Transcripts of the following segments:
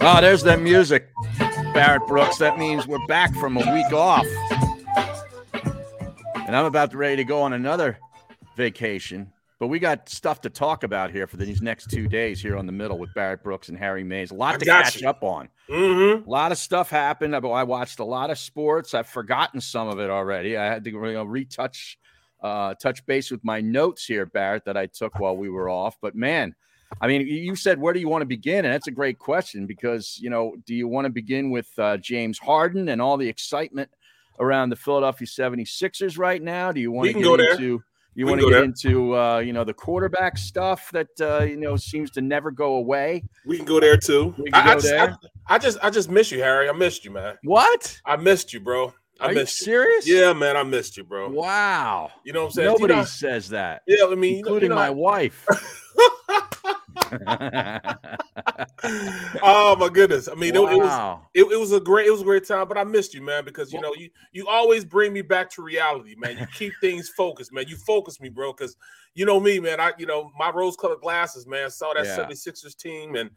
Oh, there's that music, Barrett Brooks. That means we're back from a week off. And I'm about ready to go on another vacation. But we got stuff to talk about here for these next two days here on the middle with Barrett Brooks and Harry Mays. A lot I to got catch you. up on. Mm-hmm. A lot of stuff happened. I, I watched a lot of sports. I've forgotten some of it already. I had to you know, retouch, uh, touch base with my notes here, Barrett, that I took while we were off. But man, I mean, you- you said where do you want to begin, and that's a great question because you know, do you want to begin with uh, James Harden and all the excitement around the Philadelphia 76ers right now? Do you want We to can get go there. into you We want can to go get there. into uh, you know the quarterback stuff that uh, you know seems to never go away? We can go there too. We can I, I go just, there. I, I just, I just miss you, Harry. I missed you, man. What? I missed you, bro. I Are you missed you. serious? Yeah, man, I missed you, bro. Wow. You know what I'm saying? Nobody You know- says that, yeah, I mean, you know- including you know- my wife. oh my goodness. I mean, it, it was wow. it, it was a great it was a great time, but I missed you, man, because you know you you always bring me back to reality, man. You keep things focused, man. You focus me, bro, because you know me, man. I you know my rose colored glasses, man. Saw that Yeah. 76ers team and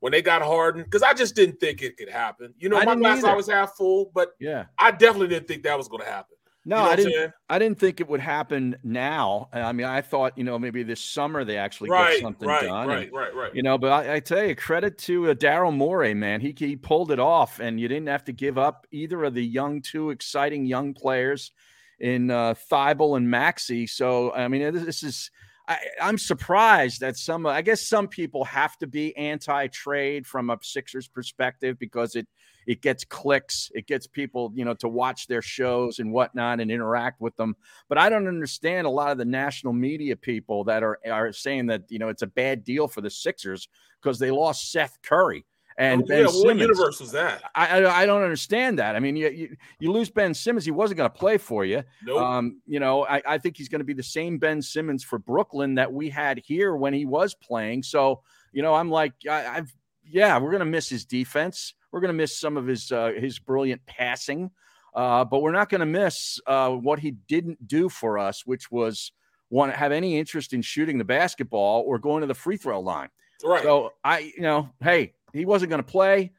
when they got Harden, because I just didn't think it could happen. You know, I my didn't glass either. always half full, but Yeah. I definitely didn't think that was going to happen. No, you know I what I'm didn't. saying? I didn't think it would happen now. I mean, I thought you know maybe this summer they actually get Right, something right, done. and- right, right, right. You know, but I, I tell you, credit to uh, Daryl Morey, man. He he pulled it off, and you didn't have to give up either of the young, two exciting young players in uh, Thibault and Maxi. So I mean, this, this is I, I'm surprised that some. I guess some people have to be anti-trade from a Sixers perspective because it it gets clicks, it gets people you know to watch their shows and whatnot and interact with them but I don't understand a lot of the national media people that are are saying that you know it's a bad deal for the Sixers because they lost Seth Curry and Oh, Ben yeah, what Simmons. universe was that? I, I I don't understand that. I mean, you you, you lose Ben Simmons, he wasn't going to play for you. Nope. Um, you know, I, I think he's going to be the same Ben Simmons for Brooklyn that we had here when he was playing. So, you know, I'm like, I, I've, yeah, we're going to miss his defense. We're going to miss some of his uh, his brilliant passing, uh, but we're not going to miss uh, what he didn't do for us, which was want have any interest in shooting the basketball or going to the free throw line. right. So I, you know, hey, he wasn't going to play,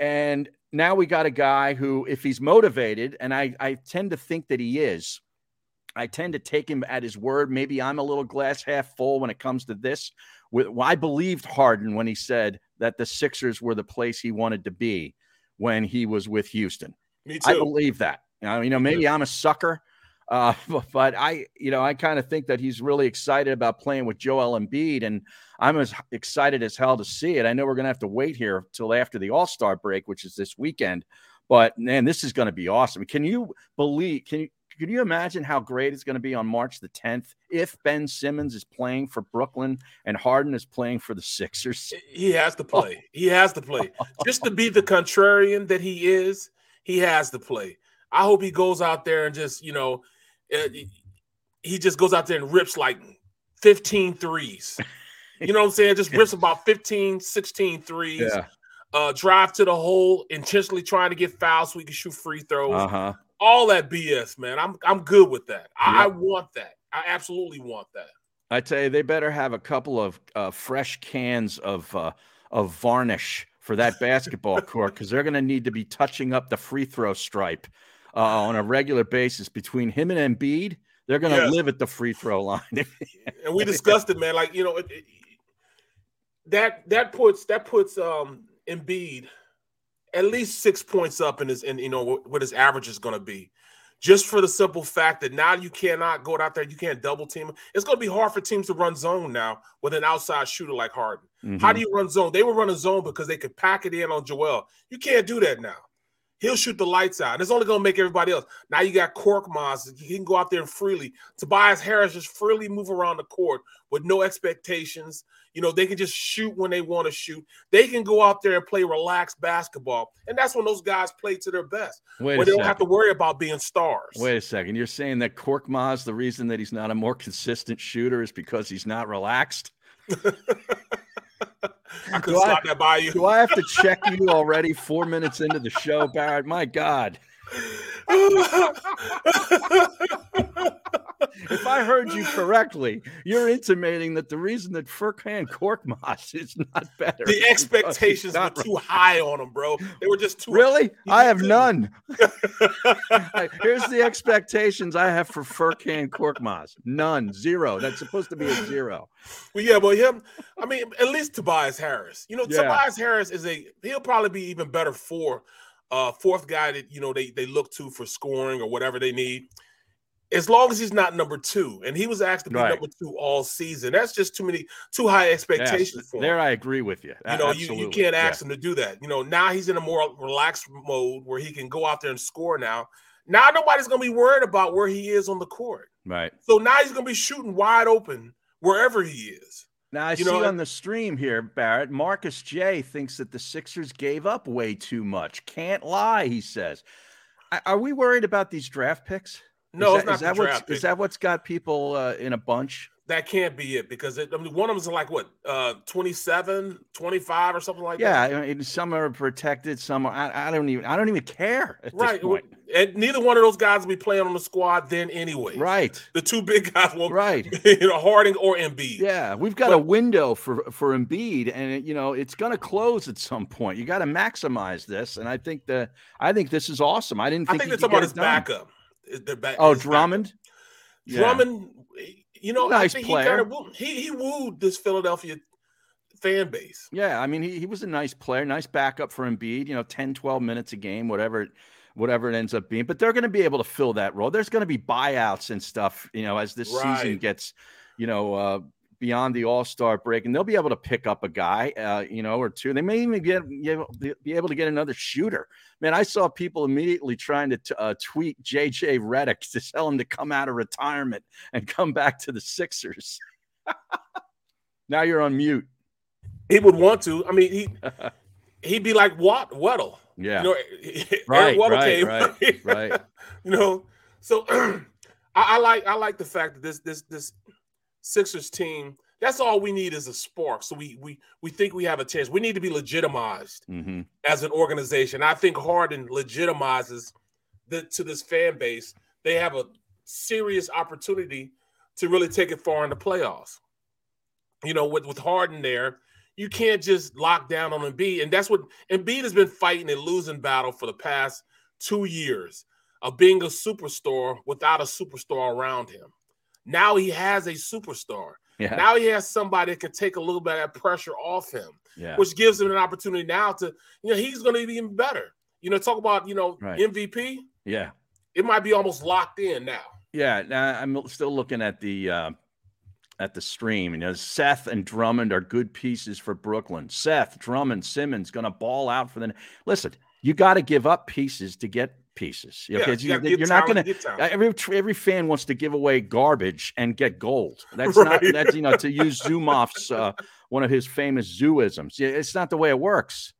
and now we got a guy who, if he's motivated, and I, I tend to think that he is. I tend to take him at his word. Maybe I'm a little glass half full when it comes to this. With I believed Harden when he said that the Sixers were the place he wanted to be when he was with Houston. me I too. believe that. Uh, you know, maybe I'm a sucker, uh, but I, you know, I kind of think that he's really excited about playing with Joel Embiid, and I'm as excited as hell to see it. I know we're going to have to wait here till after the All Star break, which is this weekend, but man, this is going to be awesome. Can you believe? Can you? Can you imagine how great it's going to be on March the 10th if Ben Simmons is playing for Brooklyn and Harden is playing for the Sixers? He has to play. He has to play. Just to be the contrarian that he is, he has to play. I hope he goes out there and just, you know, eh, he just goes out there and rips like 15 threes. You know what I'm saying? Just rips about 15, 16 threes. Uh, drive to the hole, intentionally trying to get fouled so he can shoot free throws. Uh huh. All that BS, man. I'm I'm good with that. I, I want that. I absolutely want that. I tell you, they better have a couple of uh, fresh cans of uh, of varnish for that basketball court because they're going to need to be touching up the free throw stripe uh, on a regular basis between him and Embiid. They're going to Yes. live at the free throw line. and we discussed it, man. Like you know, it, it- that that puts that puts um Embiid at least six points up in his in you know what his average is going to be, just for the simple fact that now you cannot go out there, you can't double team. him. It's going to be hard for teams to run zone now with an outside shooter like Harden. Mm-hmm. How do you run zone? They were running zone because they could pack it in on Joel. You can't do that now. He'll shoot the lights out, and it's only going to make everybody else. Now you got Cork Monster. He can go out there and freely. Tobias Harris just freely move around the court with no expectations. You know, they can just shoot when they want to shoot. They can go out there and play relaxed basketball. And that's when those guys play to their best, Wait where a they don't second. have to worry about being stars. Wait a second. You're saying that Korkmaz, the reason that he's not a more consistent shooter is because he's not relaxed. I could Do I- slide that by you. Do I have to check you already four minutes into the show, Barrett? My God. if I heard you correctly, you're intimating that the reason that Furkan Korkmaz is not better. The expectations were too high on him, bro. They were just too. Really? I have none. Here's the expectations I have for Furkan Korkmaz. None. Zero. That's supposed to be a zero. Well, yeah, but him. I mean, at least Tobias Harris. You know, Yeah. Tobias Harris is a. He'll probably be even better for uh fourth guy that you know they they look to for scoring or whatever they need. As long as he's not number two, and he was asked to be Right. number two all season, that's just too many, too high Yes, expectations for him. there, I agree with you. You know, you, you can't ask him to do that. You know, now he's in a more relaxed mode where he can go out there and score now. Now nobody's going to be worried about where he is on the court. Right. So now he's going to be shooting wide open wherever he is. Now I see You know, on the stream here, Barrett, Marcus J thinks that the Sixers gave up way too much. Can't lie, he says. I- Are we worried about these draft picks? No, is that, it's not is the that what's, draft pick. Is that what's got people uh, in a bunch? That can't be it because it, I mean, one of them's like what, uh, 27, 25 or something like Yeah, that. I mean, some are protected, some are. I, I don't even. I don't even care at Right. this point. And neither one of those guys will be playing on the squad then anyway. Right. The two big guys won't, Right. you know, Harding or Embiid. Yeah, we've got a window for for Embiid, and it- you know it's going to close at some point. You got to maximize this, and I think the I think this is awesome. I didn't I think, he think they're could talking about get his it done. backup. Their back- Oh, his backup. Drummond. Yeah. Drummond, you know, Nice I think player. he kind of he he wooed this Philadelphia fan base. Yeah, I mean, he, he was a nice player, nice backup for Embiid, you know, 10, 12 minutes a game, whatever it- whatever it ends up being. But they're going to be able to fill that role. There's going to be buyouts and stuff, you know, as this season Right. gets, you know, uh, beyond the all-star break and they'll be able to pick up a guy uh, you know or two they may even get you know, be able to get another shooter man i saw people immediately trying to t- uh, tweet jj reddick to tell him to come out of retirement and come back to the sixers now you're on mute He would want to. I mean, he he'd be like what Weddle. yeah You know, Right, Eric Weddle right, came. right, right. you know, so I, I like I like the fact that this this this Sixers team. That's all we need is a spark. So we we we think we have a chance. We need to be legitimized Mm-hmm. as an organization. I think Harden legitimizes the, to this fan base. They have a serious opportunity to really take it far in the playoffs. You know, with with Harden there, you can't just lock down on Embiid, and that's what Embiid has been fighting a losing battle for the past two years of being a superstar without a superstar around him. Now he has a superstar. Yeah. Now he has somebody that can take a little bit of that pressure off him yeah. which gives him an opportunity now to, you know, he's going to be even better. You know, talk about, you know, Right. MVP. Yeah. It might be almost locked in now. Yeah. Now I'm still looking at the uh, at the stream. You know, Seth and Drummond are good pieces for Brooklyn. Seth, Drummond, Simmons going to ball out for the. Listen, you got to give up pieces to get pieces. Yeah, Okay? gotta you, get you're not talent, going to. get talent. Uh, Every every fan wants to give away garbage and get gold. That's not Right. that's you know to use Zumoff's uh, one of his famous zooisms. Yeah, It's not the way it works.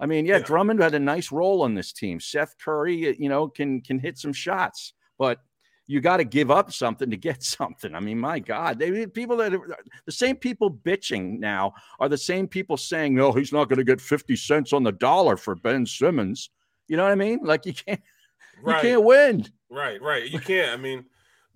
I mean, yeah, Yeah. Drummond had a nice role on this team. Seth Curry, uh, you know, can can hit some shots, but you got to give up something to get something. I mean, my God, they people that are, the same people bitching now are the same people saying, "No, he's not going to get fifty cents on the dollar for Ben Simmons." You know what I mean? Like you can't Right, you can't win. right, right. You can't. I mean,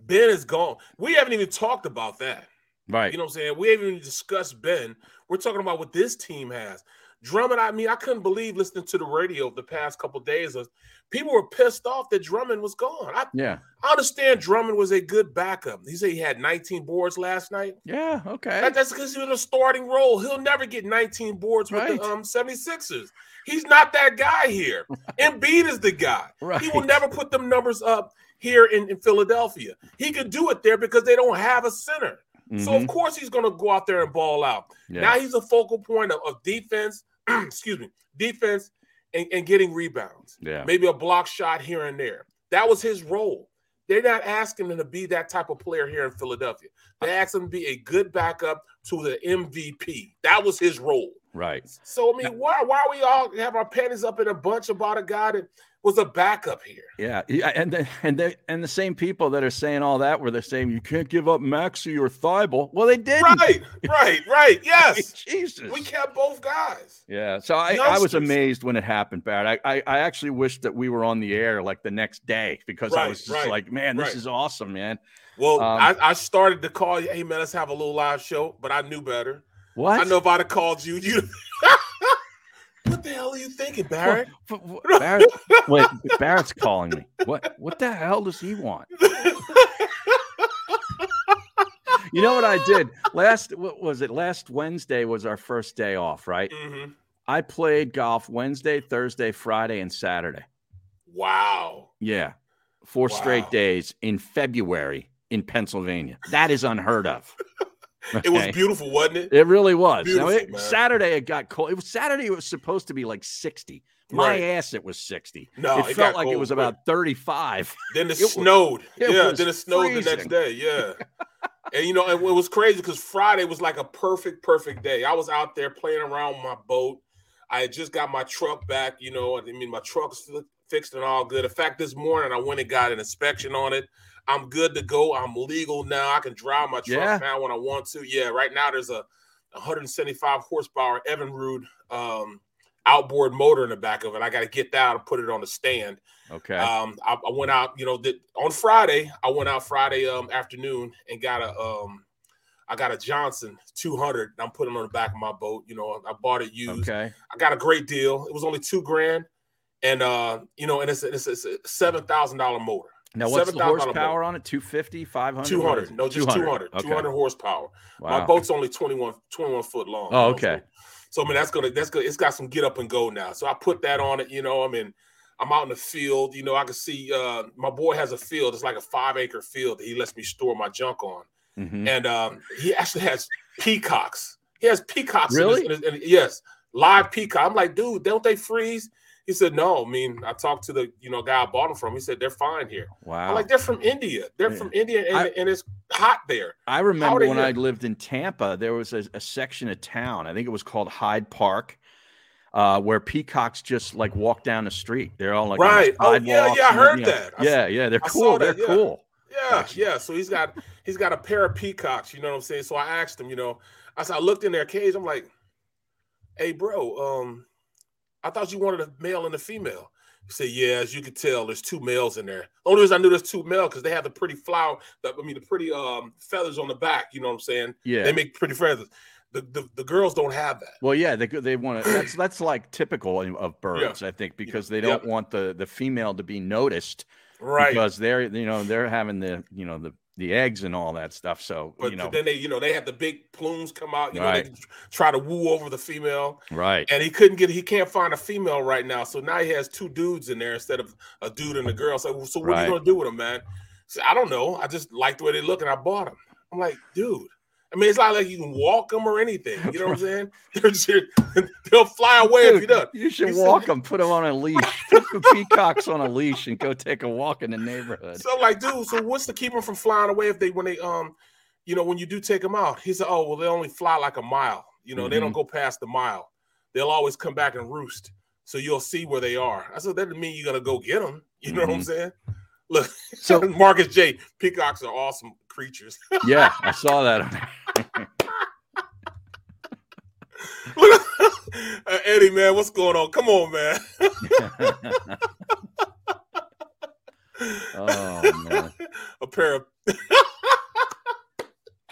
Ben is gone. We haven't even talked about that. Right. You know what I'm saying? We haven't even discussed Ben. We're talking about what this team has. Drummond, I mean, I couldn't believe listening to the radio the past couple days. Of, people were pissed off that Drummond was gone. I, yeah. I understand Drummond was a good backup. He said he had 19 boards last night. Yeah. Okay. That- that's because he's in a starting role. He'll never get 19 boards with Right. the um, 76ers. He's not that guy here. Embiid is the guy. Right. He will never put them numbers up here in, in Philadelphia. He could do it there because they don't have a center. So, Mhm. of course, he's going to go out there and ball out. Mm-hmm. yeah. Now he's a focal point of, of defense, excuse me, defense and, and getting rebounds. yeah. Maybe a block shot here and there. That was his role. They're not asking him to be that type of player here in Philadelphia. They asked him to be a good backup to the MVP. That was his role. Right. So I mean, why why we all have our panties up in a bunch about a guy that was a backup here? Yeah. Yeah. And then, and they and the same people that are saying all that were the same. You can't give up Maxi or Thibault. Well, they didn't. Right, right, right. Yes, Jesus. we kept both guys. Yeah. So I, I was Youngsters. amazed when it happened, Barrett. I, I, I actually wish that we were on the air like the next day because I Right, was just right, like, man, this right. is awesome, man. Well, um, I, I, started to call you, hey man, let's have a little live show, but I knew better. What? I know if I'd have called you, you. what the hell are you thinking, Barrett? What, what, Barrett wait, Barrett's calling me. What? What the hell does he want? you know what I did last? What was it? Last Wednesday was our first day off, right? Mm-hmm. I played golf Wednesday, Thursday, Friday, and Saturday. Wow. Yeah. Four wow. straight days in February in Pennsylvania. That is unheard of. Okay. It was beautiful, wasn't it? It really was. Now, it, Saturday it got cold. It was Saturday. It was supposed to be like sixty. My right. ass, it was sixty. No, it, it felt like cold, it was about right. thirty-five. Then it, it snowed. Was, yeah, then it snowed freezing. the next day. Yeah, and you know, it, was crazy because Friday was like a perfect, perfect day. I was out there playing around my boat. I just got my truck back. You know, I mean, my truck's fixed and all good. In fact, this morning I went and got an inspection on it. I'm good to go. I'm legal now. I can drive my truck yeah. now when I want to. Yeah, right now there's a 175 horsepower Evinrude um, outboard motor in the back of it. I got to get that out and put it on the stand. Okay. Um, I, I, went out, you know, did, on Friday. I went out Friday um, afternoon and got a, um, I got a Johnson 200. I'm putting on the back of my boat. You know, I bought it used. Okay. I got a great deal. It was only two grand, and uh, you know, and it's it's, it's a seven thousand dollar motor. Now, what's the horsepower on it? 250, 500? 200. No, just 200. 200, okay. 200 horsepower. Wow. My boat's only 21, 21 foot long. Oh, okay. So, so, I mean, that's going to, that's going to, it's got some get up and go now. So I put that on it, you know, I mean, I'm out in the field, you know, I can see, uh, my boy has a field. It's like a five acre field that he lets me store my junk on. Mm-hmm. And um, he actually has peacocks. He has peacocks. Really? In his, in his, in, yes. Live peacock. I'm like, dude, don't they freeze? He said, "No, I mean, I talked to the you know guy I bought them from. He said they're fine here. Wow, I'm like they're from India. They're yeah. from India, and, I, and, it's hot there. I remember when here? I lived in Tampa, there was a, a, section of town. I think it was called Hyde Park." Uh, where peacocks just like walk down the street, they're all like right. Oh yeah, yeah, I heard and, you know, that. I, yeah, yeah, they're cool. That, they're yeah. cool. Yeah, yeah. So he's got he's got a pair of peacocks. You know what I'm saying? So I asked him. You know, I said I looked in their cage. I'm like, hey, bro, um, I thought you wanted a male and a female. He said, Yeah, as you could tell, there's two males in there. The only reason I knew there's two male because they have the pretty flower, the, I mean the pretty um, feathers on the back, you know what I'm saying? Yeah. They make pretty feathers. The, the, the girls don't have that. Well, yeah, they they want to. That's that's like typical of birds, yeah. I think, because they don't yeah. want the the female to be noticed, right? Because they're you know they're having the you know the the eggs and all that stuff. So, but you know, then they, you know, they have the big plumes come out. You right. know, they try to woo over the female. Right. And he couldn't get, he can't find a female right now. So now he has two dudes in there instead of a dude and a girl. So, well, so what right. are you gonna do with them, man? So, I don't know. I just like the way they look, and I bought them. I'm like, dude. I mean, it's not like you can walk them or anything. You know what I'm saying? They're just, they'll fly away Dude, if you don't. You should you walk them, put them on a leash, put the peacocks on a leash, and go take a walk in the neighborhood. So, like, dude, so what's to keep them from flying away if they when they um, you know, when you do take them out? He said, oh well, they only fly like a mile. You know, mm-hmm. they don't go past the mile. They'll always come back and roost. So you'll see where they are. I said that doesn't mean you're gonna go get them. You know mm-hmm. what I'm saying? Look, so Marcus J. Peacocks are awesome creatures. yeah, I saw that. Look, uh, Eddie, man, what's going on? Come on, man. oh man, a pair of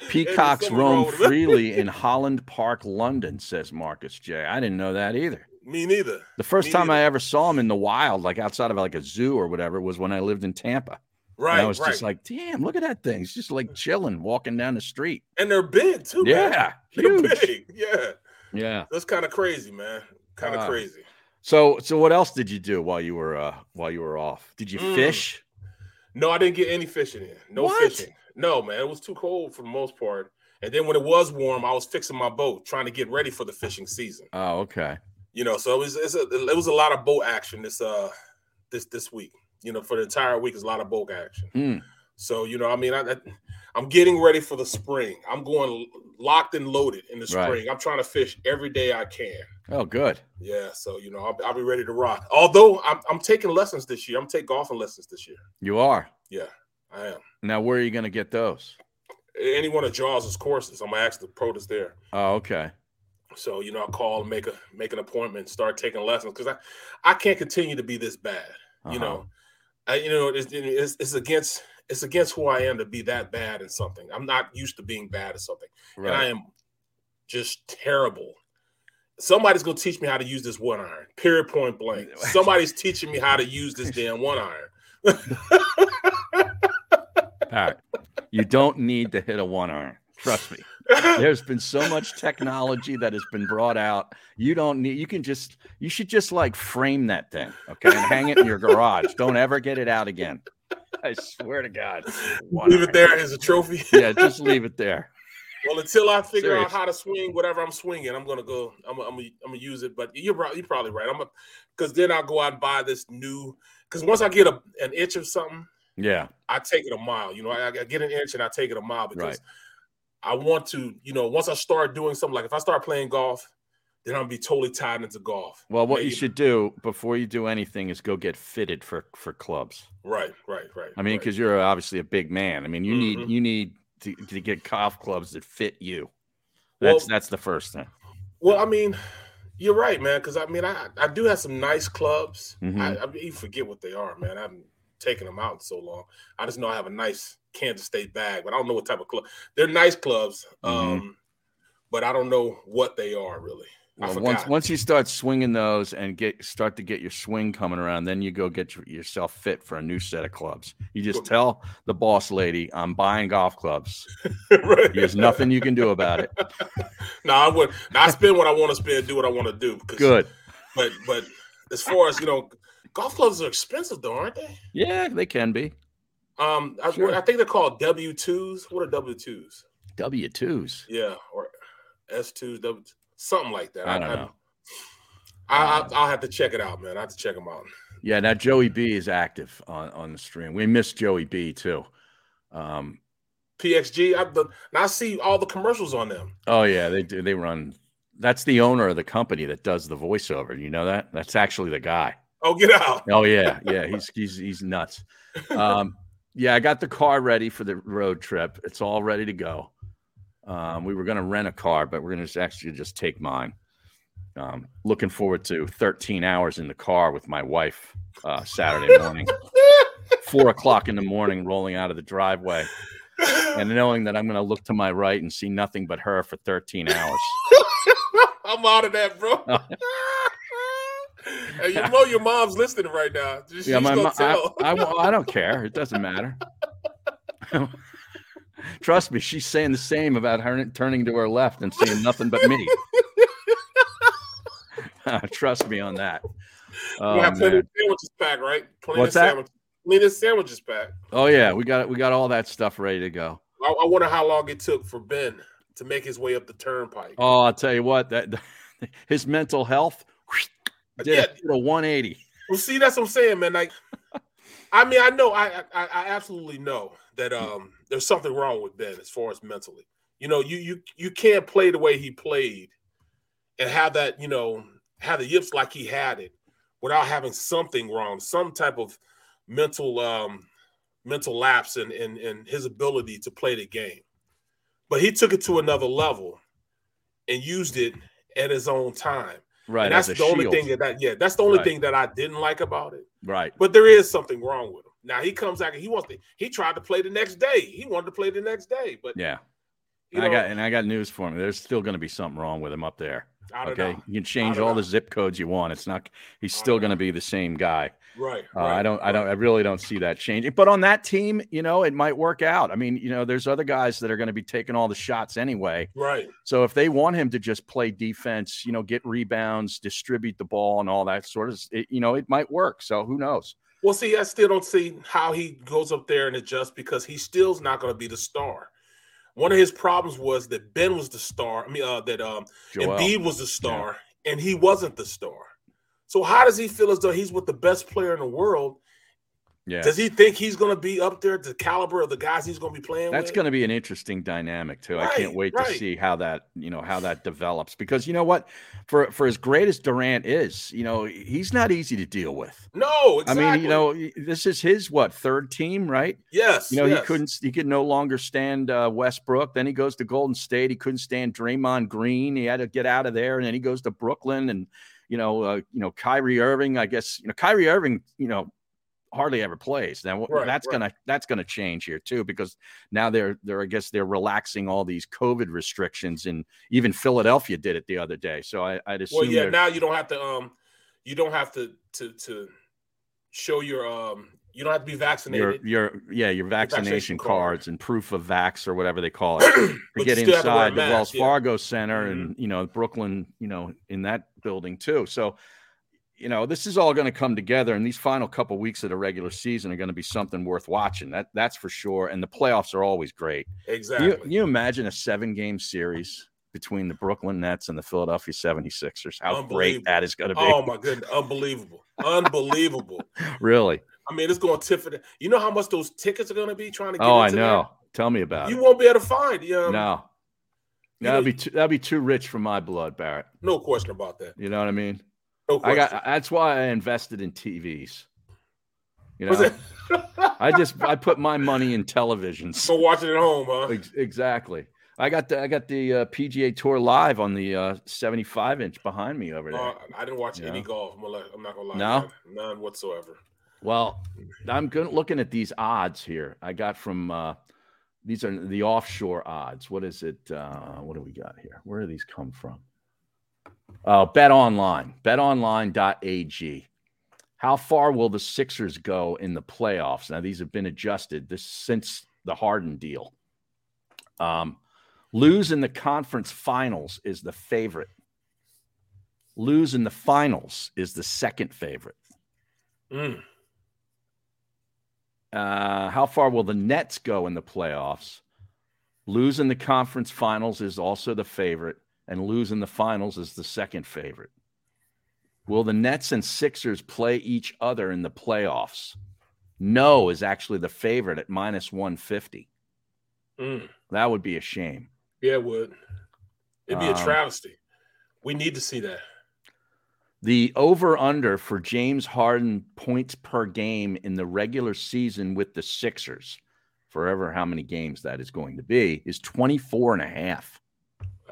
peacocks Eddie, roam freely in Holland Park, London. Says Marcus J. I didn't know that either. Me neither. The first Me time neither. I ever saw him in the wild, like outside of like a zoo or whatever, was when I lived in Tampa. Right. And I was right. just like, damn, look at that thing. It's just like chilling, walking down the street. And they're big too. Yeah. Man. They're big. Yeah. Yeah. That's kind of crazy, man. Kind of uh, crazy. So so what else did you do while you were uh while you were off? Did you mm. fish? No, I didn't get any fishing in. No what? fishing. No, man. It was too cold for the most part. And then when it was warm, I was fixing my boat, trying to get ready for the fishing season. Oh, okay. You know, so it was a, it was a lot of boat action this uh this this week you know, for the entire week is a lot of bulk action. Mm. So, you know, I mean, I, am getting ready for the spring. I'm going locked and loaded in the spring. Right. I'm trying to fish every day I can. Oh, good. Yeah. So, you know, I'll, I'll be ready to rock. Although I'm, I'm, taking lessons this year. I'm taking golfing lessons this year. You are? Yeah, I am. Now, where are you going to get those? Any one of Giles's courses. I'm going to ask the pro that's there. Oh, okay. So, you know, i call and make a make an appointment, start taking lessons because I, I can't continue to be this bad. Uh-huh. you know I, you know it's, it's, it's against it's against who I am to be that bad at something. I'm not used to being bad at something, Uh-huh. Right. and I am just terrible. Somebody's gonna teach me how to use this one iron. Period. Point blank. Somebody's teaching me how to use this damn one iron. Pat, you don't need to hit a one iron. Trust me. There's been so much technology that has been brought out. You don't need. You can just. You should just like frame that thing, okay, and hang it in your garage. Don't ever get it out again. I swear to God. One Leave it iron. there as a trophy. Yeah, just leave it there. Well, until I figure out Serious. how to swing whatever I'm swinging, I'm gonna go. I'm gonna, I'm gonna, I'm gonna use it. But you're right. You're probably right. I'm gonna because then I'll go out and buy this new. Because once I get a, an inch of something, Yeah, I take it a mile. You know, I, I get an inch and I take it a mile because Right. I want to. You know, once I start doing something like if I start playing golf, then I'll be totally tied into golf. Well, what you Maybe. should do before you do anything is go get fitted for for clubs. Right. Right. Right. I mean, right. because you're obviously a big man. I mean, you Mhm. need you need to, to get golf clubs that fit you. Well- That's that's the first thing. Well, I mean, you're right, man. Because I mean, I I do have some nice clubs. Mhm. I, I mean, you forget what they are, man. I haven't taken them out in so long. I just know I have a nice Kansas State bag, but I don't know what type of club. They're nice clubs, Mm-hmm. um, but I don't know what they are really. I Well, once forgot. once you start swinging those and get start to get your swing coming around, then you go get your, yourself fit for a new set of clubs. You just Good. tell the boss lady, "I'm buying golf clubs. right. There's nothing you can do about it." No, I would. Now, I spend what I want to spend, do what I want to do. 'cause- Good. But but as far as you know, golf clubs are expensive though, aren't they? Yeah, they can be Um, I, Sure. I think they're called W twos. What are W twos? W twos. Yeah, or S twos, W something like that. I don't know. Um, I, I I'll have to check it out, man. I have to check them out. Yeah, now Joey B is active on on the stream. We miss Joey B too. Um, PXG. I, the, and I see all the commercials on them. Oh yeah, they do. They run. That's the owner of the company that does the voiceover. You know that? That's actually the guy. Oh, get out! Oh yeah, yeah. He's he's he's nuts. Um, yeah, I got the car ready for the road trip. It's all ready to go. Um, we were going to rent a car, but we're going to just actually just take mine. Um, looking forward to 13 hours in the car with my wife uh, Saturday morning, four o'clock in the morning, rolling out of the driveway, and knowing that I'm going to look to my right and see nothing but her for 13 hours. I'm out of that, bro. Oh. and you know your mom's listening right now. She's yeah, my gonna mom. I, tell. I, well, I don't care. It doesn't matter. Trust me, she's saying the same about her turning to her left and seeing nothing but me. Trust me on that. Oh, we have plenty man. of sandwiches packed, right? Plenty What's of that? sandwiches. Plenty of sandwiches packed. Oh, yeah, we got we got all that stuff ready to go. I, I wonder how long it took for Ben to make his way up the turnpike. Oh, I'll tell you what, that his mental health did, a, Yeah. did a 180. Well, see, that's what I'm saying, man. Like, I mean, I know, I, I, I absolutely know that um, there's something wrong with Ben as far as mentally. You know, you you you can't play the way he played, and have that, you know, have the yips like he had it, without having something wrong, some type of mental um, mental lapse in, in in his ability to play the game. But he took it to another level, and used it at his own time. Right. And that's the as a only shield. thing that, that yeah, that's the only Right. thing that I didn't like about it. Right. But there is something wrong with him. Now he comes out and he wants to he tried to play the next day. He wanted to play the next day, but Yeah. you know, I got and I got news for him. There's still going to be something wrong with him up there. I don't Okay, know. you can change don't all know. the zip codes you want. It's not. He's I still don't going to be the same guy. Right, Uh, right. I don't. I right. don't. I really don't see that changing. But on that team, you know, it might work out. I mean, you know, there's other guys that are going to be taking all the shots anyway. Right. So if they want him to just play defense, you know, get rebounds, distribute the ball, and all that sort of, s- it, you know, it might work. So who knows? Well, see, I still don't see how he goes up there and adjusts because he still's not going to be the star. One of his problems was that Ben was the star. I mean, uh, that um, Joel. Embiid was the star, and he wasn't the star. So how does he feel as though he's with the best player in the world yeah, Does he think he's going to be up there at the caliber of the guys he's going to be playing That's with? going to be an interesting dynamic too. I can't Right, wait to right. see how that you know how that develops because you know what, for for as great as Durant is, you know he's not easy to deal with. no, exactly. I mean, you know, y- this is his what third team, right? yes, You know, yes. he couldn't, he could no longer stand uh, Westbrook. Then he goes to Golden State. He couldn't stand Draymond Green. He had to get out of there, and then he goes to Brooklyn, and you know, uh, you know, Kyrie Irving. I guess you know, Kyrie Irving. You know, hardly ever plays. Now Right, that's right. gonna that's gonna change here too because now they're they're I guess they're relaxing all these COVID restrictions and even Philadelphia did it the other day. So I, I'd assume Well, yeah. they're- Now you don't have to. Um, you don't have to to to show your um. You don't have to be your vaccinated. your yeah your vaccination vaccination card. cards and proof of vax or whatever they call it to But get you still have to wear a inside the mask, Wells yeah. Mm-hmm. Fargo Center and you know Brooklyn you know in that building too. So you know this is all going to come together, and these final couple weeks of the regular season are going to be something worth watching. That that's for sure. And the playoffs are always great. Can Exactly. You, can you imagine a seven game series between the Brooklyn Nets and the Philadelphia 76ers? How great Unbelievable. that is going to be! oh my goodness! Unbelievable! Unbelievable! really? I mean, it's going to tip it. You know how much those tickets are going to be trying to get. Oh, I into know. Tell me about That? You it. won't be able to find. Yeah. Um, No. you know, That'd be too, that'd be too rich for my blood, Barrett. No question about that. You know what I mean? I No question. got that's why I invested in TVs. You Was know, it- I just I put my money in televisions. so watching at home, huh? Ex- exactly. I got the I got the uh, PGA Tour live on the uh, 75 inch behind me over there. Uh, I didn't watch any Yeah. golf. I'm, gonna let- I'm not gonna lie. No? none whatsoever. Well, I'm good looking at these odds here. I got from uh, these are the offshore odds. What is it? Uh, what do we got here? Where do these come from? Uh, bet online, betonline.ag. How far will the Sixers go in the playoffs? Now, these have been adjusted this since the Harden deal. Um, lose in the conference finals is the favorite. Lose in the finals is the second favorite. Mm. Uh, how far will the Nets go in the playoffs? Losing the conference finals is also the favorite, and losing the finals is the second favorite. Will the Nets and Sixers play each other in the playoffs? No is actually the favorite at minus 150. Mm. That would be a shame. Yeah, it would. It'd be a Um, travesty. We need to see that. The over under for James Harden points per game in the regular season with the Sixers, forever how many games that is going to be, is 24 and a half.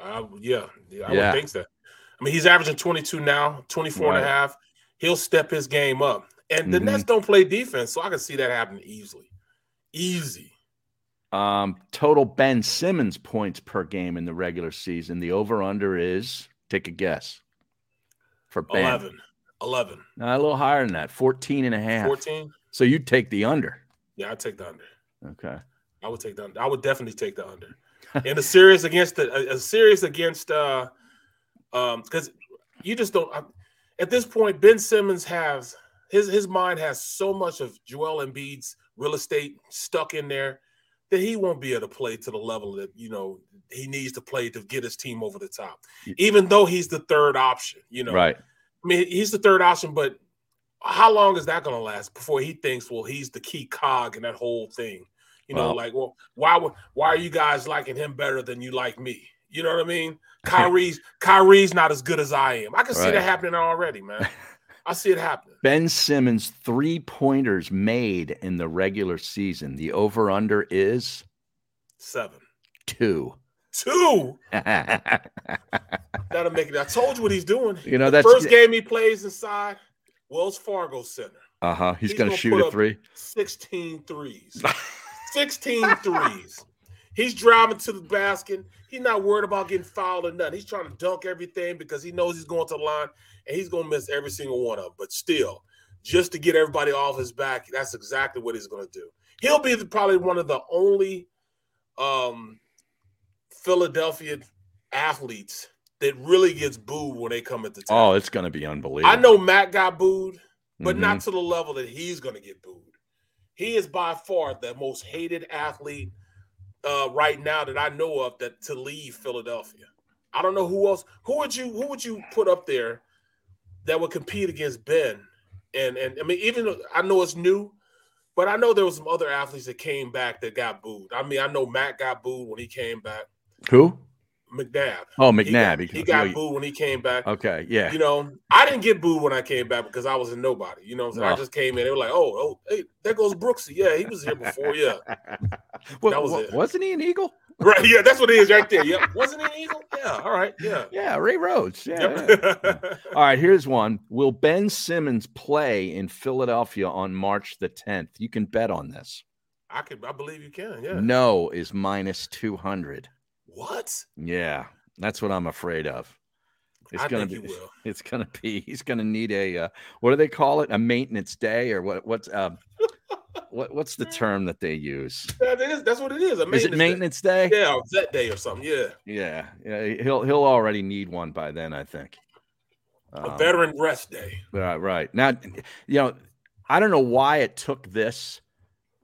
I, yeah, yeah, I Yeah. would think so. I mean, he's averaging 22 now, 24 and a Right. half. He'll step his game up. And the Mhm. Nets don't play defense, so I can see that happening easily. Easy. Um, total Ben Simmons points per game in the regular season. The over under is take a guess for Ben. 11. 11. No, a little higher than that, 14 and a half. 14. So you'd take the under. Yeah, I'd take the under. Okay. I would take the under. I would definitely take the under. In a series against the a, a series against uh um because you just don't I, at this point Ben Simmons has his his mind has so much of Joel Embiid's real estate stuck in there that he won't be able to play to the level that you know he needs to play to get his team over the top. Y- Even though he's the third option, you know. Right. I mean, he's the third option, but how long is that going to last before he thinks, well, he's the key cog in that whole thing? You know, Well- like, well, why would why are you guys liking him better than you like me? You know what I mean? Kyrie's Kyrie's not as good as I am. I can see Right. that happening already, man. I see it happening. Ben Simmons three pointers made in the regular season. The over under is Seven, two. two. you That'll make it. I told you what he's doing. know that's First game he plays inside Wells Fargo Center. Uh huh. He's, he's gonna, gonna shoot put a up- three. 16 threes. 16 threes. He's driving to the basket. He's not worried about getting fouled or nothing. He's trying to dunk everything because he knows he's going to the line and he's going to miss every single one of them. But still, just to get everybody off his back, that's exactly what he's going to do. He'll be the, probably one of the only um, Philadelphia athletes that really gets booed when they come at the Oh, top. it's gonna be unbelievable. I know Matt got booed but Mhm. not to the level that he's going to get booed. He is by far the most hated athlete uh, right now that I know of that to leave Philadelphia. I don't know who else. Who would you who would you put up there that would compete against Ben? And and I mean, even though I know it's new, but I know there was some other athletes that came back that got booed. I mean, I know Matt got booed when he came back. who? McNabb, Oh, He got- McNabb. he got, because- yeah, booed when he came back Okay. Yeah. you know, I didn't get booed when I came back because I was a nobody. You know, what I'm saying? Wow. I just came in. They were like, "Oh, oh, hey, there goes Brooksy. Yeah, he was here before. Yeah, Wa- That was wa- it. Wasn't he an Eagle? Right. Yeah, that's what it is right there. Yep. Wasn't it Eagle? Yeah. All right. Yeah. Yeah, Ray Rhodes. Yeah, yeah. Yep. All right, here's one. Will Ben Simmons play in Philadelphia on March the 10th? You can bet on this. I could I believe you can. Yeah. No is minus 200. What? Yeah, that's what I'm afraid of. It's I gonna think be. you will. It's gonna be. He's gonna need a. Uh, what do they call it? A maintenance day or what? What's uh, what? What's the term that they use? That is that's what it is. A Is it maintenance day? Day. Yeah, or Zet Day or something. Yeah. Yeah. yeah. He'll he'll already need one by then, I think. A Um, veteran rest day. Right, Uh, right. Now, you know, I don't know why it took this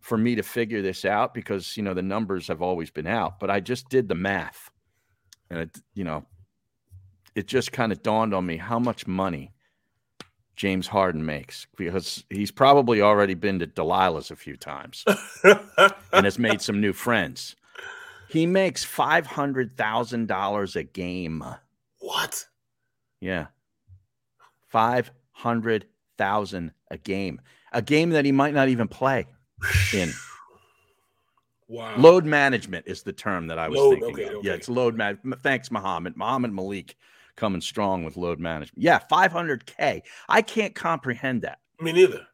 for me to figure this out because, you know, the numbers have always been out, but I just did the math and it, you know, it just kind of dawned on me how much money James Harden makes because he's probably already been to Delilah's a few times and has made some new friends. He makes $500,000 a game. what? Yeah. 500,000 a game. A game that he might not even play in. Wow. load management is the term that I was Load, thinking. okay, of. okay. Yeah, it's load man. Thanks Muhammad. Muhammad Malik coming strong with load management. Yeah, 500k. I can't comprehend that. Me neither.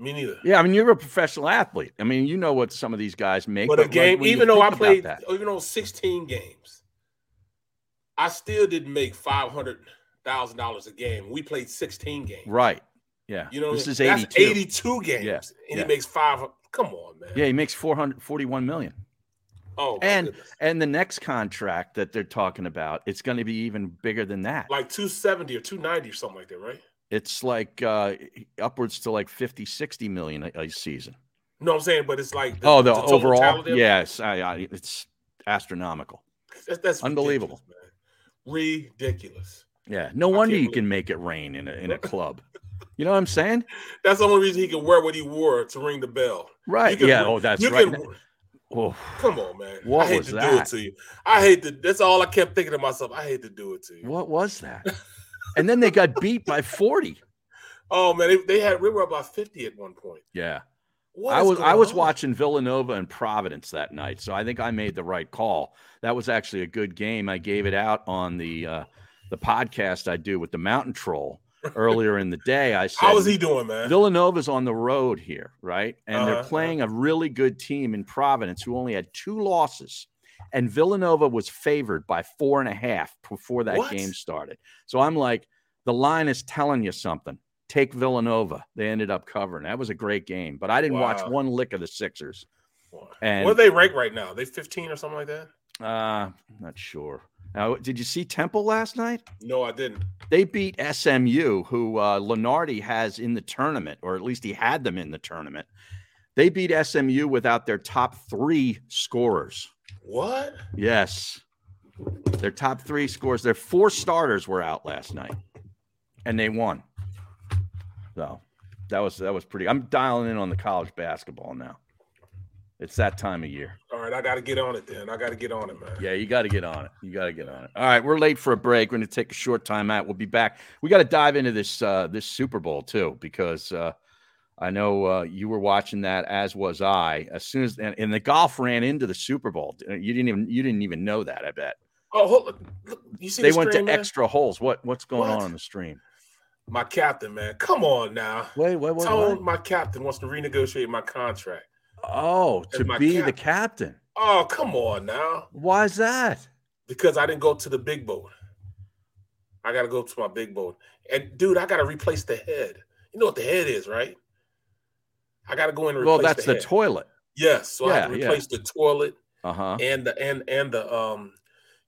Me neither. Yeah, I mean you're a professional athlete. I mean, you know what some of these guys make. but a when- game, when you even though I think about played, that, even on 16 games, I still didn't make five hundred thousand dollars a game. We played 16 games. right. Yeah. You know, this is 82. that's 82 games, Yeah, and yeah. he makes five. Come on, man. Yeah, he makes 441 million. Oh, my And- goodness. And the next contract that they're talking about, it's going to be even bigger than that. like 270 or 290 or something like that, right? it's like uh upwards to like 50 60 million a, a season No, I'm saying, but it's like oh the, total overall talent- yes I, I it's astronomical that's, that's Unbelievable. ridiculous, man. ridiculous. yeah no I wonder can't you believe- can make it rain in a, in a club you know what i'm saying That's the only reason he could wear what he wore to ring the bell. You right could yeah win- oh that's you right could- oh, come on, man. What I hate was to do that? it to you. I hate to. That's all I kept thinking to myself. I hate to do it to you. what was that and then they got beat by 40 Oh man, they, they had we were about 50 at one point. yeah What I is was I going was on? watching Villanova and Providence that night, so I think I made the right call. That was actually a good game. I gave it out on the uh, the podcast I do with the Mountain Troll earlier in the day. I said How is he doing, man? Villanova's on the road here, right? And they're Uh-huh. playing a really good team in Providence who only had two losses. And Villanova was favored by four and a half before that What? game started. So I'm like, the line is telling you something. Take Villanova. They ended up covering. That was a great game, but I didn't watch Wow. one lick of the Sixers. And and- what are they rank right now? They 15 or something like that? Uh, not sure. Now, did you see Temple last night? No, I didn't. They beat SMU, who uh, Lenardi has in the tournament, or at least he had them in the tournament. They beat SMU without their top three scorers. What? Yes, their top three scores. Their four starters were out last night, and they won. So that was that was pretty. I'm dialing in on the college basketball now. It's that time of year. All right, I got to get on it then. I got to get on it, man. Yeah, you got to get on it. You got to get on it. All right, we're late for a break. We're going to take a short time out. We'll be back. We got to dive into this uh, this Super Bowl too, because uh, I know uh, you were watching that, as was I. As soon as and, and the golf ran into the Super Bowl, you didn't even you didn't even know that. I bet Oh, hold on. Look, you see they the went stream, to man? extra holes. What what's going What? on on the stream? My captain, man. Come on now. Wait, wait, wait. Tone, what? my captain, wants to renegotiate my contract. Oh, to As my be the captain. captain. Oh, come on now. Why is that? Because I didn't go to the big boat. I got to go to my big boat. And dude, I got to replace the head. You know what the head is, right? I got to go in and replace Well, that's the, head. toilet. yes. So I have to Yeah, yeah. replace the toilet Uh huh. and the and and the um,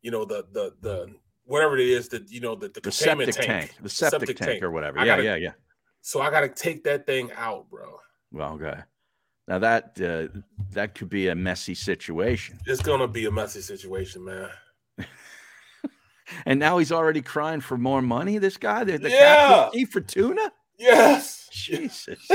you know the the the whatever it is that you know the The the, containment septic tank. The septic, tank, or whatever. I yeah, gotta- yeah, yeah. So I got to take that thing out, bro. Well, okay. Now that uh, that could be a messy situation. It's gonna be a messy situation, man. And now he's already crying for more money. This guy, the, the Yeah. captain, for tuna. Yes. Jesus.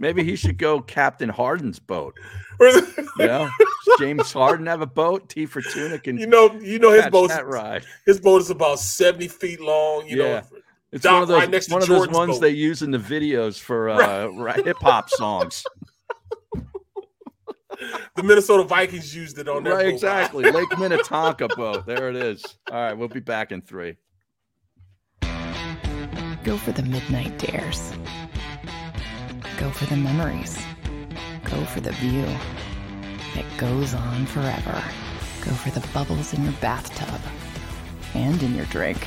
Maybe he should go Captain Harden's boat. You know, Does James Harden have a boat. T for tuna can you know, you know his catch boat. that ride. His boat is about seventy feet long. You Yeah. know, It's Dock one of those, right next to one of those Jordan's ones boat. they use in the videos for uh, hip hop songs. the Minnesota Vikings used it on their Right, boat. exactly. Lake Minnetonka boat. There it is. All right, we'll be back in three. Go for the midnight dares. Go for the memories. Go for the view that goes on forever. Go for the bubbles in your bathtub and in your drink.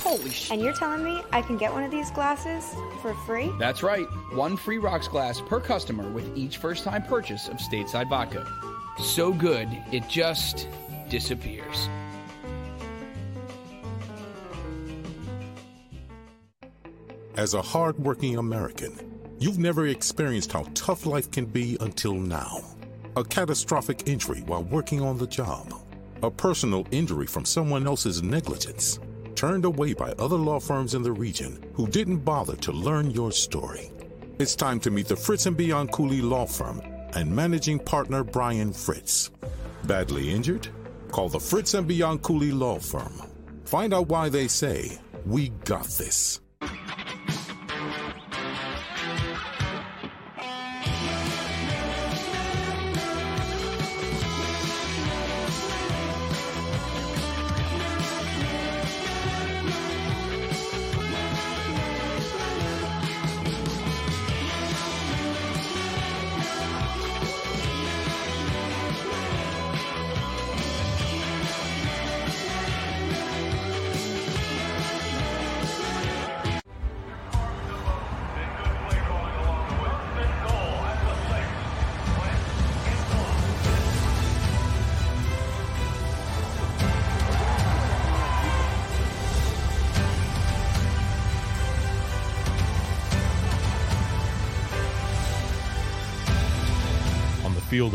holy sh! And you're telling me I can get one of these glasses for free? That's right. One free rocks glass per customer with each first time purchase of Stateside Vodka. So good, it just disappears. As a hardworking American, you've never experienced how tough life can be until now. A catastrophic injury while working on the job, a personal injury from someone else's negligence, turned away by other law firms in the region who didn't bother to learn your story. It's time to meet the Fritz and Beyond Cooley Law Firm and managing partner Brian Fritz. Badly injured? Call the Fritz and Beyond Cooley Law Firm. Find out why they say, We got this. on the field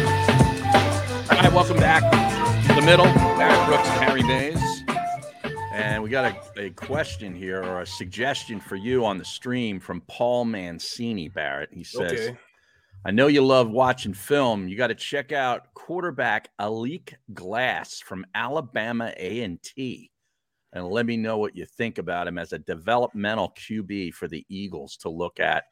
All right, welcome back to the middle. Barry Brooks and Harry Mays. And we got a, a question here or a suggestion for you on the stream from Paul Mancini, Barrett. He says, Okay. I know you love watching film. You got to check out quarterback Alik Glass from Alabama A&T. And let me know what you think about him as a developmental QB for the Eagles to look at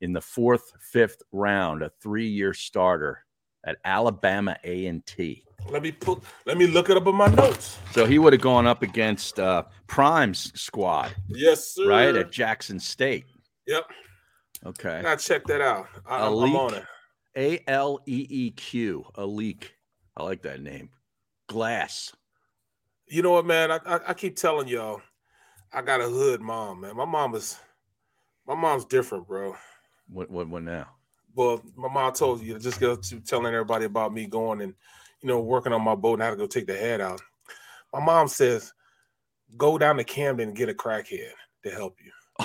in the fourth, fifth round, a three-year starter at Alabama A&T. Let me put. Let me look it up in my notes. So he would have gone up against uh, Prime's squad, Yes, sir. right, at Jackson State. Yep. Okay. Now check that out. I, I'm, I'm Elite. on it. A L E E Q, a leak. I like that name. Glass. You know what, man? I, I, I keep telling y'all, I got a hood mom, man. My mom is, my mom's different, bro. What, what, what now? Well, my mom told you just go to telling everybody about me going and you know working on my boat and how to go take the head out. My mom says, go down to Camden and get a crackhead to help you.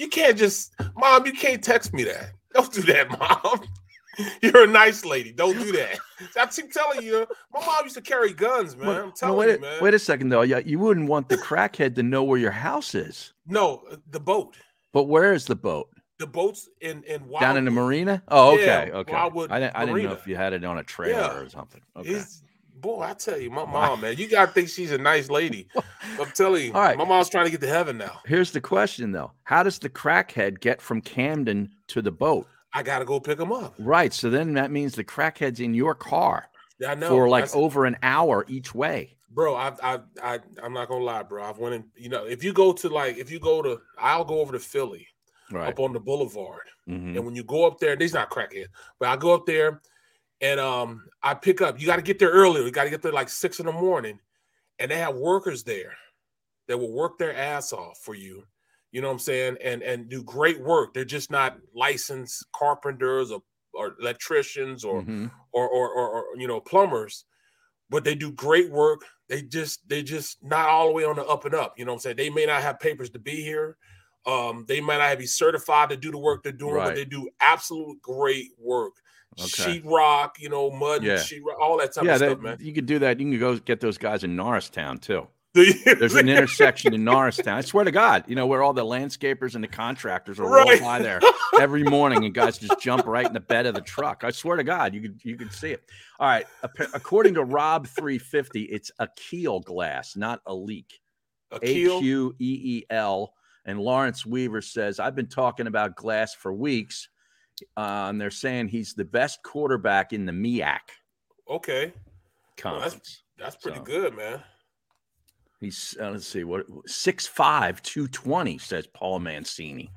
you can't just, mom. You can't text me that. Don't do that, mom. You're a nice lady. Don't do that. I keep telling you, my mom used to carry guns, man. What- I'm no, telling wait, you, man. wait a second, though. Yeah, you wouldn't want the crackhead to know where your house is. No, the boat. But where is the boat? The boats in in Wild Down in the marina? Oh, Yeah, okay. okay. I Wildwood didn't, I didn't know Marina. if you had it on a trailer Yeah. or something. Okay. It's- boy, I tell you, my mom, man, you gotta think she's a nice lady. I'm telling you, All right. my mom's trying to get to heaven now. Here's the question, though How does the crackhead get from Camden to the boat? I gotta go pick him up. Right. So then that means the crackhead's in your car I know. for like that's- over an hour each way. bro, I, I, I, I'm not gonna lie, bro. I've went in. You know, if you go to like, if you go to, I'll go over to Philly Right. up on the Boulevard, Mhm. and when you go up there, these not crackhead, but I go up there, and um, I pick up. You got to get there early. You got to get there like six in the morning, and they have workers there that will work their ass off for you you know what I'm saying, and and do great work. They're just not licensed carpenters or, or electricians or, Mhm. or, or or or you know plumbers, but they do great work. They just they just not all the way on the up and up. You know what I'm saying? They may not have papers to be here. Um, they might not be certified to do the work they're doing, Right. but they do absolute great work. Okay. Sheetrock, you know, mud, Yeah. and sheetrock, all that type yeah, of that, stuff, man. you could do that. You can go get those guys in Norristown too. Do you- There's an intersection in Norristown. I swear to God, you know where all the landscapers and the contractors are roll Right. by there every morning, and guys just jump right in the bed of the truck. I swear to God, you could you could see it. All right, ap- according to Rob 350, it's a keel glass, not a leak. A A keel? Q E E L. And Lawrence Weaver says, I've been talking about glass for weeks. Uh, and they're saying he's the best quarterback in the MEAC Okay, Well, that's- conference. that's pretty So- good, man. He's, uh, let's see, what, 6'5, 220, says Paul Mancini.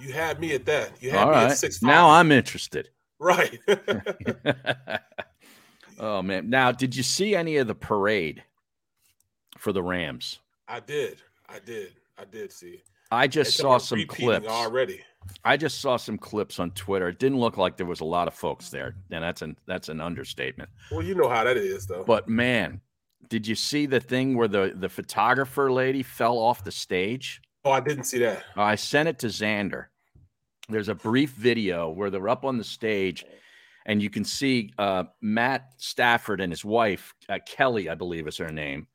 You had me at that. You had All me right. at six. Now I'm interested. right. oh, man. Now, did you see any of the parade for the Rams? I did. I did. I did see. it. I just It's saw about some repeating clips. already. I just saw some clips on Twitter. It didn't look like there was a lot of folks there, and that's an that's an understatement. Well, you know how that is, though. But man, did you see the thing where the the photographer lady fell off the stage? oh, I didn't see that. Uh, I sent it to Xander. There's a brief video where they're up on the stage, and you can see uh, Matt Stafford and his wife uh, Kelly, I believe is her name.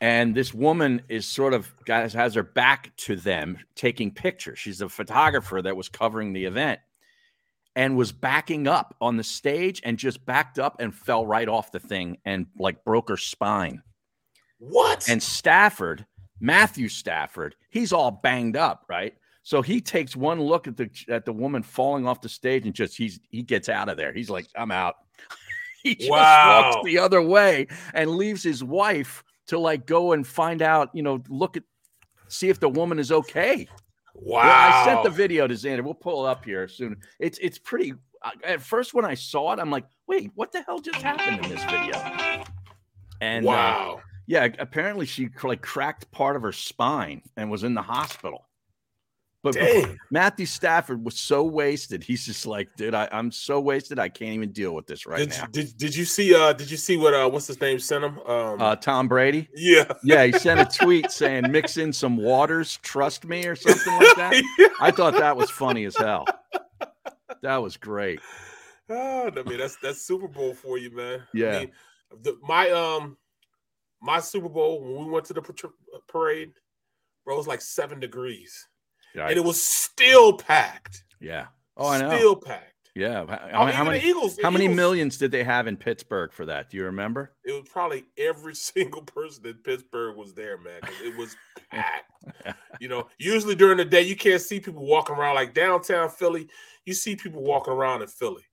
And this woman is sort of guys has her back to them taking pictures. She's a photographer that was covering the event and was backing up on the stage and just backed up and fell right off the thing and like broke her spine. What? And Stafford, Matthew Stafford, he's all banged up, right? So he takes one look at the at the woman falling off the stage and just he's he gets out of there. He's like, I'm out. he just Wow. walks the other way and leaves his wife to like go and find out, you know, look at see if the woman is okay. wow. Yeah, I sent the video to Xander. We'll pull it up here soon. It's it's pretty. I- At first, when I saw it, I'm like, wait, what the hell just happened in this video? And uh, wow. yeah, apparently she cr- like cracked part of her spine and was in the hospital. But Dang. Matthew Stafford was so wasted. He's just like, dude, I, I'm so wasted. I can't even deal with this right did, now. you, did did you see? Uh, did you see what? Uh, what's his name? Sent him. Um, Uh, Tom Brady. yeah. Yeah, he sent a tweet saying, mix in some waters, trust me, or something like that. I thought that was funny as hell. That was great. Oh, I mean that's that's Super Bowl for you, man. I Yeah. mean, the, my um, my Super Bowl when we went to the par- uh, parade, bro, it was like seven degrees, Yeah. and it was still packed. yeah. Oh, I know. Still packed. yeah. How- I How, mean, how even the many, Eagles, the how many Eagles- millions did they have in Pittsburgh for that? Do you remember? It was probably every single person in Pittsburgh was there, man. 'cause It was packed. you know, usually during the day you can't see people walking around like downtown Philly. You see people walking around in Philly.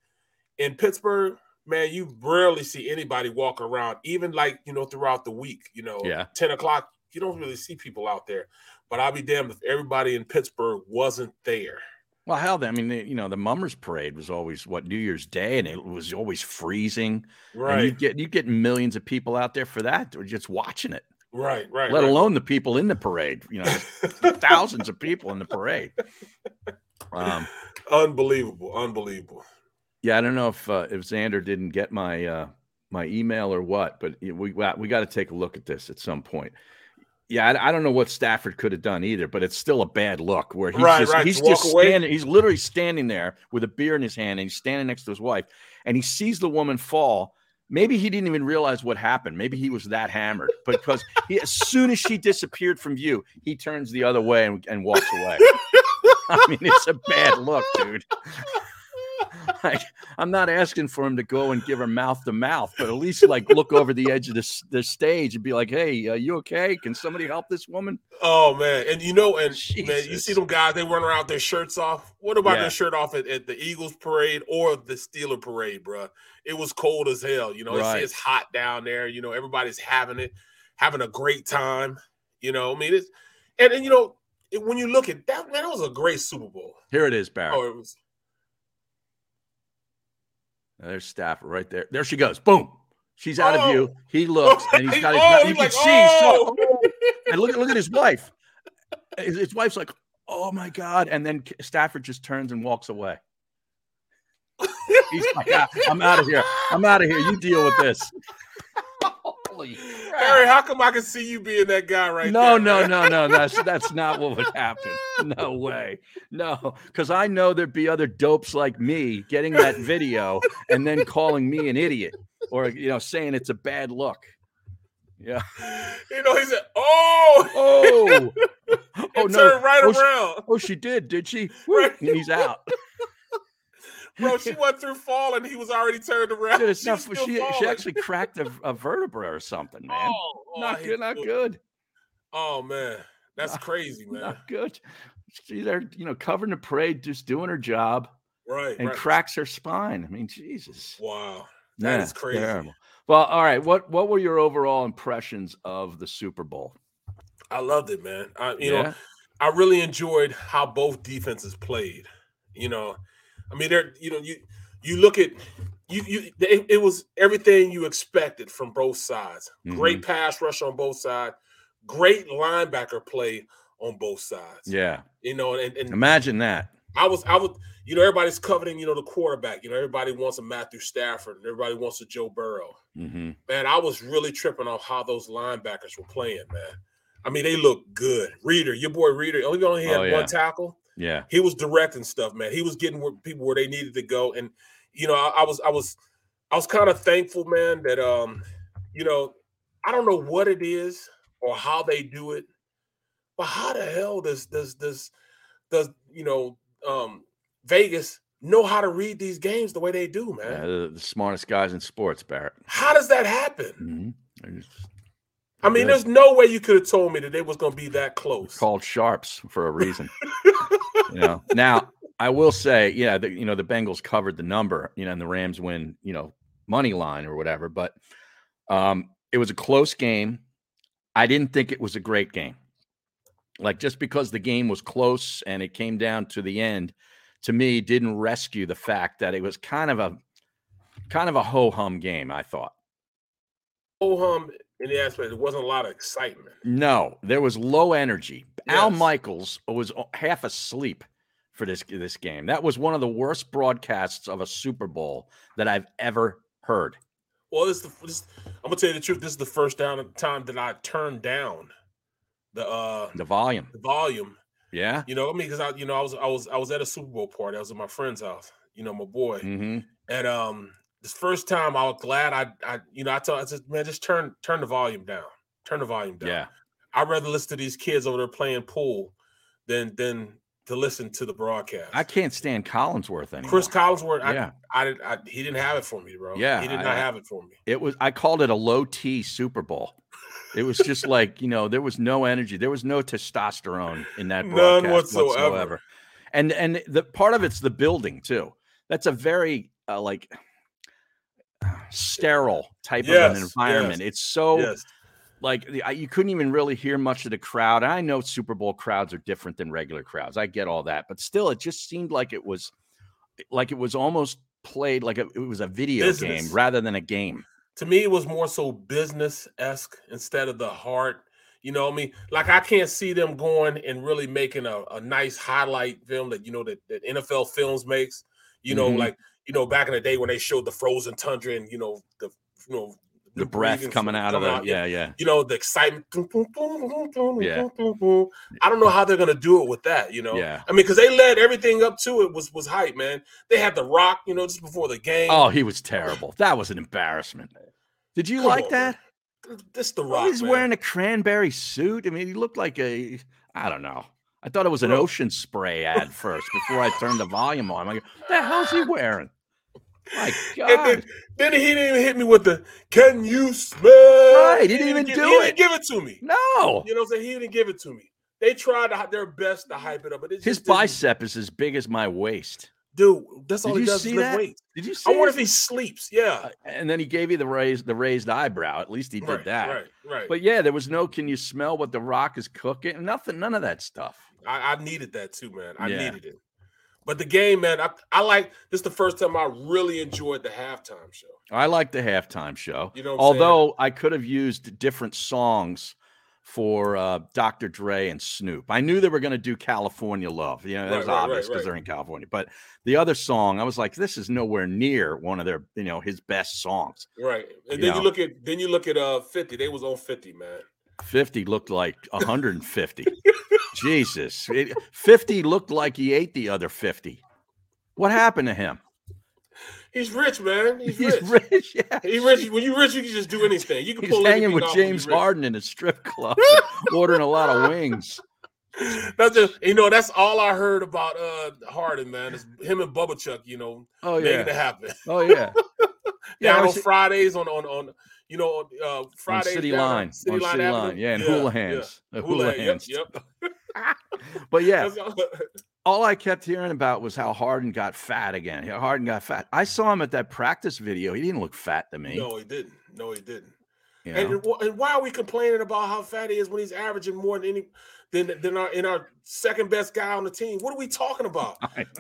In Pittsburgh, man, you rarely see anybody walking around, even like you know throughout the week. You know, Yeah. ten o'clock, you don't really see people out there. But I'll be damned if everybody in Pittsburgh wasn't there. Well, hell, I mean, the, you know, the Mummers Parade was always what New Year's Day, and it was always freezing. And you Right, get you get millions of people out there for that, or just watching it. right, right. let right. alone the people in the parade. You know, thousands of people in the parade. Um, unbelievable, unbelievable. yeah, I don't know if uh, if Xander didn't get my uh, my email or what, but y- we got- we got to take a look at this at some point. Yeah, I, I don't know what Stafford could have done either, but it's still a bad look where he's Right, just, right, he's to walk just away. standing, he's literally standing there with a beer in his hand, and he's standing next to his wife, and he sees the woman fall. Maybe he didn't even realize what happened. Maybe he was that hammered, but because he, as soon as she disappeared from view, he turns the other way and, and walks away. I mean, it's a bad look, dude. Like, I'm not asking for him to go and give her mouth to mouth, but at least like look over the edge of the, s- the stage and be like, "Hey, uh, you okay? Can somebody help this woman?" Oh man, and you know, and man, you Jesus. see them guys, they run around with their shirts off. What about Yeah. their shirt off at, at the Eagles parade or the Steeler parade, bruh? It was cold as hell. You know, It's- Right. it's, hot down there. You know, everybody's having it, having a great time. You know, I mean, it's and, and you know, it, when you look at that, man, it was a great Super Bowl. Here it is, Barry. Oh, it was There's Stafford right there. There she goes. Boom. She's out of view. Oh. He looks and he's got his. Oh, mouth- he's you can like, see. he's so- "Oh." and look at look at his wife. his, his wife's like, "Oh my god!" And then Stafford just turns and walks away. He's like, "Ah, "I'm out of here. I'm out of here. You deal with this." Holy crap. Harry, how come I can see you being that guy right no, there? no, man? no, no. That's that's not what would happen. No way. No, because I know there'd be other dopes like me getting that video and then calling me an idiot or you know saying it's a bad look. Yeah. You know, he said, "Oh, Oh. oh Oh no. turned right oh, she, around, oh, she did, did she? Woo, Right. And he's out. bro." She went through fall, and he was already turned around. Dude, it's she not, was she, still she falling. actually cracked a, a vertebra or something, man. Oh, oh, I not hate good. Not football. good. Oh man, that's Not- crazy, man. Not good. She's there, you know, covering the parade, just doing her job. right, and right. cracks her spine. I mean, Jesus, Wow, that is Yeah, crazy. terrible. Well, all right. What what were your overall impressions of the Super Bowl? I loved it, man. I, you yeah, know, I really enjoyed how both defenses played. You know, I mean, they're you know you you look at you you it, it was everything you expected from both sides. Great Mm-hmm. pass rush on both sides. Great linebacker play on both sides. yeah. You know, and, and Imagine that. I was I was you know everybody's covering you know the quarterback. You know everybody wants a Matthew Stafford. and Everybody wants a Joe Burrow. hmm Man, I was really tripping off how those linebackers were playing, man. I mean, they look good. Reader, your boy Reader, only only had Oh, yeah. one tackle. Yeah, He was directing stuff, man. He was getting where people where they needed to go, and you know, I, I was, I was, I was kind of thankful, man, that um, you know, I don't know what it is or how they do it, but how the hell does does does does you know um Vegas know how to read these games the way they do, man? yeah, Uh, the, the smartest guys in sports, Barrett. How does that happen? Mhm. They're just- I mean, Yeah. there's no way you could have told me that they was gonna be that close. called sharps for a reason. you know. Now, I will say, yeah, the, you know, the Bengals covered the number, you know, and the Rams win, you know, money line or whatever. But um, it was a close game. I didn't think it was a great game. Like just because the game was close and it came down to the end, to me, didn't rescue the fact that it was kind of a kind of a ho hum game. I thought. Oh, hum in the aspect, there wasn't a lot of excitement. No, there was low energy. Al Yes. Michaels was o- half asleep for this this game. That was one of the worst broadcasts of a Super Bowl that I've ever heard. Well, this, is the, this I'm gonna tell you the truth. This is the first down time that I turned down the uh The volume, the volume. yeah, You know, I mean, because I, you know, I was I was I was at a Super Bowl party. I was at my friend's house. You know, my boy. hmm And um, this first time, I was glad I I you know I told I said, man, just turn turn the volume down. Turn the volume down. yeah, I'd rather listen to these kids over there playing pool than than to listen to the broadcast. I can't stand Collinsworth anymore. Chris Collinsworth, I, yeah, I did. I, he didn't have it for me, bro. Yeah, he did I- not I- have it for me. it was. I called it a low T Super Bowl. It was just like you know, there was no energy, there was no testosterone in that None broadcast whatsoever. whatsoever. And and the part of it's the building too. That's a very uh, like sterile type of Yes, an environment. It's so yes, like the- I- you couldn't even really hear much of the crowd. I know Super Bowl crowds are different than regular crowds. I get all that, but still, it just seemed like it was like it was almost played like a, it was a video Business. game rather than a game. to me, it was more so business esque instead of the heart. You know, what I mean, like I can't see them going and really making a, a nice highlight film that you know that, that NFL films makes. You know, Mhm. like you know back in the day when they showed the frozen tundra and you know the you know The breathing breath stuff coming out of coming the yeah yeah You know the excitement. Yeah. I don't know how they're gonna do it with that. You know, yeah. I mean, because they led everything up to it was was hype, man. They had the Rock, you know, just before the game. Oh, he was terrible. That was an embarrassment. Did you Come like on, man. that? This the Oh, Rock. He's man. wearing a cranberry suit. I mean, he looked like a I don't know. I thought it was an Bro. ocean spray ad first before I turned the volume on. I'm like, what the hell's he wearing? My God. And then, then he didn't even hit me with the "Can you smell?" Right, he didn't even give, do he didn't it. give it to me. no. You know, what I'm saying he didn't give it to me. They tried to- their best to hype it up, but it His just didn't- bicep is as big as my waist. dude. That's all Did you he does is see lift that? weights. Did you see I wonder if it? he sleeps. Yeah, Uh, and then he gave you the raised the raised eyebrow. At least he did right, that. Right, right. But yeah, there was no can you smell what the rock is cooking? Nothing, none of that stuff. I, I needed that too, man. I Yeah. needed it. But the game, man, I, I like this. Is the first time I really enjoyed the halftime show. I like the halftime show. You know what I'm saying? Although I could have used different songs for uh, Dr. Dre and Snoop. I knew they were going to do California Love. You know, that Right, was right, right, obvious because right. they're in California. But the other song, I was like, this is nowhere near one of their, you know, his best songs. Right. And You then know. you look at then you look at uh 50. They was on 50, man. 50 looked like 150. Jesus. It- 50 looked like he ate the other 50. What happened to him? He's rich, man. He's, rich. rich. Yeah. He rich. When you rich, you can just do anything. You can He's pull hanging anything with off when you James rich. Harden in a strip club, ordering a lot of wings. That's just you know, that's all I heard about uh Harden, man. Is him and Bubba Chuck, you know, Oh making it yeah. happen. Oh yeah. Yeah, I down on was- Fridays on on on you know on, uh on Fridays city down line, on city Avenue. line, yeah, and hula hands, yeah. Uh, hula, yep, hands. Yep, But yeah, That's all- all I kept hearing about was how Harden got fat again. How Harden got fat. I saw him at that practice video. He didn't look fat to me. No, he didn't. No, he didn't. you And, know? and wh- and why are we complaining about how fat he is when he's averaging more than any than than our in our second best guy on the team? What are we talking about?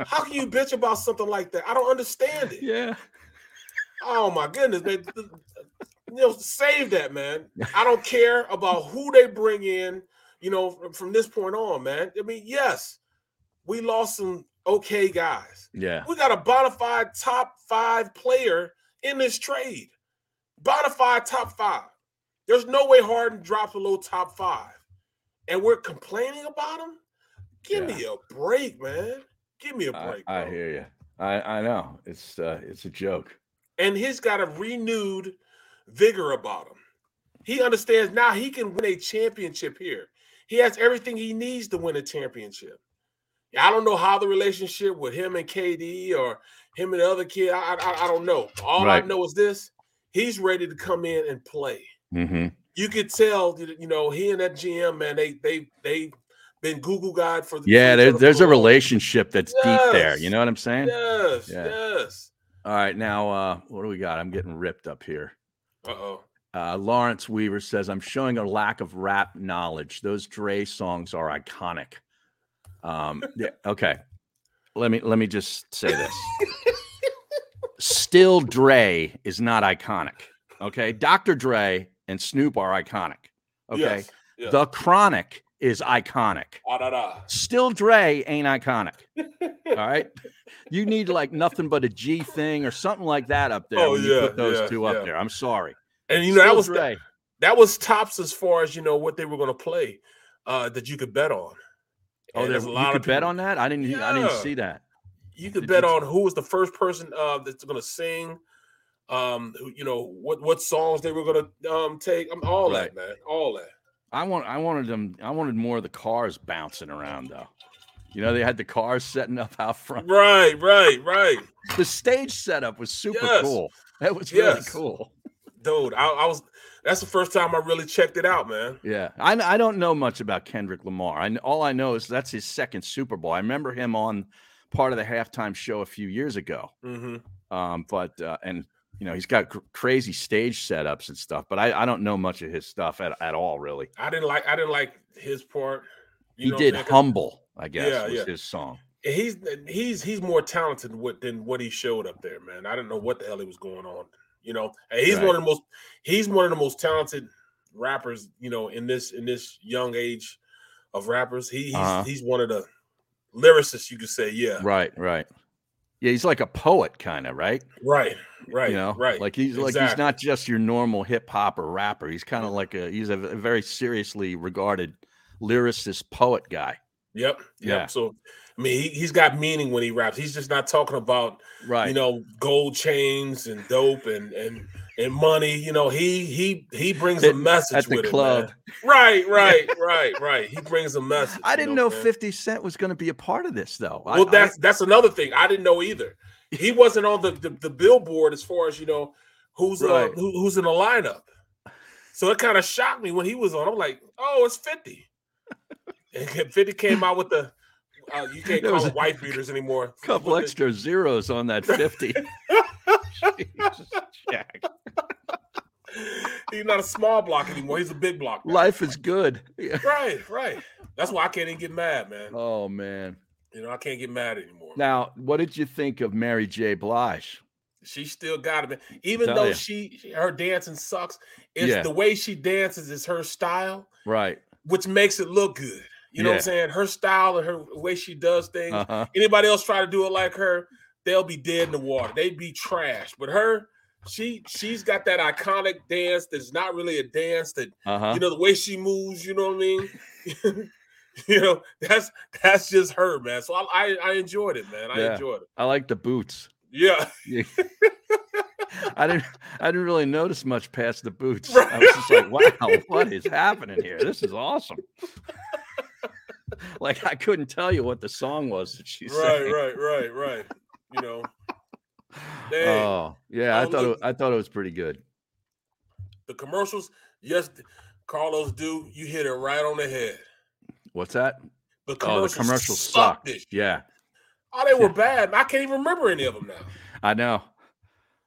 How can you bitch about something like that? I don't understand it. yeah. Oh my goodness, man! Th- You know, save that, man. I don't care about who they bring in. You know, from- from this point on, man. I mean, yes, we lost some okay guys. Yeah. We got a bona fide top five player in this trade. Bona fide top five. There's no way Harden drops below top five. And we're complaining about him? Give me a break, man. Give me a I, break. I bro. hear you. I, I know. It's uh, it's a joke. And he's got a renewed vigor about him. He understands now he can win a championship here. He has everything he needs to win a championship. I don't know how the relationship with him and KD or him and the other kid. I I, I don't know. All Right. I know is this: he's ready to come in and play. Mm-hmm. You could tell, that, you know, he and that GM man, they they they been Google God for. Yeah, for each there, other there's for a relationship that's deep there. You Yes. know what I'm saying? Yes, Yeah. yes. All right, now uh, what do we got? I'm getting ripped up here. Uh oh. Uh, Lawrence Weaver says, I'm showing a lack of rap knowledge. Those Dre songs are iconic. Um, yeah, okay. Let me let me just say this. Still Dre is not iconic. Okay. Dr. Dre and Snoop are iconic. Okay. Yes. yes. The chronic is iconic. Ah, da, da. Still Dre ain't iconic. All right. You need like nothing but a G thing or something like that up there. Oh, when you yeah, put those yeah, two up yeah. there. I'm sorry. And you know that Still was Dre. that was tops as far as you know what they were going to play uh that you could bet on. Oh, And there's a lot you could bet people- on that. I didn't. I didn't Yeah. see that. you could Did you bet t- on who was the first person uh, that's going to sing. Um, who- you know what what songs they were going to um take. Um, all Right. that, man, all that. I want. I wanted them. I wanted more of the cars bouncing around though. You know, they had the cars setting up out front. Right, right, right, The stage setup was super Yes. cool. That was really Yes. cool. dude. I, I was. That's the first time I really checked it out, man. Yeah, I, kn- I don't know much about Kendrick Lamar. I, kn- all I know is that's his second Super Bowl. I remember him on part of the halftime show a few years ago. Mm-hmm. Um, but uh, and you know he's got cr- crazy stage setups and stuff. But I, I don't know much of his stuff at, at all, really. I didn't like. I didn't like his part. You he know what I'm did saying? 'Cause humble, I guess, Yeah, was yeah. his song. He's he's he's more talented with, than what he showed up there, man. I didn't know what the hell he was going on. You know, And he's Right. one of the most he's one of the most talented rappers. You know, in this in this young age of rappers, he he's, Uh-huh. he's one of the lyricists you could say. Yeah, right, Right, right. Yeah, he's like a poet, kind of, right? right, right, you know, right. Like he's like he's Exactly. not just your normal hip hop or rapper. He's kind of like a he's a v- very seriously regarded lyricist poet guy. Yep, yep. Yeah. So, I mean, he, he's got meaning when he raps. He's just not talking about Right. you know gold chains and dope and and and money. You know, he he he brings a At- message at the with it, club. man. Right, right, right, right. He brings a message. I you didn't know man. 50 Cent was going to be a part of this though. I- Well, I- that's that's another thing I didn't know either. He wasn't on the the, the billboard as far as you know who's uh, Right. who, who's in the lineup. So it kind of shocked me when he was on. I'm like, oh, it's fifty. And fifty came out with the. Uh, you can't There was call a it wife beaters anymore. couple With the- extra zeros on that 50. Jesus, Jack. He's not a small block anymore. He's a big block. now. Life is good. Yeah. Right, right. That's why I can't even get mad, man. Oh man. You know, I can't get mad anymore. Now, what did you think of Mary J. Blige? She still got it, man. Even Tell though ya. she her dancing sucks, it's Yeah. the way she dances is her style, Right. which makes it look good. You know what Yeah. I'm saying? Her style and her way she does things. Uh-huh. Anybody else try to do it like her, they'll be dead in the water. They'd be trash. But her, she she's got that iconic dance that's not really a dance that Uh-huh. you know the way she moves. You know what I mean? you know that's that's just her, man. So I I, I enjoyed it, man. I Yeah. enjoyed it. I like the boots. Yeah. I didn't I didn't really notice much past the boots. I was just like, wow, what is happening here? This is awesome. like I couldn't tell you what the song was that she right, sang. right, right, right. You know, Dang. Oh, yeah, I Oh, thought it, look. I thought it was pretty good. the commercials. Yes, Carlos, do you hit it right on the head? What's that? Oh, The the commercials, commercials sucked. sucked. this- Yeah, Oh, they were bad. I can't even remember any of them now. I know.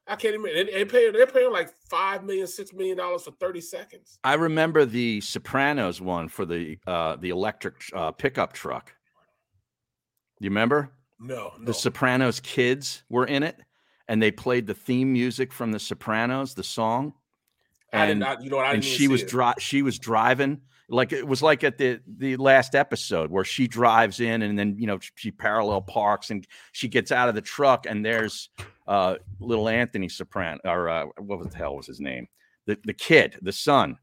I can't even. They, they pay, they're paying like five million, six million dollars for thirty seconds. I remember the Sopranos one for the uh the electric uh, pickup truck. You remember? No, no. the Sopranos kids were in it, and they played the theme music from the Sopranos, the song. I did and- not. You know what? I and didn't even she see was it. dri- she was driving like it was like at the the last episode where she drives in and then you know she parallel parks and she gets out of the truck and there's uh little Anthony Soprano or uh, what the hell was his name the the kid the son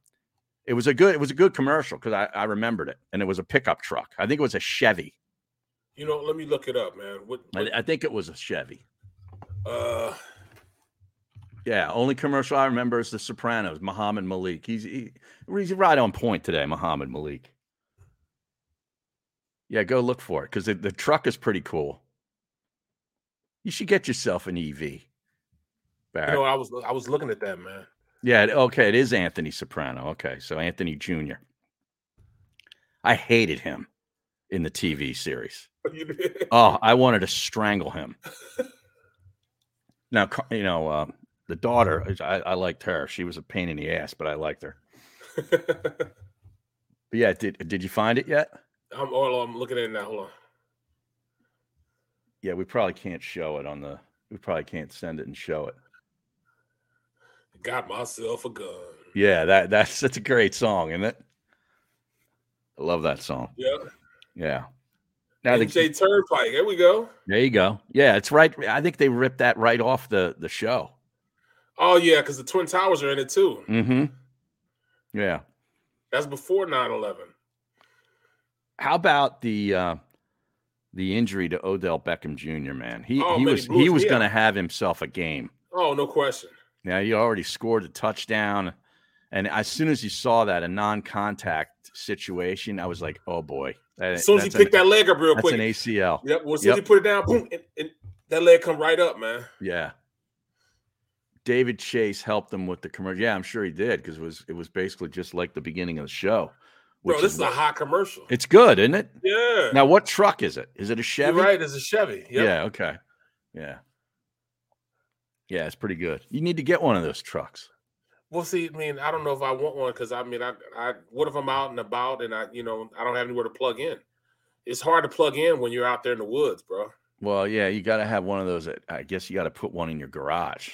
it was a good it was a good commercial because I, I remembered it and it was a pickup truck I think it was a Chevy You know, let me look it up, man. What? I, what I think it was a Chevy uh, Yeah, only commercial I remember is The Sopranos. Muhammad Malik. He's he, he's right on point today, Muhammad Malik. Yeah, go look for it because the, the truck is pretty cool. You should get yourself an E EV. you Barrett. know, I was I was looking at that, man. yeah, it- okay, it is Anthony Soprano. Okay, so Anthony Jr. I hated him in the TV series. You did. Oh, I wanted to strangle him. now, Car- you know, uh, the daughter, I, I liked her. She was a pain in the ass, but I liked her. But yeah, did did you find it yet? I'm all I'm looking at it now. Hold on. Yeah, we probably can't show it on the. We probably can't send it and show it. Got myself a gun. Yeah, that that's that's a great song, isn't it? I love that song. Yeah. Yeah. Now the, MJ Turnpike. There we go. there you go. Yeah, it's right. I think they ripped that right off the the show. Oh yeah, because the Twin Towers are in it too. Mm-hmm. Yeah. That's before 9-11. How about the uh the injury to Odell Beckham Jr. Man, he Oh, he man, he was blew he his was knee out. going to have himself a game. Oh, no question. Now he already scored a touchdown, and as soon as you saw that a non-contact situation, I was like, oh boy. That, As soon as he that's picked an, that leg up real that's quick. an ACL. Yep. Well, as soon as Yep. he put it down, boom, and, and that leg come right up, man. Yeah. David Chase helped them with the commercial. Yeah, I'm sure he did because it was it was basically just like the beginning of the show. Bro, which this is, a what- hot commercial. it's good, isn't it? yeah. Now, what truck is it? Is it a You're Chevy? right. It's a Chevy. Yep. Yeah. Okay. Yeah. Yeah, it's pretty good. You need to get one of those trucks. Well, see, I mean, I don't know if I want one because I mean, I, I, what if I'm out and about and I, you know, I don't have anywhere to plug in? It's hard to plug in when you're out there in the woods, bro. Well, yeah, you got to have one of those. that- I guess you got to put one in your garage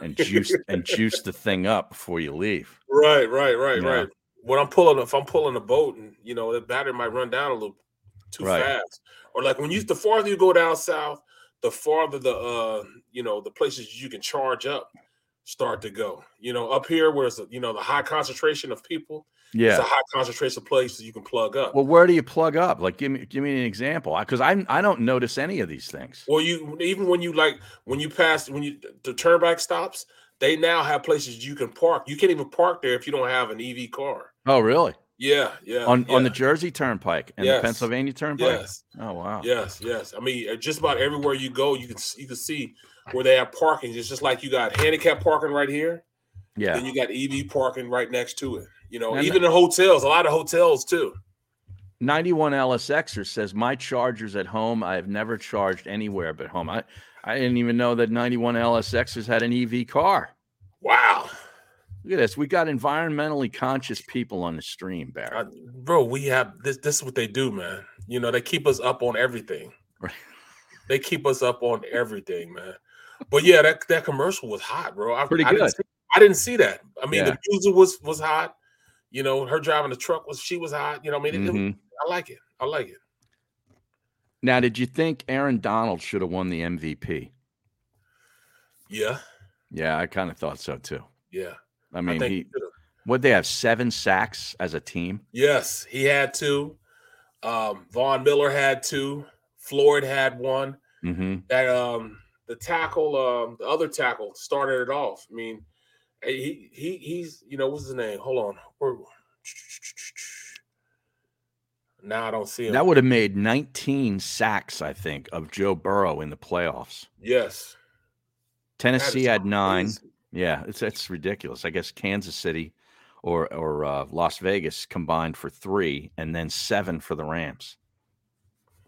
and juice and juice the thing up before you leave. Right, right, right, Yeah. right. When I'm pulling, if I'm pulling a boat, and you know the battery might run down a little too Right. fast, or like when you the farther you go down south, the farther the uh you know the places you can charge up start to go. You know, up here where it's you know the high concentration of people, it's a Yeah. high concentration of places you can plug up. Well, where do you plug up? Like, give me give me an example, because I I don't notice any of these things. Well, you even when you like when you pass when you the turnback stops, they now have places you can park. You can't even park there if you don't have an EV car. Oh, really? Yeah, yeah. On on the yeah, Jersey Turnpike and Yes. the Pennsylvania Turnpike. yes, Oh, wow. yes, yes. I mean, uh, just about everywhere you go, you can s- you can see where they have parking. It's just like you got handicap parking right here, Yeah. and you got EV parking right next to it. You know, And- even in hotels, a lot of hotels too. 91 LSXer says, My charger's at home. I've never charged anywhere but home. I, I didn't even know that 91 LSXers had an EV car. Wow, Look at this. We got environmentally conscious people on the stream, I- Barry. bro, we have this. This is what they do, man. You know, they keep us up on everything. Right. They keep us up on everything, man. But yeah, that that commercial was hot, bro. I, Pretty I good. Didn't see, I didn't see that. I mean, Yeah. the music was was hot. You know, her driving the truck was she was hot. You know, I mean, it- it was- Mhm. I like it. I like it. Now, did you think Aaron Donald should have won the MVP? Yeah, Yeah, I kind of thought so too. yeah. I mean, think he he should've. would they have seven sacks as a team? Yes, he had two. Um, Vaughn Miller had two. Floyd had one. Mm-hmm. That um, the tackle, um, the other tackle started it off. I mean, he he he's you know what's his name? Hold on. Where- Now I don't see him. That would have made 19 sacks, I think, of Joe Burrow in the playoffs. yes, that is Tennessee had nine. crazy. Yeah, it's that's ridiculous. I guess Kansas City or or uh, Las Vegas combined for three, and then seven for the Rams.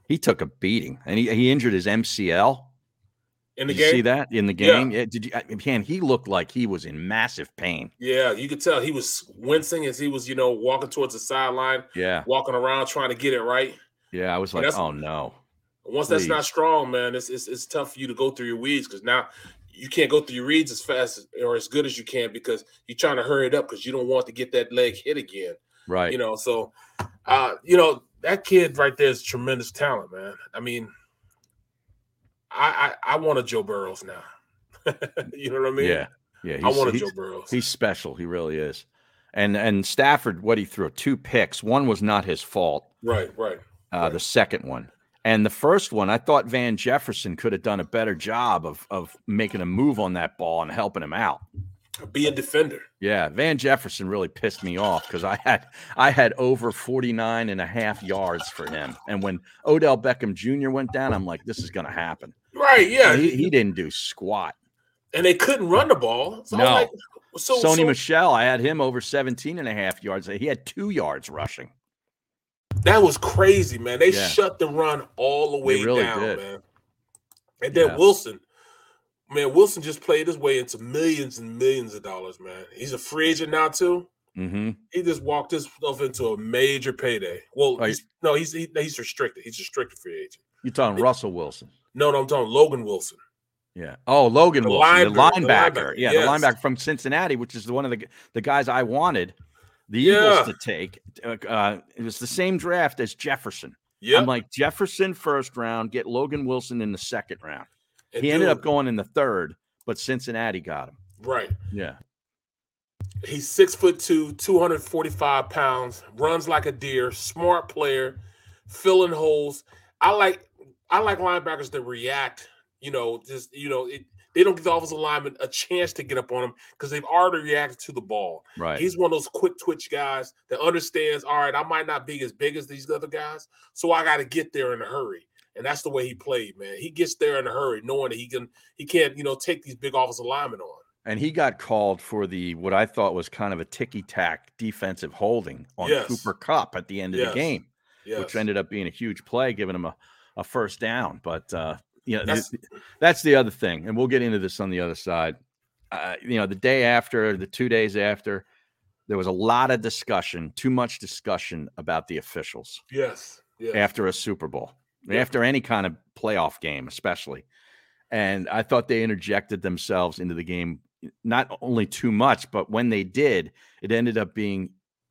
He took a beating, and he, he injured his MCL. in the Did game. you see that in the Yeah. game? Yeah. Did you? I- Man, he looked like he was in massive pain. Yeah, you could tell he was wincing as he was, you know, walking towards the sideline, Yeah, walking around trying to get it right. yeah. I was Well, like, that's- oh no. Once that's not Please. strong, man, it's, it's it's tough for you to go through your weeds because now you can't go through your reads as fast as- or as good as you can because you're trying to hurry it up because you don't want to get that leg hit again. Right. You know, so uh, you know that kid right there is tremendous talent, man. I mean, I I, I want a Joe Burrows now. you know what I mean? yeah, yeah. I he's- want a he's- Joe Burrows. He's special. He really is. And and Stafford, what he threw two picks. One was not his fault. Right, right. Uh, the second one and the first one, I thought Van Jefferson could have done a better job of of making a move on that ball and helping him out. Be a defender. Yeah, Van Jefferson really pissed me off because I had I had over 49 and a half yards for him. And when Odell Beckham Jr. went down, I'm like, this is gonna happen. Right, yeah. And he, he didn't do squat. and they couldn't run the ball. So No. I'm like, so, Sony so- Michelle, I had him over 17 and a half yards. He had two yards rushing. that was crazy, man. They Yeah. shut the run all the way really down, did. man. And then Yeah. Wilson, man, Wilson just played his way into millions and millions of dollars, man. He's a free agent now too. Mm-hmm. He just walked himself into a major payday. Well, Right. he's, no, he's he, he's restricted. He's a restricted free agent. You're talking Russell Wilson. No, no, I'm talking Logan Wilson. Yeah. Oh, Logan The Wilson, the linebacker, the linebacker. linebacker, Yeah, yes. the linebacker from Cincinnati, which is the one of the g- the guys I wanted the Yeah. Eagles to take. Uh, uh, it was the same draft as Jefferson. Yeah, I'm like Jefferson first round, get Logan Wilson in the second round. and he ended dude, up going in the third, but Cincinnati got him. right. Yeah. He's six foot two, 245 pounds, runs like a deer, smart player, filling holes. I like I like linebackers that react, you know, just you know, it, they don't give the offensive lineman a chance to get up on him because they've already reacted to the ball. Right. He's one of those quick twitch guys that understands, all right, I might not be as big as these other guys, so I gotta get there in a hurry. And that's the way he played, man. He gets there in a hurry, knowing that he can he can't, you know, take these big offensive linemen on. and he got called for the what I thought was kind of a ticky tack defensive holding on Yes. Cooper Cup at the end of Yes. the game, Yeah. which ended up being a huge play, giving him a, a first down. But uh, you know, That's- that's, that's the other thing, and we'll get into this on the other side. Uh, you know, the day after, the two days after, there was a lot of discussion, too much discussion about the officials. Yes. Yes. after a Super Bowl, Yeah. after any kind of playoff game, especially. And I thought they interjected themselves into the game not only too much, but when they did, it ended up being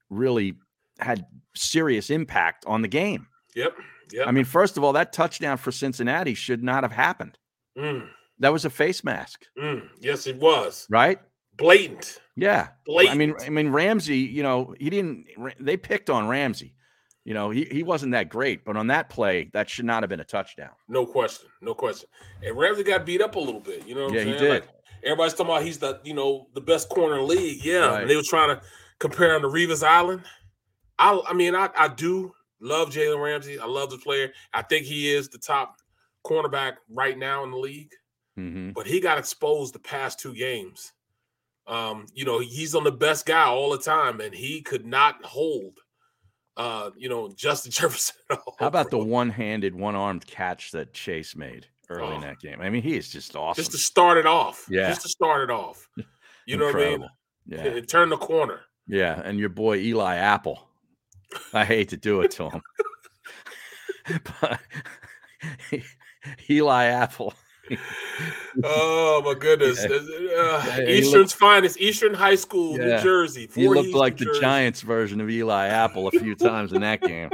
really had serious impact on the game. Yep. Yep. I mean, first of all, that touchdown for Cincinnati should not have happened. Mm, That was a face mask, mm. Yes, it was right? blatant. Yeah. Blatant. I mean, I mean Ramsey. You know, he didn't. Ra- They picked on Ramsey. You know, he, he wasn't that great, but on that play, that should not have been a touchdown. no question, no question. And Ramsey got beat up a little bit. You know, what Yeah, I'm he saying? did. Like, everybody's talking about he's the you know the best corner in the league. Yeah, Right. and they were trying to compare him to Revis Island. I I mean, I I do love Jalen Ramsey. I love the player. I think he is the top cornerback right now in the league. Mm-hmm. but he got exposed the past two games. Um, you know, he's on the best guy all the time, and he could not hold uh, you know, Justin Jefferson at all. How about the bro. one-handed, one-armed catch that Chase made early in Oh. that game? I mean, he is just awesome. just to start it off? Yeah. just to start it off. You know Incredible. what I mean? Yeah, It turned the corner. yeah, and your boy Eli Apple. I hate to do it to him, but Eli Apple Oh my goodness! Yeah. Uh, Yeah, he Eastern's finest, Eastern High School, Yeah. New Jersey. He Voorhees, looked like New the Jersey. Giants version of Eli Apple a few times in that game.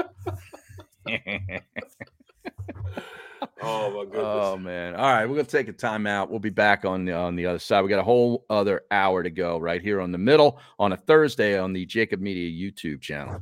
Oh my goodness! oh man! All right, we're gonna take a timeout. We'll be back on the on the other side. We got a whole other hour to go right here on the middle on a Thursday on the Jacob Media YouTube channel.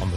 on the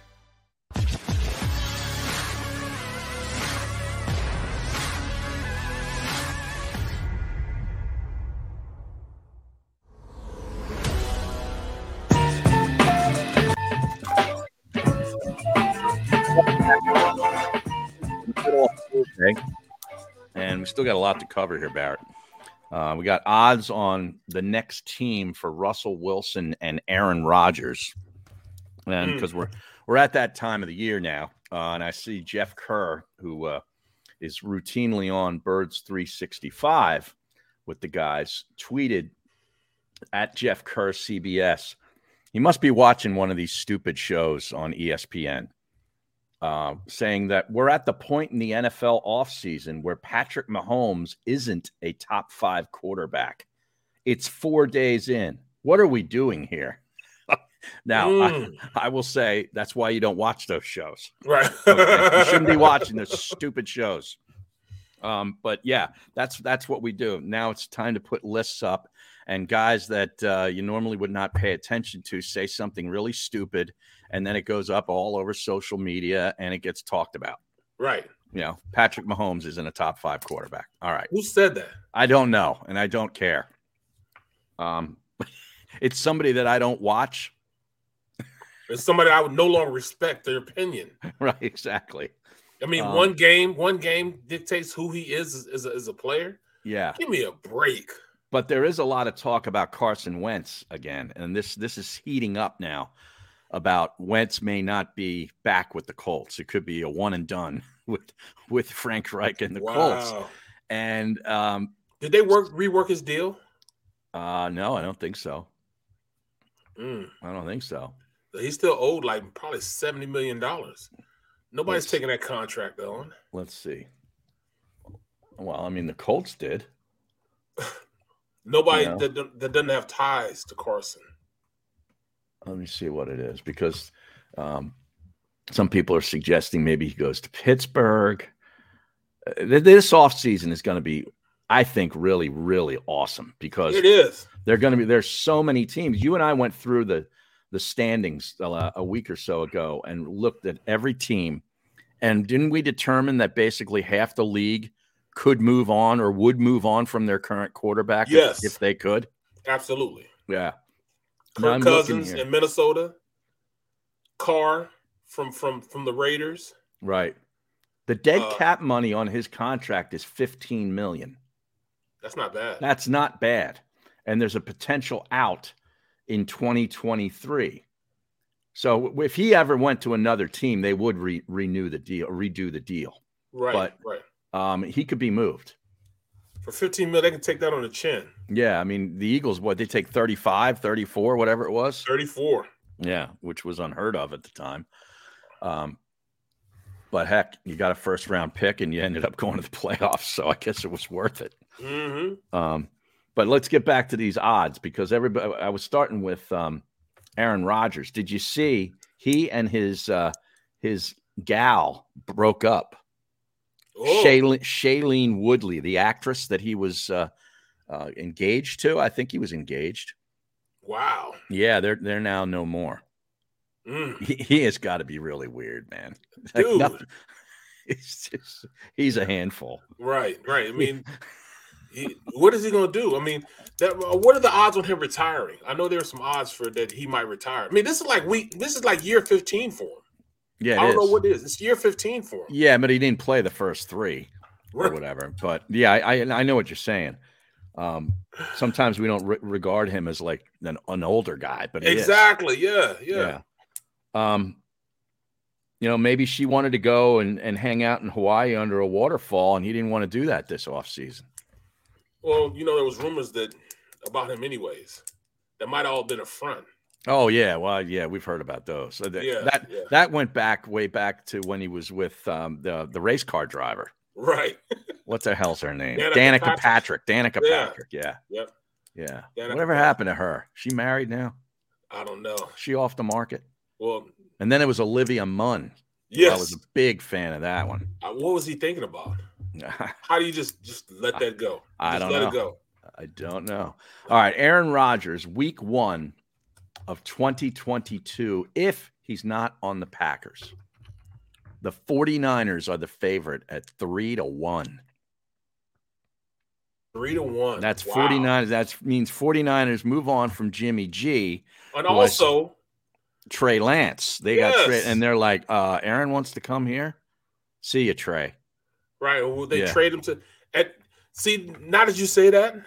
Okay. And we still got a lot to cover here, Barrett. Uh, we got odds on the next team for Russell Wilson and Aaron Rodgers, and because we're we're at that time of the year now, uh, and I see Jeff Kerr, who uh, is routinely on Birds 365 with the guys, tweeted at Jeff Kerr CBS. He must be watching one of these stupid shows on E ESPN uh, saying that we're at the point in the NFL offseason where Patrick Mahomes isn't a top five quarterback. It's four days in. What are we doing here? now, Mm. I, I will say that's why you don't watch those shows. Right. Okay? you shouldn't be watching those stupid shows. Um, but yeah, that's that's what we do. Now it's time to put lists up, and guys that uh, you normally would not pay attention to say something really stupid, and then it goes up all over social media and it gets talked about. Right. You know, Patrick Mahomes isn't a top five quarterback. All right, Who said that? I don't know, and I don't care. Um, it's somebody that I don't watch, It's somebody I would no longer respect their opinion. right? Exactly. I mean, Um, one game, one game dictates who he is as, as, a, as a player. Yeah. Give me a break. But there is a lot of talk about Carson Wentz again, and this this is heating up now about Wentz may not be back with the Colts. It could be a one and done with with Frank Reich and the Colts. And um, Did they work rework his deal? uh, no, I don't think so. Mm. I don't think so. He's still owed like probably seventy million dollars. Nobody's Yes. taking that contract on. Let's see. Well, I mean, the Colts did. Nobody Yeah. that, don't- that doesn't have ties to Carson. Let me see what it is because um, some people are suggesting maybe he goes to Pittsburgh. Uh, th- This offseason is going to be, I think, really, really awesome because It is. they're going to be there's so many teams you and i went through the the standings uh, a week or so ago and looked at every team and didn't we determine that basically half the league could move on or would move on from their current quarterback if- Yes. if, they could Absolutely. yeah Now Kirk I'm looking Cousins here. in Minnesota. Carr from from from the Raiders. right the dead Uh, cap money on his contract is 15 million That's not bad. That's not bad. And there's a potential out in 2023. So if he ever went to another team, they would re- renew the deal, redo the deal. right. but- right. Um, he could be moved. For 15 mil, they can take that on the chin. Yeah. I mean, the Eagles, what they take 35, 34, whatever it was. 34. Yeah. Which was unheard of at the time. Um, but heck, you got a first round pick and you ended up going to the playoffs. So I guess it was worth it. Mm-hmm. Um, but let's get back to these odds because everybody. I was starting with um, Aaron Rodgers. Did you see he and his uh, his gal broke up? Oh, Shailene, Shailene Woodley, the actress that he was uh, uh, engaged to. I think he was engaged. wow. Yeah, they're they're now no more. Mm. He, he has got to be really weird, man. Dude. nothing- It's just he's a handful. Right, right. I mean, he, what is he going to do? I mean, that uh, what are the odds on him retiring? I know there's some odds for that he might retire. I mean, this is like week. This is like year 15 for him. Yeah, it I don't know is. what it is. It's year 15 for him. Yeah, but he didn't play the first three. or Right. whatever. But yeah, I I, I know what you're saying. Um, sometimes we don't re- regard him as like an, an older guy, but he is. Exactly. Yeah, yeah. Yeah. Um, you know, maybe she wanted to go and, and hang out in Hawaii under a waterfall, and he didn't want to do that this off season. Well, you know, there was rumors that about him, anyways. That might all been a front. Oh yeah, well yeah, we've heard about those. So that Yeah, that, yeah. that went back way back to when he was with um, the the race car driver. Right. What's the hell's her name? Danica Danica Patrick. Patrick. Danica Yeah. Patrick. Yeah. Yep. Yeah. Danica Whatever Patrick. happened to her? She married now. I don't know. She off the market. Well, And then it was Olivia Munn. I yes. was a big fan of that one. Uh, what was he thinking about? How do you just just let that go? I just don't let know. it go. I don't know. All right, Aaron Rodgers, week one of 2022, if he's not on the Packers. The 49ers are the favorite at three to one. Three to one. That's Wow. 49. That means 49ers move on from Jimmy G. And Who I said- also, Trey Lance. They got Trey, Yes. and they're like, uh, Aaron wants to come here. See you, Trey. right? Will they Yeah. trade him to? At, see, now that you say that,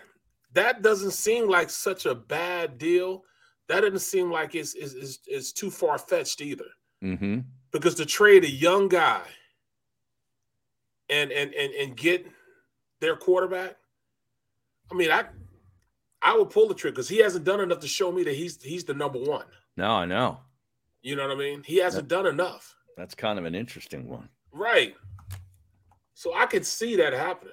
that doesn't seem like such a bad deal. That doesn't seem like it's it's, it's, it's too far fetched either, Mm-hmm. because to trade a young guy and and and and get their quarterback, I mean, I I would pull the trigger because he hasn't done enough to show me that he's he's the number one. No, I know. You know what I mean? He hasn't done enough. That's kind of an interesting one. Right. So I could see that happening.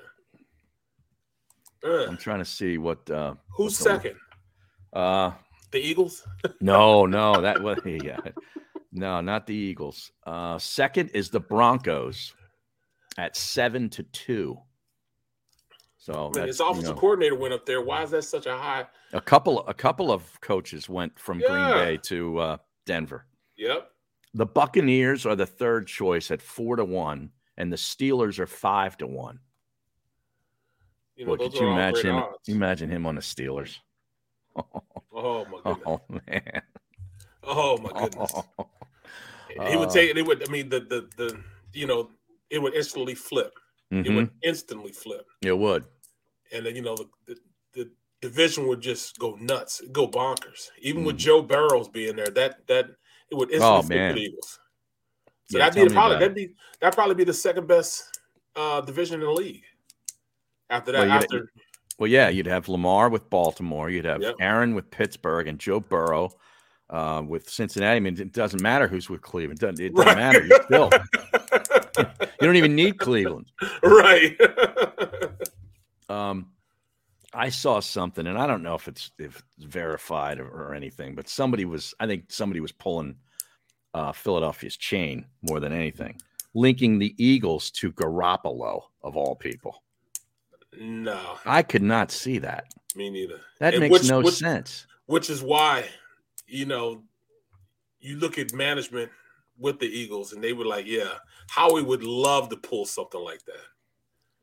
I'm Ugh. trying to see what. Uh, Who's the- second? uh The Eagles? no, no, that was yeah, no, not the Eagles. Uh, second is the Broncos at seven to two. So I mean, that, his you offensive know, coordinator went up there. Why is that such a high? a couple, a couple of coaches went from Green Yeah. Bay to uh, Denver. Yep. The Buccaneers are the third choice at four to one, and the Steelers are five to one. You know, Boy, those could are you all imagine? great him- odds. Imagine him on the Steelers. Oh my goodness. Oh man! Oh my goodness. He Uh, would take it would I mean the the the you know, it would instantly flip. It Mhm. would instantly flip. It would. And then you know the the, the division would just go nuts, go bonkers. Even with Joe Burrows being there, that that it would instantly Mm. Oh, flip man. with the Eagles. So Yeah, tell that'd me be probably about that'd be that'd probably be the second best uh, division in the league. After that, Well, you- after Well, yeah, you'd have Lamar with Baltimore, you'd have Yep. Aaron with Pittsburgh, and Joe Burrow uh, with Cincinnati. I mean, it doesn't matter who's with Cleveland. Doesn't, it doesn't Right. matter. You still, you don't even need Cleveland. right, Um, I saw something, and I don't know if it's if it's verified or, or anything, but somebody was I think somebody was pulling uh, Philadelphia's chain more than anything, linking the Eagles to Garoppolo of all people. No, I could not see that. me neither. That And makes which- no which- sense. Which is why, you know, you look at management with the Eagles, and they were like, "Yeah, Howie would love to pull something like that."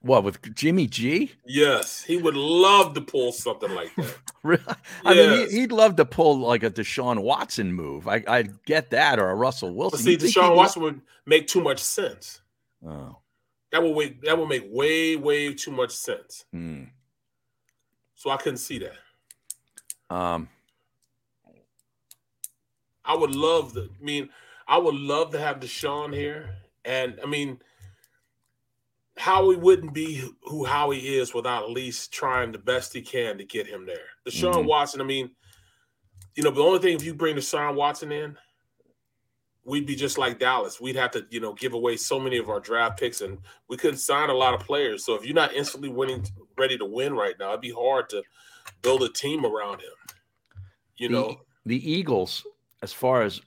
What with Jimmy G? Yes, he would love to pull something like that. Really? I mean, Yes. he, he'd love to pull like a Deshaun Watson move. I, I get that, or a Russell Wilson. But see, You'd think Deshaun he'd- Watson would make too much sense. Oh, That would make that would make way, way too much sense. hmm. So I couldn't see that. um, I would love to. I mean, I would love to have Deshaun here, and I mean, Howie wouldn't be who Howie is without at least trying the best he can to get him there. Deshaun Mhm. Watson. I mean, you know, the only thing if you bring Deshaun Watson in, we'd be just like Dallas. We'd have to, you know, give away so many of our draft picks, and we couldn't sign a lot of players. So if you're not instantly winning, ready to win right now, it'd be hard to build a team around him. You The- E, know. the Eagles, as far as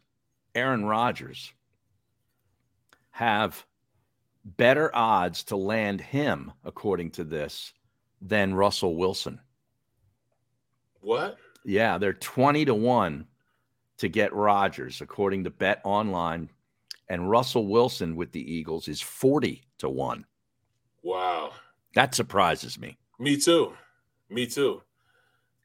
Aaron Rodgers, have better odds to land him, according to this, than Russell Wilson. What? Yeah, they're 20 to 1 to get Rodgers, according to Bet Online. And Russell Wilson with the Eagles is 40 to 1. Wow. That surprises me. Me too. Me too.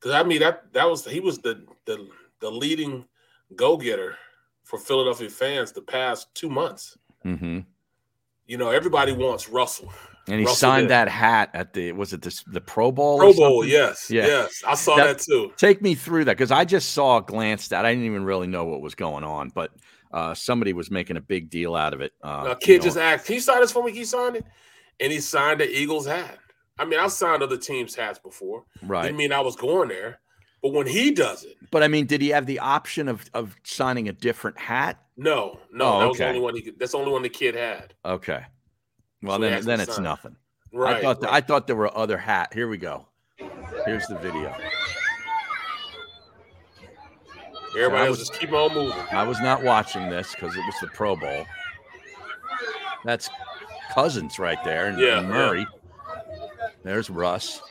Cause I mean that that was he was the the the leading go getter for Philadelphia fans the past two months. hmm You know, everybody wants Russell. And he Russell signed did. that hat at the, was it the, the Pro Bowl? or Pro Bowl, something? yes. Yeah. Yes. I saw That- that, too. Take me through that because I just saw a glance that I didn't even really know what was going on, but uh, somebody was making a big deal out of it. Uh, A you kid know. just asked, Can you sign this for me? He signed it. And he signed the Eagles hat. I mean, I've signed other teams' hats before. right. Didn't mean I was going there. But when he does it, But I mean, did he have the option of, of signing a different hat? no, no, Oh, that was the okay. only one he could, that's the only one the kid had. Okay. Well, So he then, actually then it's signed. nothing. Right. I thought th- right. I thought there were other hat. Here we go. Here's the video. Everybody I else was- just keep on moving. I was not watching this because it was the Pro Bowl. That's Cousins right there, and, Yeah, and Murray. There's Russ.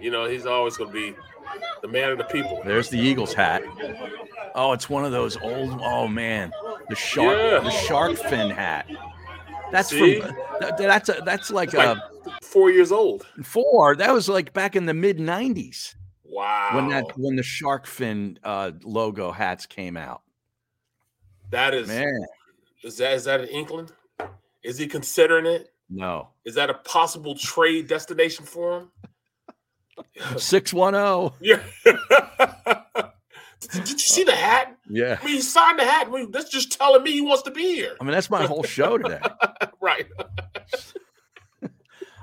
You know, he's always going to be the man of the people. There's the Eagles hat. Oh, it's one of those old. Oh man, the shark, Yeah. the shark fin hat. That's See? from. uh, that- that's a, that's like It's like a four years old. four. That was like back in the mid '90s Wow. when that when the shark fin uh, logo hats came out. that is, Man, is that is that in England? Is he considering it? no. Is that a possible trade destination for him? 610. Yeah. did, did you see the hat? Yeah. I mean, he signed the hat. I mean, that's just telling me he wants to be here. I mean, that's my whole show today. Right.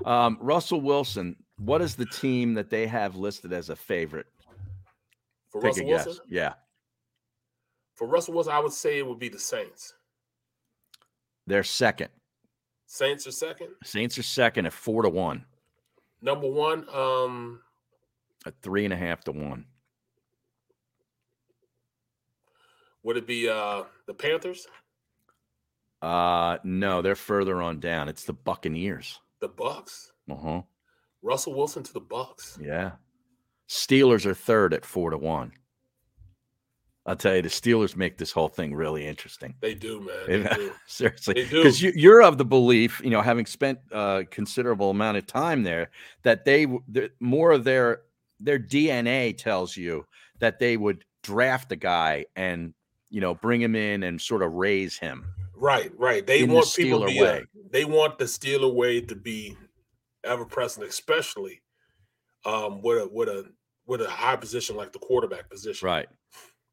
Um, Russell Wilson, what is the team that they have listed as a favorite? For Take Russell a guess. Wilson? Yeah. For Russell Wilson, I would say it would be the Saints. They're second. Saints are second. Saints are second at four to one, Number one, um, at three and a half to one. would it be uh the Panthers? Uh no, they're further on down. It's the Buccaneers. The Bucks? Uh-huh. Russell Wilson to the Bucks. Yeah. Steelers are third at four to one. I'll tell you, the Steelers make this whole thing really interesting. They do, man. They They- do. Seriously, They do. because you, you're of the belief, you know, having spent a considerable amount of time there, that they w- th- more of their their DNA tells you that they would draft a guy and you know bring him in and sort of raise him. Right, right. They In the want people Steeler to be way. a- they want the Steeler way to be ever present, especially um with a with a with a high position like the quarterback position. Right.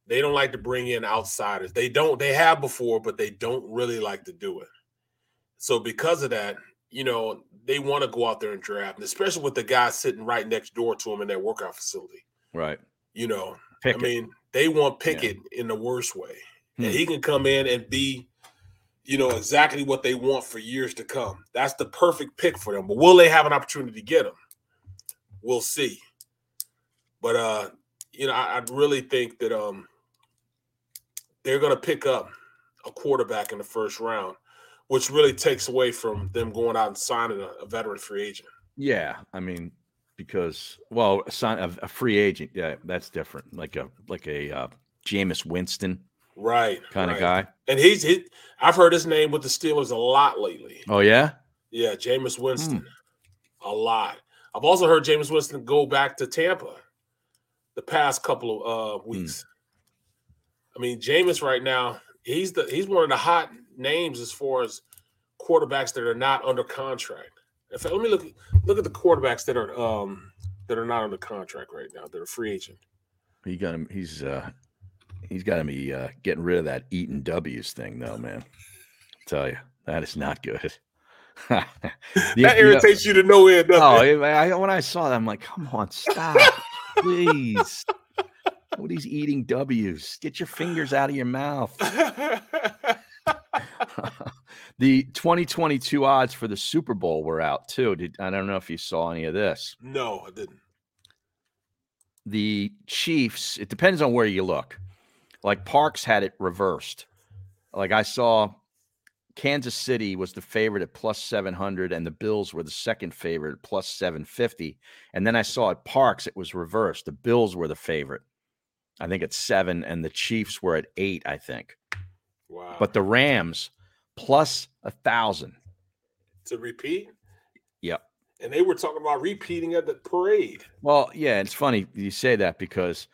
They don't like to bring in outsiders. They don't they have before, but they don't really like to do it. So because of that, you know, they want to go out there and draft, and especially with the guy sitting right next door to him in that workout facility. Right. You know, Pick I mean, they want Pickett in the worst way. And Hmm. he can come in and be, you know, exactly what they want for years to come. That's the perfect pick for them. But will they have an opportunity to get him? We'll see. But uh, you know, I, I really think that um they're gonna pick up a quarterback in the first round, which really takes away from them going out and signing a, a veteran free agent. Yeah, I mean, because well, sign a, a free agent. Yeah, that's different. Like a like a uh, Jameis Winston Right. kind of right. guy. And he's he, I've heard his name with the Steelers a lot lately. Oh yeah, Yeah, Jameis Winston. Hmm. A lot. I've also heard Jameis Winston go back to Tampa the past couple of uh, Hmm. weeks. I mean, Jameis right now, he's the he's one of the hot names as far as quarterbacks that are not under contract. In fact, let me look look at the quarterbacks that are um that are not under contract right now. They're free agent. he got him. He's uh, he's got to be uh, getting rid of that eating W's thing though, man. tell you that is not good. that that irritates you to no end. doesn't Oh, it? I, I- when I saw that, I'm like, come on, stop, please. What he's eating W's. Get your fingers out of your mouth. the 2022 odds for the Super Bowl were out too. Did I don't know if you saw any of this. no, I didn't. The Chiefs, it depends on where you look. Like Parks had it reversed. Like I saw Kansas City was the favorite at plus 700 and the Bills were the second favorite at plus 750. And then I saw at Parks it was reversed. The Bills were the favorite. I think at 7 and the Chiefs were at 8, I think. Wow. But the Rams plus a 1000. to repeat. Yep. And they were talking about repeating at the parade. Well, yeah, it's funny you say that because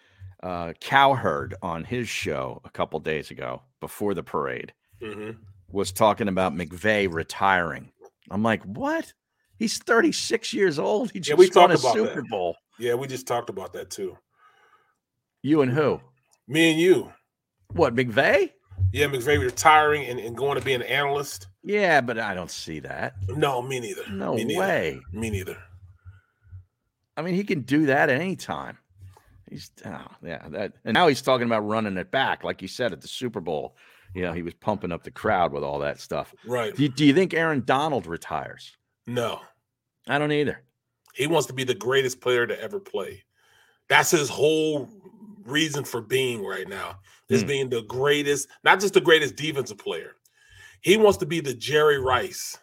uh, Cowherd on his show a couple days ago before the parade Mm-hmm. was talking about McVeigh retiring. I'm like, what? He's 36 years old. He Yeah, just we won a talked about Super that. Bowl. Yeah, we just talked about that too. You and who? Me and you. What, McVeigh? Yeah, McVay retiring and, and going to be an analyst. Yeah, but I don't see that. No, me neither. No me neither. way. Me neither. I mean, he can do that at any time. He's oh, yeah, that and now he's talking about running it back, like he said at the Super Bowl. You know, he was pumping up the crowd with all that stuff. Right. Do you, do you think Aaron Donald retires? No. I don't either. He wants to be the greatest player to ever play. That's his whole reason for being right now, is Hmm. being the greatest, not just the greatest defensive player. He wants to be the Jerry Rice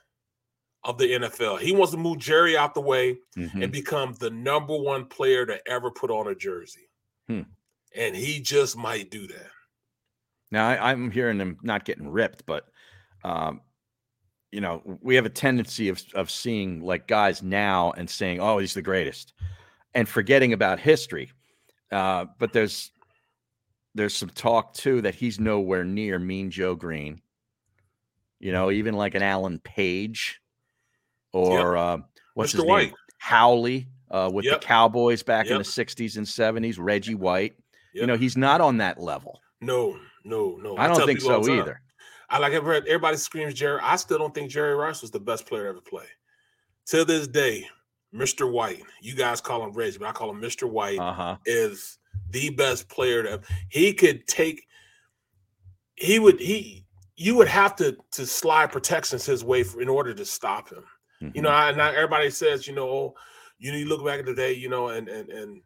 of the NFL. He wants to move Jerry out the way Hmm. and become the number one player to ever put on a jersey. Hmm. And he just might do that. Now I, I'm hearing him not getting ripped, but um, you know we have a tendency of of seeing like guys now and saying, "Oh, he's the greatest," and forgetting about history. Uh, but there's there's some talk too that he's nowhere near Mean Joe Green. You know, even like an Alan Page, or uh, what's Mr. his name? White. Howley uh, with Yep. the Cowboys back in Yep. the '60s and '70s. Reggie White. You Yep. know, he's not on that level. No, no, no. I don't tell think people all so the time. either. I like I've heard everybody screams Jerry. I still don't think Jerry Rice was the best player to ever play. To this day, Mr. White, you guys call him Reggie, but I call him Mr. White, Uh huh. is the best player to he could take he would he you would have to to slide protections his way for, in order to stop him. You know, I, not everybody says, you know, oh, you know, you look back at the day, you know, and and and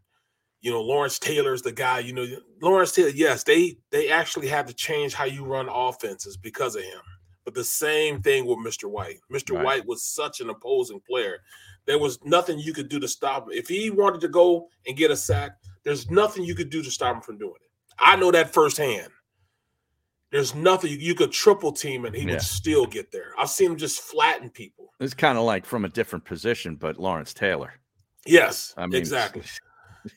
you know, Lawrence Taylor's the guy. You know, Lawrence Taylor. Yes, they they actually have to change how you run offenses because of him. But the same thing with Mr. White. Mr. Right. White was such an opposing player. There was nothing you could do to stop him. If he wanted to go and get a sack, there's nothing you could do to stop him from doing it. I know that firsthand. There's nothing you could triple team and he Yeah. would still get there. I've seen him just flatten people. It's kind of like from a different position, but Lawrence Taylor. Yes, I mean, exactly.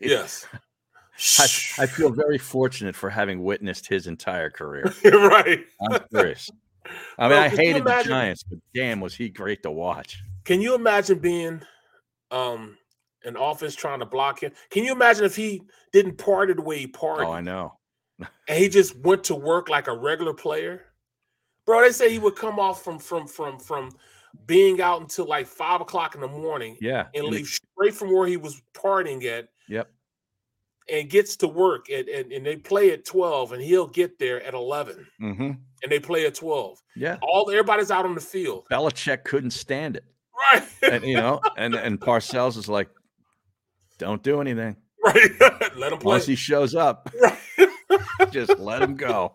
yes. I, I feel very fortunate for having witnessed his entire career. right. I'm serious. I mean, Bro, I could you hated the imagine- Giants, but damn, was he great to watch. Can you imagine being um an offense trying to block him? Can you imagine if he didn't party the way he partied Oh, I know. and he just went to work like a regular player? Bro, they say he would come off from from from from being out until like five o'clock in the morning Yeah. in and the- leave straight from where he was partying at. Yep. And gets to work and, and, and they play at 12 and he'll get there at 11 Mhm. and they play at 12. Yeah. All everybody's out on the field. Belichick couldn't stand it. Right. And, you know, and, and Parcells is like, don't do anything. Right. Let him play. Once he shows up, just let him go.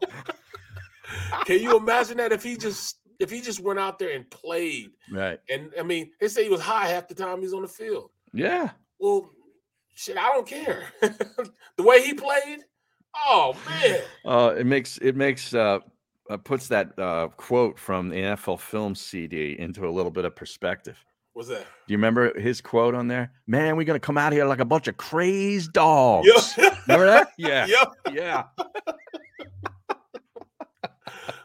Can you imagine that if he just if he just went out there and played? Right. And I mean, they say he was high half the time he's on the field. Yeah. Well, shit, I don't care. the way he played, oh man. Uh, it makes it makes uh, uh puts that uh quote from the NFL film CD into a little bit of perspective. What's that? Do you remember his quote on there? Man, we're gonna come out here like a bunch of crazed dogs. Yo, Remember that? Yeah. yo. Yeah.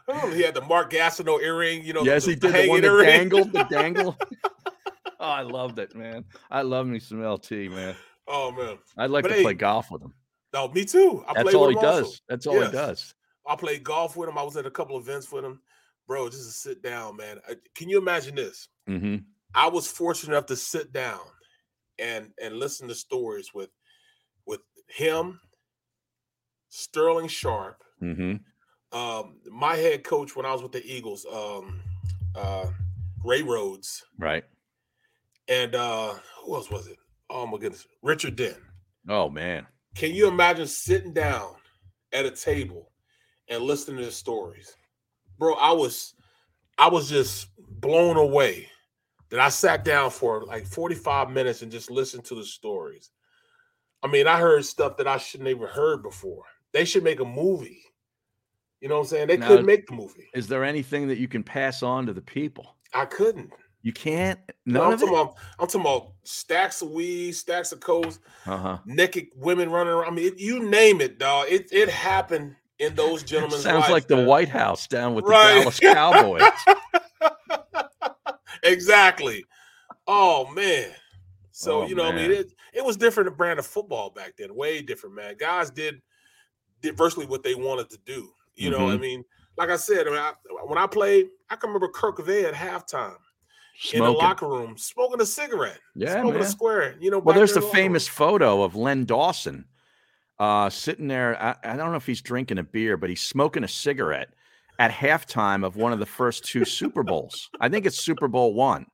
Oh, he had the Mark Gastineau earring, you know. yes, the- he did. The hanging one that earring. dangled, the dangle. oh, I loved it, man. I love me some LT, man. Oh man. I'd like But to hey, play golf with him. No, me too. I That's played all he with him also. does. That's all Yes. he does. I played golf with him. I was at a couple events with him. Bro, just to sit down, man. I- Can you imagine this? hmm I was fortunate enough to sit down and and listen to stories with with him, Sterling Sharp, hmm um, my head coach when I was with the Eagles, um, uh, Ray Rhodes, Right. and uh, who else was it? Oh my goodness, Richard Dent. Oh man. Can you imagine sitting down at a table and listening to the stories? Bro, I was I was just blown away that I sat down for like 45 minutes and just listened to the stories. I mean, I heard stuff that I shouldn't even heard before. They should make a movie. You know what I'm saying? They Now- couldn't make the movie. Is there anything that you can pass on to the people? I couldn't. You can't. No, None I'm of talking, it. about, I'm talking about stacks of weed, stacks of coats, Uh huh. naked women running around. I mean, it, you name it, dog. It it happened in those gentlemen's Sounds lives, like the man. White House down with Right. the Dallas Cowboys. exactly. Oh man. So Oh, you know, I mean, man. it it was different brand of football back then. Way different, man. Guys did did virtually what they wanted to do. You know, I Mhm. mean, like I said, I mean, I, when I played, I can remember Kirk Vey at halftime in the Smoking. locker room smoking a cigarette, yeah, smoking man. a square. You know, Well, back there's there the in locker room. famous photo of Len Dawson uh, sitting there. I, I don't know if he's drinking a beer, but he's smoking a cigarette at halftime of one of the first two Super Bowls. I think it's Super Bowl one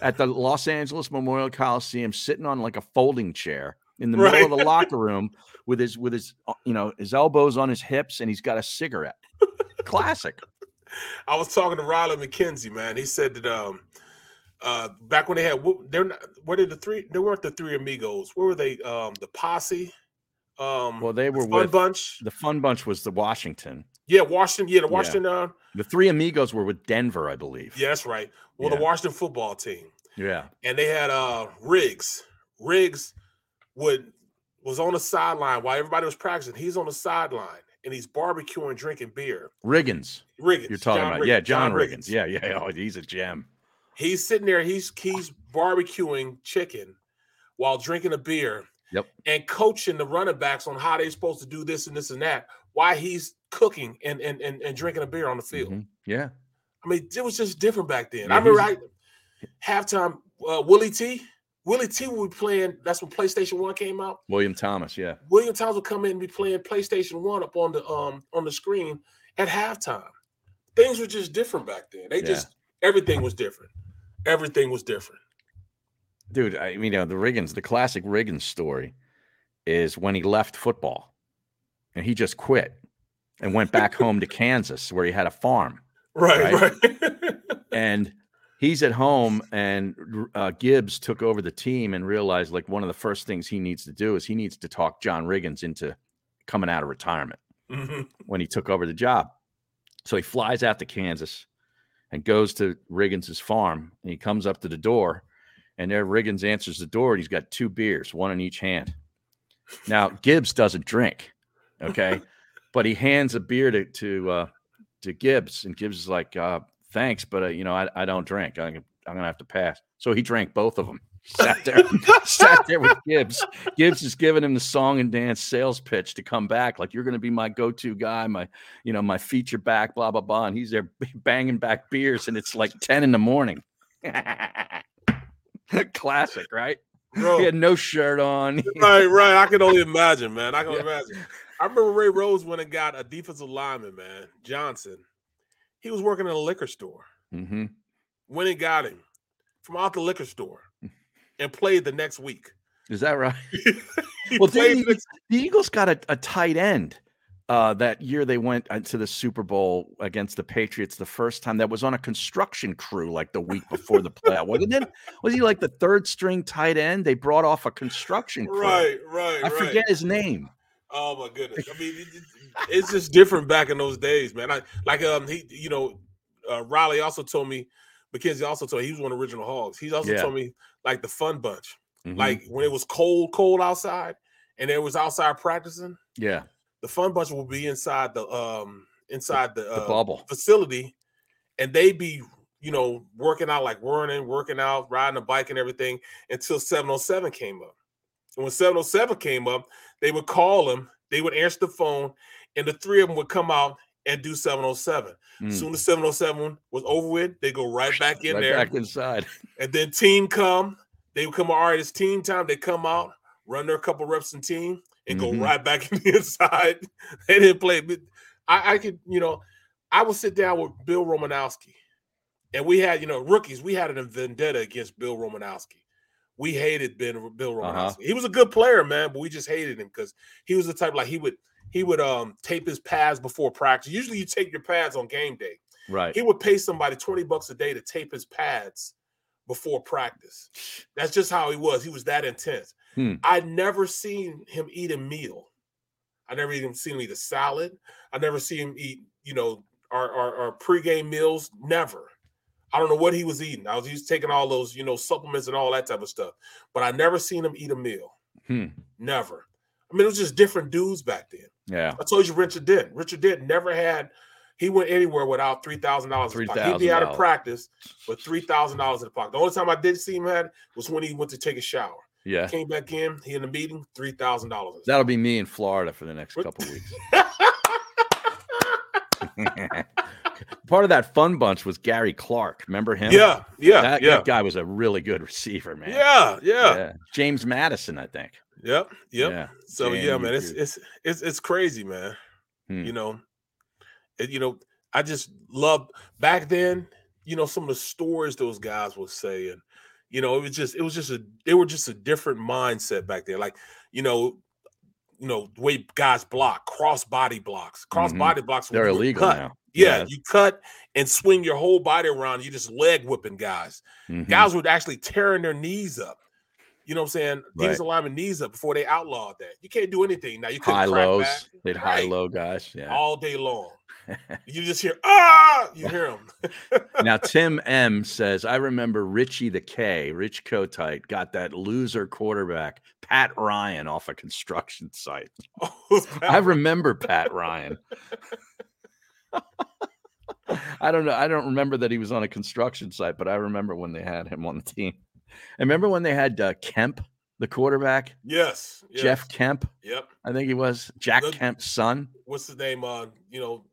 at the Los Angeles Memorial Coliseum, sitting on like a folding chair in the middle of the locker room with his with his uh, you know his elbows on his hips, and he's got a cigarette. Classic. I was talking to Riley McKenzie, man. He said that um uh back when they had wh- they're not what did the three they weren't the three amigos. Where were they? Um the posse. Um Well, they the were Fun with Bunch. the Fun Bunch was the Washington. Yeah, Washington, yeah, the Yeah. Washington uh The Three Amigos were with Denver, I believe. yeah, that's right. Well, Yeah. the Washington football team. Yeah. And they had uh Riggs. Riggs would was on the sideline while everybody was practicing. He's on the sideline and he's barbecuing, drinking beer. Riggins. Riggins. You're talking John about, Riggins, yeah, John, Riggins. Yeah, yeah. Oh, he's a gem. He's sitting there. He's he's barbecuing chicken while drinking a beer. Yep. And coaching the running backs on how they're supposed to do this and this and that. Why he's cooking and and and, and drinking a beer on the field. Mhm. Yeah. I mean, it was just different back then. Yeah, I remember I, he's- halftime uh, Willie T. Willie T. would be playing. That's when PlayStation One came out. William Thomas. Yeah. William Thomas would come in and be playing PlayStation One up on the um on the screen at halftime. Things were just different back then. They Yeah. just everything was different. Everything was different. Dude, I mean, you know, the Riggins, the classic Riggins story is when he left football and he just quit and went back home to Kansas where he had a farm. Right, right. right? And he's at home and uh, Gibbs took over the team and realized like one of the first things he needs to do is he needs to talk John Riggins into coming out of retirement. Mhm. when he took over the job. So he flies out to Kansas and goes to Riggins's farm and he comes up to the door and there Riggins answers the door and he's got two beers, one in each hand. Now Gibbs doesn't drink, okay? but he hands a beer to to uh to Gibbs and Gibbs is like uh thanks but uh, you know I, I don't drink. I'm, gonna- I'm going to have to pass. So he drank both of them. Sat there sat there with Gibbs. Gibbs is giving him the song and dance sales pitch to come back. Like you're going to be my go-to guy, my you know my feature back, blah blah blah. And he's there b- banging back beers, and it's like ten in the morning. Classic, right? Bro, He had no shirt on. right, right. I can only imagine, man. I can Yeah. imagine. I remember Ray Rose went and got a defensive lineman, man, Johnson. He was working in a liquor store. hmm Went and got him from out the liquor store and played the next week. Is that right? He well, played didn't in the, the Eagles got a, a tight end uh, that year they went to the Super Bowl against the Patriots the first time. That was on a construction crew like the week before the playoff. Wasn't it? Was he like the third string tight end? They brought off a construction the- crew. right, right, I right. forget his name. Oh my goodness! I mean, it- it- it's just different back in those days, man. I, like um, he, you know, uh, Riley also told me, McKenzie also told me he was one of the original Hogs. He's also Yeah. told me like the Fun Bunch, Mhm. like when it was cold, cold outside, and it was outside practicing. yeah, The Fun Bunch would be inside the um inside the, the uh, bubble. facility, and they'd be you know working out like running, working out, riding a bike, and everything until 707 came up. And when 707 came up, they would call him, they would answer the phone, and the three of them would come out and do 707. Mm. Soon as 707 was over with, they go right back in right there. back inside. And then team come, they would come out, all right, it's team time. They come out, run their couple reps in team, Mhm. and go right back in the inside. They didn't play. But I, I could, you know, I would sit down with Bill Romanowski, and we had, you know, rookies. We had a vendetta against Bill Romanowski. We hated ben, Bill Romanowski. Uh-huh. He was a good player, man, but we just hated him because he was the type like he would he would um tape his pads before practice. Usually, you tape your pads on game day Right. he would pay somebody 20 bucks a day to tape his pads before practice. That's just how he was. He was that intense. Hmm. I'd never seen him eat a meal. I never even seen him eat a salad. I never seen him eat, you know, our, our, our pregame meals. Never. I don't know what he was eating. I was he was taking all those, you know, supplements and all that type of stuff. But I never seen him eat a meal. Hmm. Never. I mean, it was just different dudes back then. Yeah. I told you Richard Dent. Richard Dent never had he went anywhere without three thousand dollars. He'd be out of $3,000. practice with three thousand dollars in the pocket. The only time I did see him had was when he went to take a shower. Yeah. Came back in, he in the meeting, three thousand dollars. That'll be me in Florida for the next What- couple weeks. Part of that fun bunch was Gary Clark. Remember him? Yeah, yeah, That, yeah, that guy was a really good receiver, man. yeah, yeah, Yeah. James Madison, I think. yep, yep. Yeah. So yeah, Damn, man, you it's dude. it's it's it's crazy, man. Hmm. You know, it, you know, I just love back then. You know, some of the stories those guys would say, and you know, it was just it was just a they were just a different mindset back there. Like you know, you know, the way guys block cross body blocks, cross Mhm. body blocks. were- They're you would illegal cut. now. Yeah, you cut and swing your whole body around. You just leg whipping guys Mhm. guys were actually tearing their knees up. You know what I'm saying? These Right. alignment knees up before they outlawed that. You can't do anything now. You couldn't high crack lows. back They'd high Right. low guys. Yeah. all day long. you just hear ah, you hear them. now Tim M says, I remember Richie the K, Rich Kotite, got that loser quarterback Pat Ryan off a construction site. I remember Pat Ryan. I don't know. I don't remember that he was on a construction site, but I remember when they had him on the team. I remember when they had uh, Kemp, the quarterback, yes, yes, Jeff Kemp. Yep. I think he was Jack Good- Kemp's son. What's his name? Uh, you know,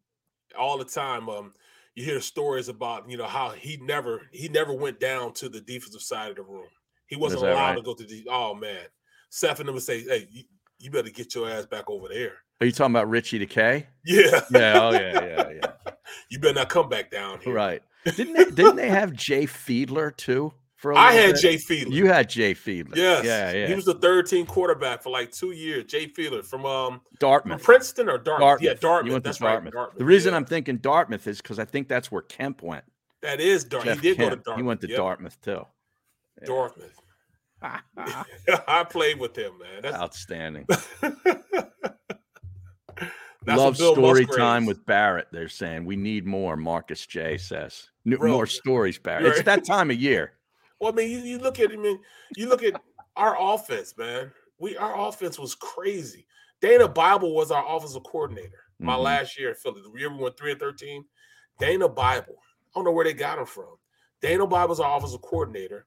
all the time. Um, you hear stories about you know how he never he never went down to the defensive side of the room. He wasn't that allowed right? to go to the. Oh man, Seth and them would say, "Hey, you, you better get your ass back over there." Are you talking about Richie the K? Yeah, Yeah. Oh yeah. Yeah. Yeah. you better not come back down here. Right. Didn't they, didn't they have Jay Fiedler too? For a I little had bit? Jay Fiedler. You had Jay Fiedler. yes. Yeah, yeah. He was the third team quarterback for like two years. Jay Fiedler from um Dartmouth. Princeton or Dartmouth. Yeah, You Dartmouth. went to That's Dartmouth. right. Dartmouth. The reason yeah. I'm thinking Dartmouth is because I think that's where Kemp went. that is Dartmouth. Jeff He did go to Kemp. Dartmouth. He went to Yep, Dartmouth too. yeah. Dartmouth. I played with him, man. That's Outstanding. that's Love Bill story Musgraves. time with Barrett. They're saying we need more. Marcus J says N- Bro, more stories, Barrett. It's right. that time of year. Well, I mean, you, you look at I mean, you look at our offense, man. We our offense was crazy. Dana Bible was our offensive coordinator my Mhm. last year in Philly. The year we went three and thirteen. Dana Bible. I don't know where they got him from. Dana Bible's our offensive coordinator.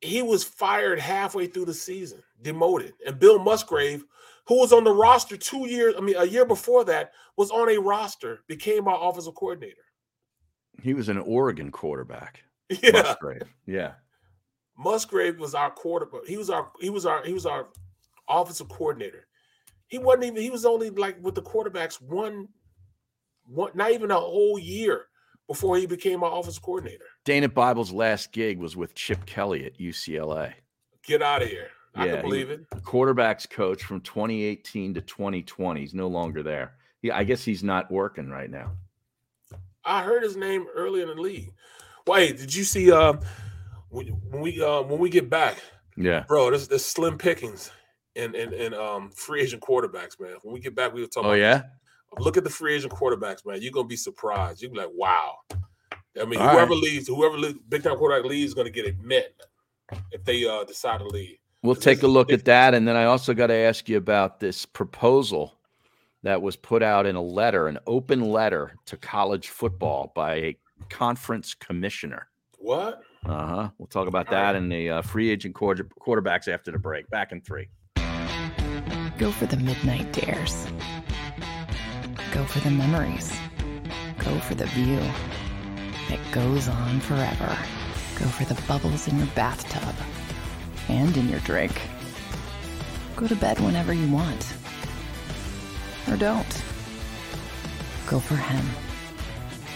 He was fired halfway through the season, demoted. And Bill Musgrave, who was on the roster two years, I mean, a year before that, was on a roster, became our offensive coordinator. He was an Oregon quarterback. Yeah. Musgrave. Yeah. Musgrave was our quarterback. He was our he was our he was our offensive coordinator. He wasn't even he was only like with the quarterbacks one one not even a whole year before he became our offensive coordinator. Dana Bible's last gig was with Chip Kelly at UCLA. Get out of here. I Yeah, can he- believe it. Quarterbacks coach from 2018 to 2020. He's no longer there. Yeah, I guess he's not working right now. I heard his name earlier in the league. Wait, did you see? Uh, when when we uh, when we get back, Yeah. bro, this this slim pickings and and and um free agent quarterbacks, man. When we get back, we were talking. Oh about yeah. look at the free agent quarterbacks, man. You're gonna be surprised. You'll be like, wow. I mean, All whoever right. leaves, whoever le- big time quarterback leaves, is gonna get a net if they uh decide to leave. We'll This take a is look big- at that. And then I also got to ask you about this proposal that was put out in a letter, an open letter to college football by a conference commissioner. What? Uh huh. We'll talk about All right. that and the uh, free agent quarter- quarterbacks after the break. Back in three. Go for the midnight dares. Go for the memories. Go for the view that goes on forever. Go for the bubbles in your bathtub and in your drink. Go to bed whenever you want. Or don't. Go for him.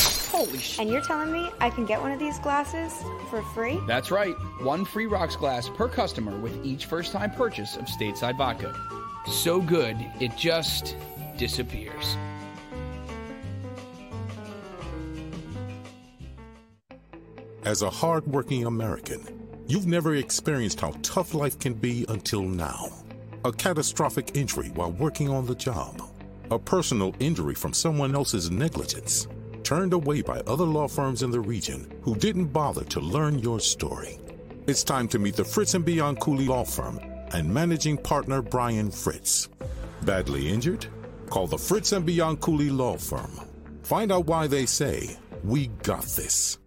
Holy sh! And you're telling me I can get one of these glasses for free? That's right, one free rocks glass per customer with each first-time purchase of Stateside Vodka. So good, it just disappears. As a hardworking American, you've never experienced how tough life can be until now. A catastrophic injury while working on the job, a personal injury from someone else's negligence, turned away by other law firms in the region who didn't bother to learn your story. It's time to meet the Fritz and Beyond Cooley Law Firm and managing partner Brian Fritz. Badly injured? Call the Fritz and Beyond Cooley Law Firm. Find out why they say, We got this.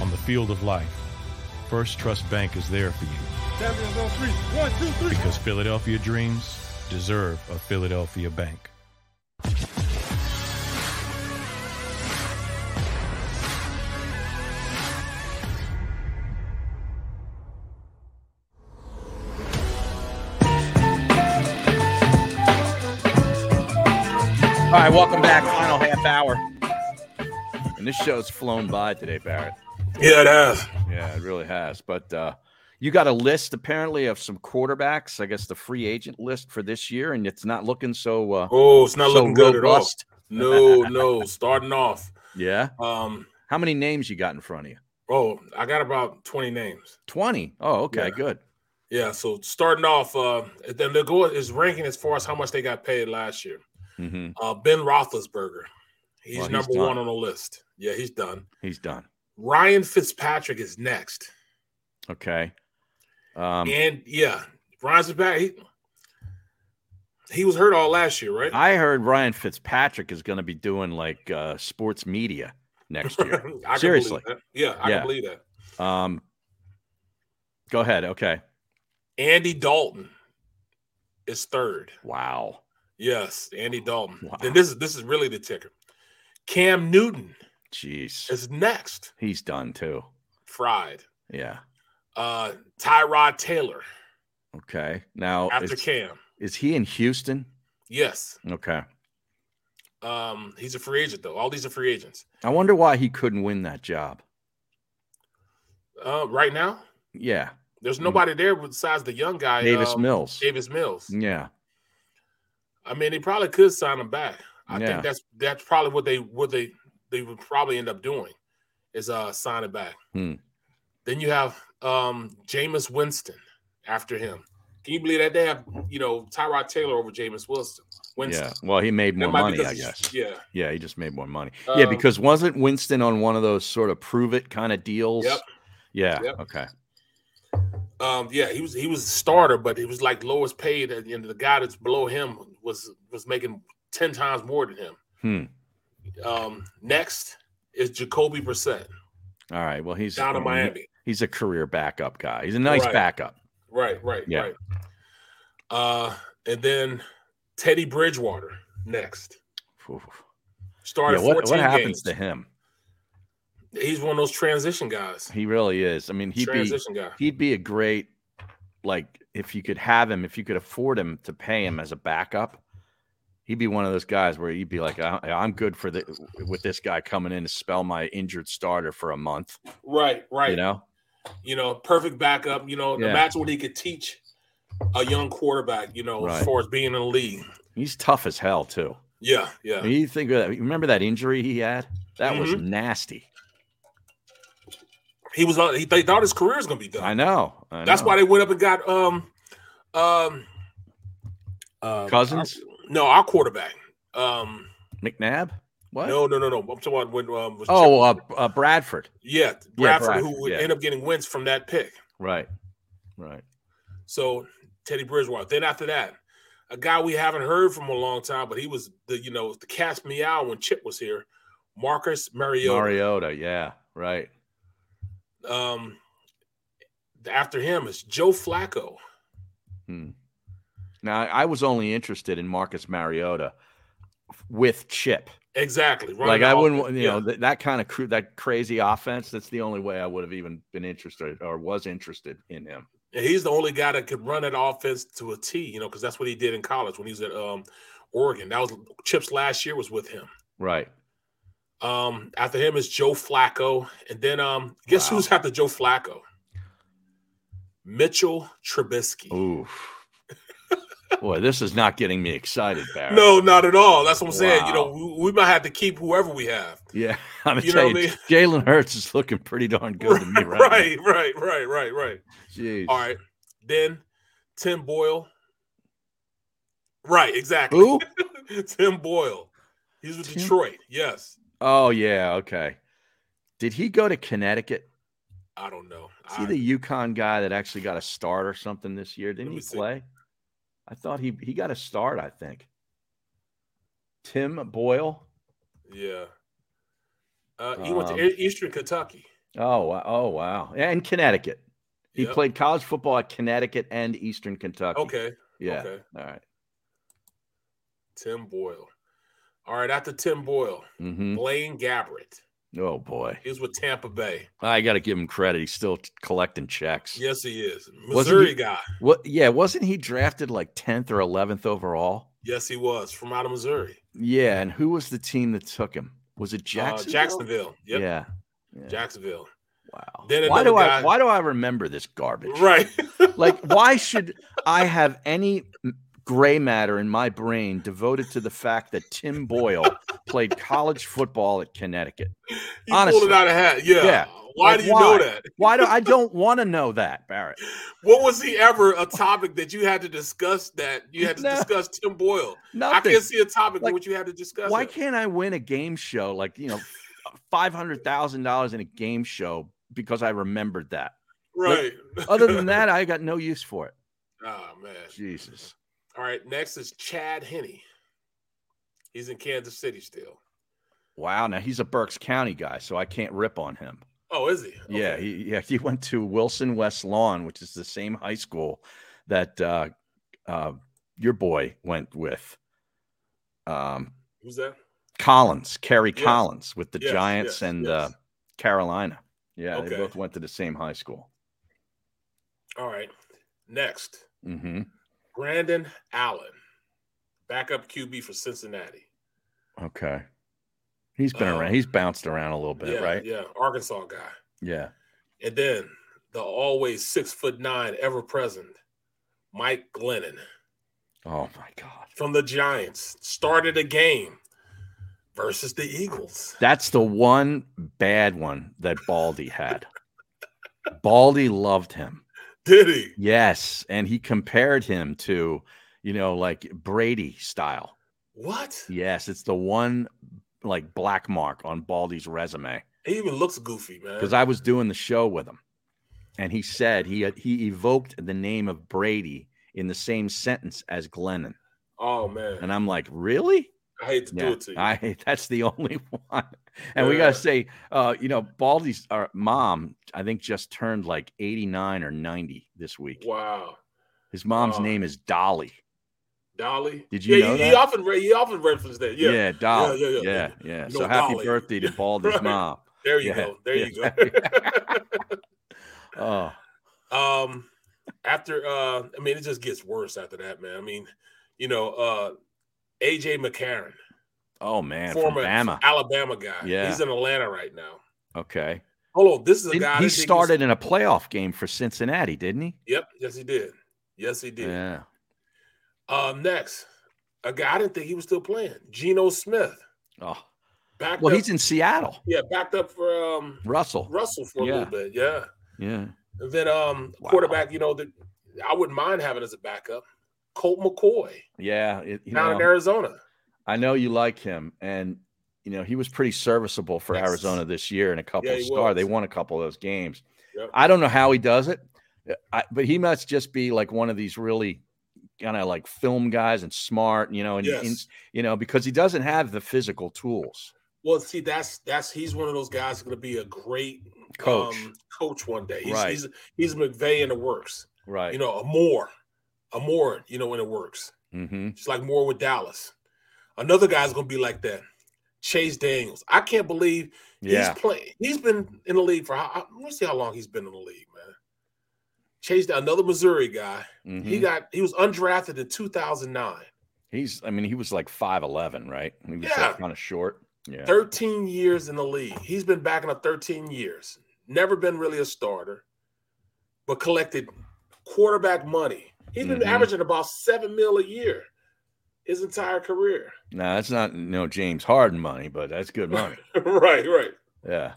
on the field of life, First Trust Bank is there for you. Because Philadelphia dreams deserve a Philadelphia bank. All right, welcome back. Final half hour. And this show's flown by today, Barrett. Yeah, that's Yeah, it really has. But uh, you got a list apparently of some quarterbacks. I guess the free agent list for this year, and it's not looking so. Uh, oh, it's not so looking good robust. at all. No, no. Starting off, Yeah. um, How many names you got in front of you? oh, I got about twenty names. Twenty. Oh, okay, Yeah. good. Yeah, so starting off, uh, then the goal is ranking as far as how much they got paid last year. hmm Uh, ben Roethlisberger, he's Well, he's number done. one on the list. Yeah, he's done. He's done. Ryan Fitzpatrick is next, Okay. Um, and yeah, Ryan Fitzpatrick. He, he was hurt all last year, right? I heard Ryan Fitzpatrick is going to be doing like uh, sports media next I year. can believe Seriously. that. Yeah, I Yeah. can believe that. um, go ahead. Okay. Andy Dalton is third. Wow. Yes, Andy Dalton. Wow. And this is this is really the ticker. Cam Newton Jeez. is next. He's done too. Fried. Yeah. Uh Tyrod Taylor Okay. Now after is, Cam. is he in Houston? Yes. Okay. Um, he's a free agent though. All these are free agents. I wonder why he couldn't win that job. Uh, right now, Yeah. there's nobody there besides the young guy Hmm. Davis um, Mills. Davis Mills. Yeah. I mean, they probably could sign him back. I Yeah. think that's that's probably what they what they they would probably end up doing is uh sign it back. Hmm. Then you have um Jameis Winston after him. Can you believe that they have you know Tyrod Taylor over Jameis Winston? Winston. Yeah. Well, he made more That might be money, I because guess. he's- Yeah. Yeah, he just made more money. yeah, Um, because wasn't Winston on one of those sort of prove it kind of deals? Yep. Yeah. Yep. Okay. Um, yeah, he was he was a starter, but he was like lowest paid, and, and the guy that's below him was was making ten times more than him. Hmm. Um, next is Jacoby Brissett All right. Well, he's down in Miami. He's a career backup guy. He's a nice Right. backup. Right, right, Yeah. right. Uh, and then Teddy Bridgewater next Oof. Yeah, started what, fourteen what happens games. to him? He's one of those transition guys. He really is. I mean, he'd be transition guy. he'd be a great like if you could have him, if you could afford him to pay him as a backup, he'd be one of those guys where you'd be like, I, I'm good for the with this guy coming in to spell my injured starter for a month. Right, right. You know? you know, perfect backup. You know, Yeah. imagine what he could teach a young quarterback. You know, Right. as far as being in the league. He's tough as hell too. Yeah, yeah. I mean, you think of that? You remember that injury he had? That was Mhm. nasty. He was on. He they thought his career was gonna be done. I know. I That's know. why they went up and got um, um, uh, Cousins? our- no, our quarterback. Um, McNabb. What? no, no, no, no. I'm talking about when um, was Oh, uh, uh, Bradford. yeah, Bradford, Bradford, who would yeah. end up getting wins from that pick. Right. Right. So Teddy Bridgewater. Then after that, a guy we haven't heard from a long time, but he was the you know the cast meow when Chip was here, Marcus Mariota. Mariota. Yeah. Right. Um, after him is Joe Flacco. Now, I was only interested in Marcus Mariota with Chip. Exactly. running Like, the I offense. wouldn't, want- you Yeah. know, th- that kind of cr- that crazy offense. That's the only way I would have even been interested or was interested in him. And he's the only guy that could run that offense to a T, you know, because that's what he did in college when he was at um, Oregon. That was Chip's last year was with him. Right. Um, after him is Joe Flacco, and then um, guess Wow. who's after Joe Flacco? Mitchell Trubisky. Oof. Boy, this is not getting me excited, Barry. No, not at all. That's what I'm saying. You know, Wow. we, we might have to keep whoever we have. Yeah, I'm You know telling what I you, mean? Jalen Hurts is looking pretty darn good to me right, now. right, right, right, right, right. Jeez. All right. Then Tim Boyle. Right, exactly. Who? Tim Boyle. He's with Tim- Detroit. Yes. Oh yeah. Okay. Did he go to Connecticut? I don't know. Is I- he the Yukon guy that actually got a start or something this year? Didn't me he see. play? I thought he he got a start. I think. Tim Boyle. yeah. Uh, he went to Um, E- Eastern Kentucky. Oh wow. Oh wow. And Connecticut. He Yep. played college football at Connecticut and Eastern Kentucky. Okay. Yeah. Okay. All right. Tim Boyle. All right. After Tim Boyle, Mm-hmm. Blaine Gabbert. Oh boy. He's with Tampa Bay. I got to give him credit. He's still t- collecting checks. Yes, he is. he- Missouri guy. What? Yeah, wasn't he drafted like tenth or eleventh overall? Yes, he was from out of Missouri. Uh, Yeah, and who was the team that took him? Was it Jackson? Jacksonville. Uh, Jacksonville. Yep. Yeah. Jacksonville. Wow. Then why do another I guy- why do I remember this garbage? Right. Like, why should I have any m- gray matter in my brain devoted to the fact that Tim Boyle played college football at Connecticut? He pulled Honestly. it out of hat. Yeah. Yeah. Why Like, do you why? know that? Why do I don't want to know that, Barrett? What was he ever a topic that you had to discuss that you had to No. discuss Tim Boyle? I Nothing. can't see a topic Like, in which you had to discuss. Why it. can't I win a game show like you know five hundred thousand dollars in a game show because I remembered that? right? Other than that, I got no use for it. oh man. Jesus. All right. Next is Chad Henney. He's in Kansas City still. Wow. Now he's a Berks County guy, so I can't rip on him. Oh, is he? Yeah, Okay. he, yeah, he went to Wilson West Lawn, which is the same high school that uh, uh, your boy went with. Um, Who's that? Collins, Kerry Yes. Collins, with the Yes, Giants yes, and yes. Uh, Carolina. Yeah, they Okay. both went to the same high school. All right. Next, hmm Brandon Allen, backup QB for Cincinnati. Okay, he's been Uh, around. He's bounced around a little bit, yeah, right? yeah, Arkansas guy. Yeah. And then the always six foot nine, ever present, Mike Glennon. Oh my God. from the Giants. Started a game versus the Eagles. That's the one bad one that Baldy had. Baldy loved him. Did he? Yes. And he compared him to, you know, like Brady style. What? Yes. It's the one like black mark on Baldy's resume. He even looks goofy, Because man. I was doing the show with him. And he said he uh, he evoked the name of Brady in the same sentence as Glennon. oh man, And I'm like, really? I hate to Yeah, do it to you. I that's the only one. And we gotta Yeah. say, uh, you know, Baldy's our mom, I think just turned like 89 or 90 this week. wow, His mom's Wow. name is Dolly. Dolly. Did you yeah, know he, he that? often re- he often referenced that. Yeah, Yeah, Dolly. yeah, Yeah, yeah, yeah, yeah. You So know happy Dolly. birthday to Baldy's Right. mom. there you yeah, go. There yeah, you go. Oh, Um, after uh, I mean, it just gets worse after that, man. I mean, you know, uh, AJ McCarron, oh man, former from Bama. Alabama guy. Yeah. he's in Atlanta right now. Okay, Hold on, this is a Didn't- guy he that they- started in a playoff game for Cincinnati, didn't he? Yep, yes, he did. Yes, he did. Yeah. Um, next, a guy I didn't think he was still playing. Geno Smith Oh, backed well, up. he's in Seattle. yeah, backed up for um Russell. Russell for a Yeah. little bit. Yeah. Yeah. And then um Wow. quarterback, you know, that I wouldn't mind having as a backup. Colt McCoy Yeah. it- you down know. in Arizona. I know you like him, and you know he was pretty serviceable for Yes. Arizona this year and a couple Yeah, of he star. They was. won a couple of those games. Yep. I don't know how he does it, I, but he must just be like one of these really kind of like film guys and smart, you know, and, Yes. and, you know because he doesn't have the physical tools. Well, see, that's that's he's one of those guys who's going to be a great um, Coach. coach one day. He's Right. he's he's McVay in the works. Right. You know, a more, a more, you know, in the works. mm-hmm. Just like more with Dallas. Another guy's going to be like that. Chase Daniels. I can't believe Yeah. He's playing. He's been in the league for how? Let's see how long he's been in the league, man. Chased another Missouri guy. mhm. He got. He was undrafted in 2009. He's. I mean, he was like five eleven, right? He was Yeah. kind of short. Yeah. 13 years in the league. He's been backing up 13 years. Never been really a starter, but collected quarterback money. He's been Mhm. averaging about seven mil a year his entire career. No, that's not no James Harden money, but that's good money. right, right. yeah.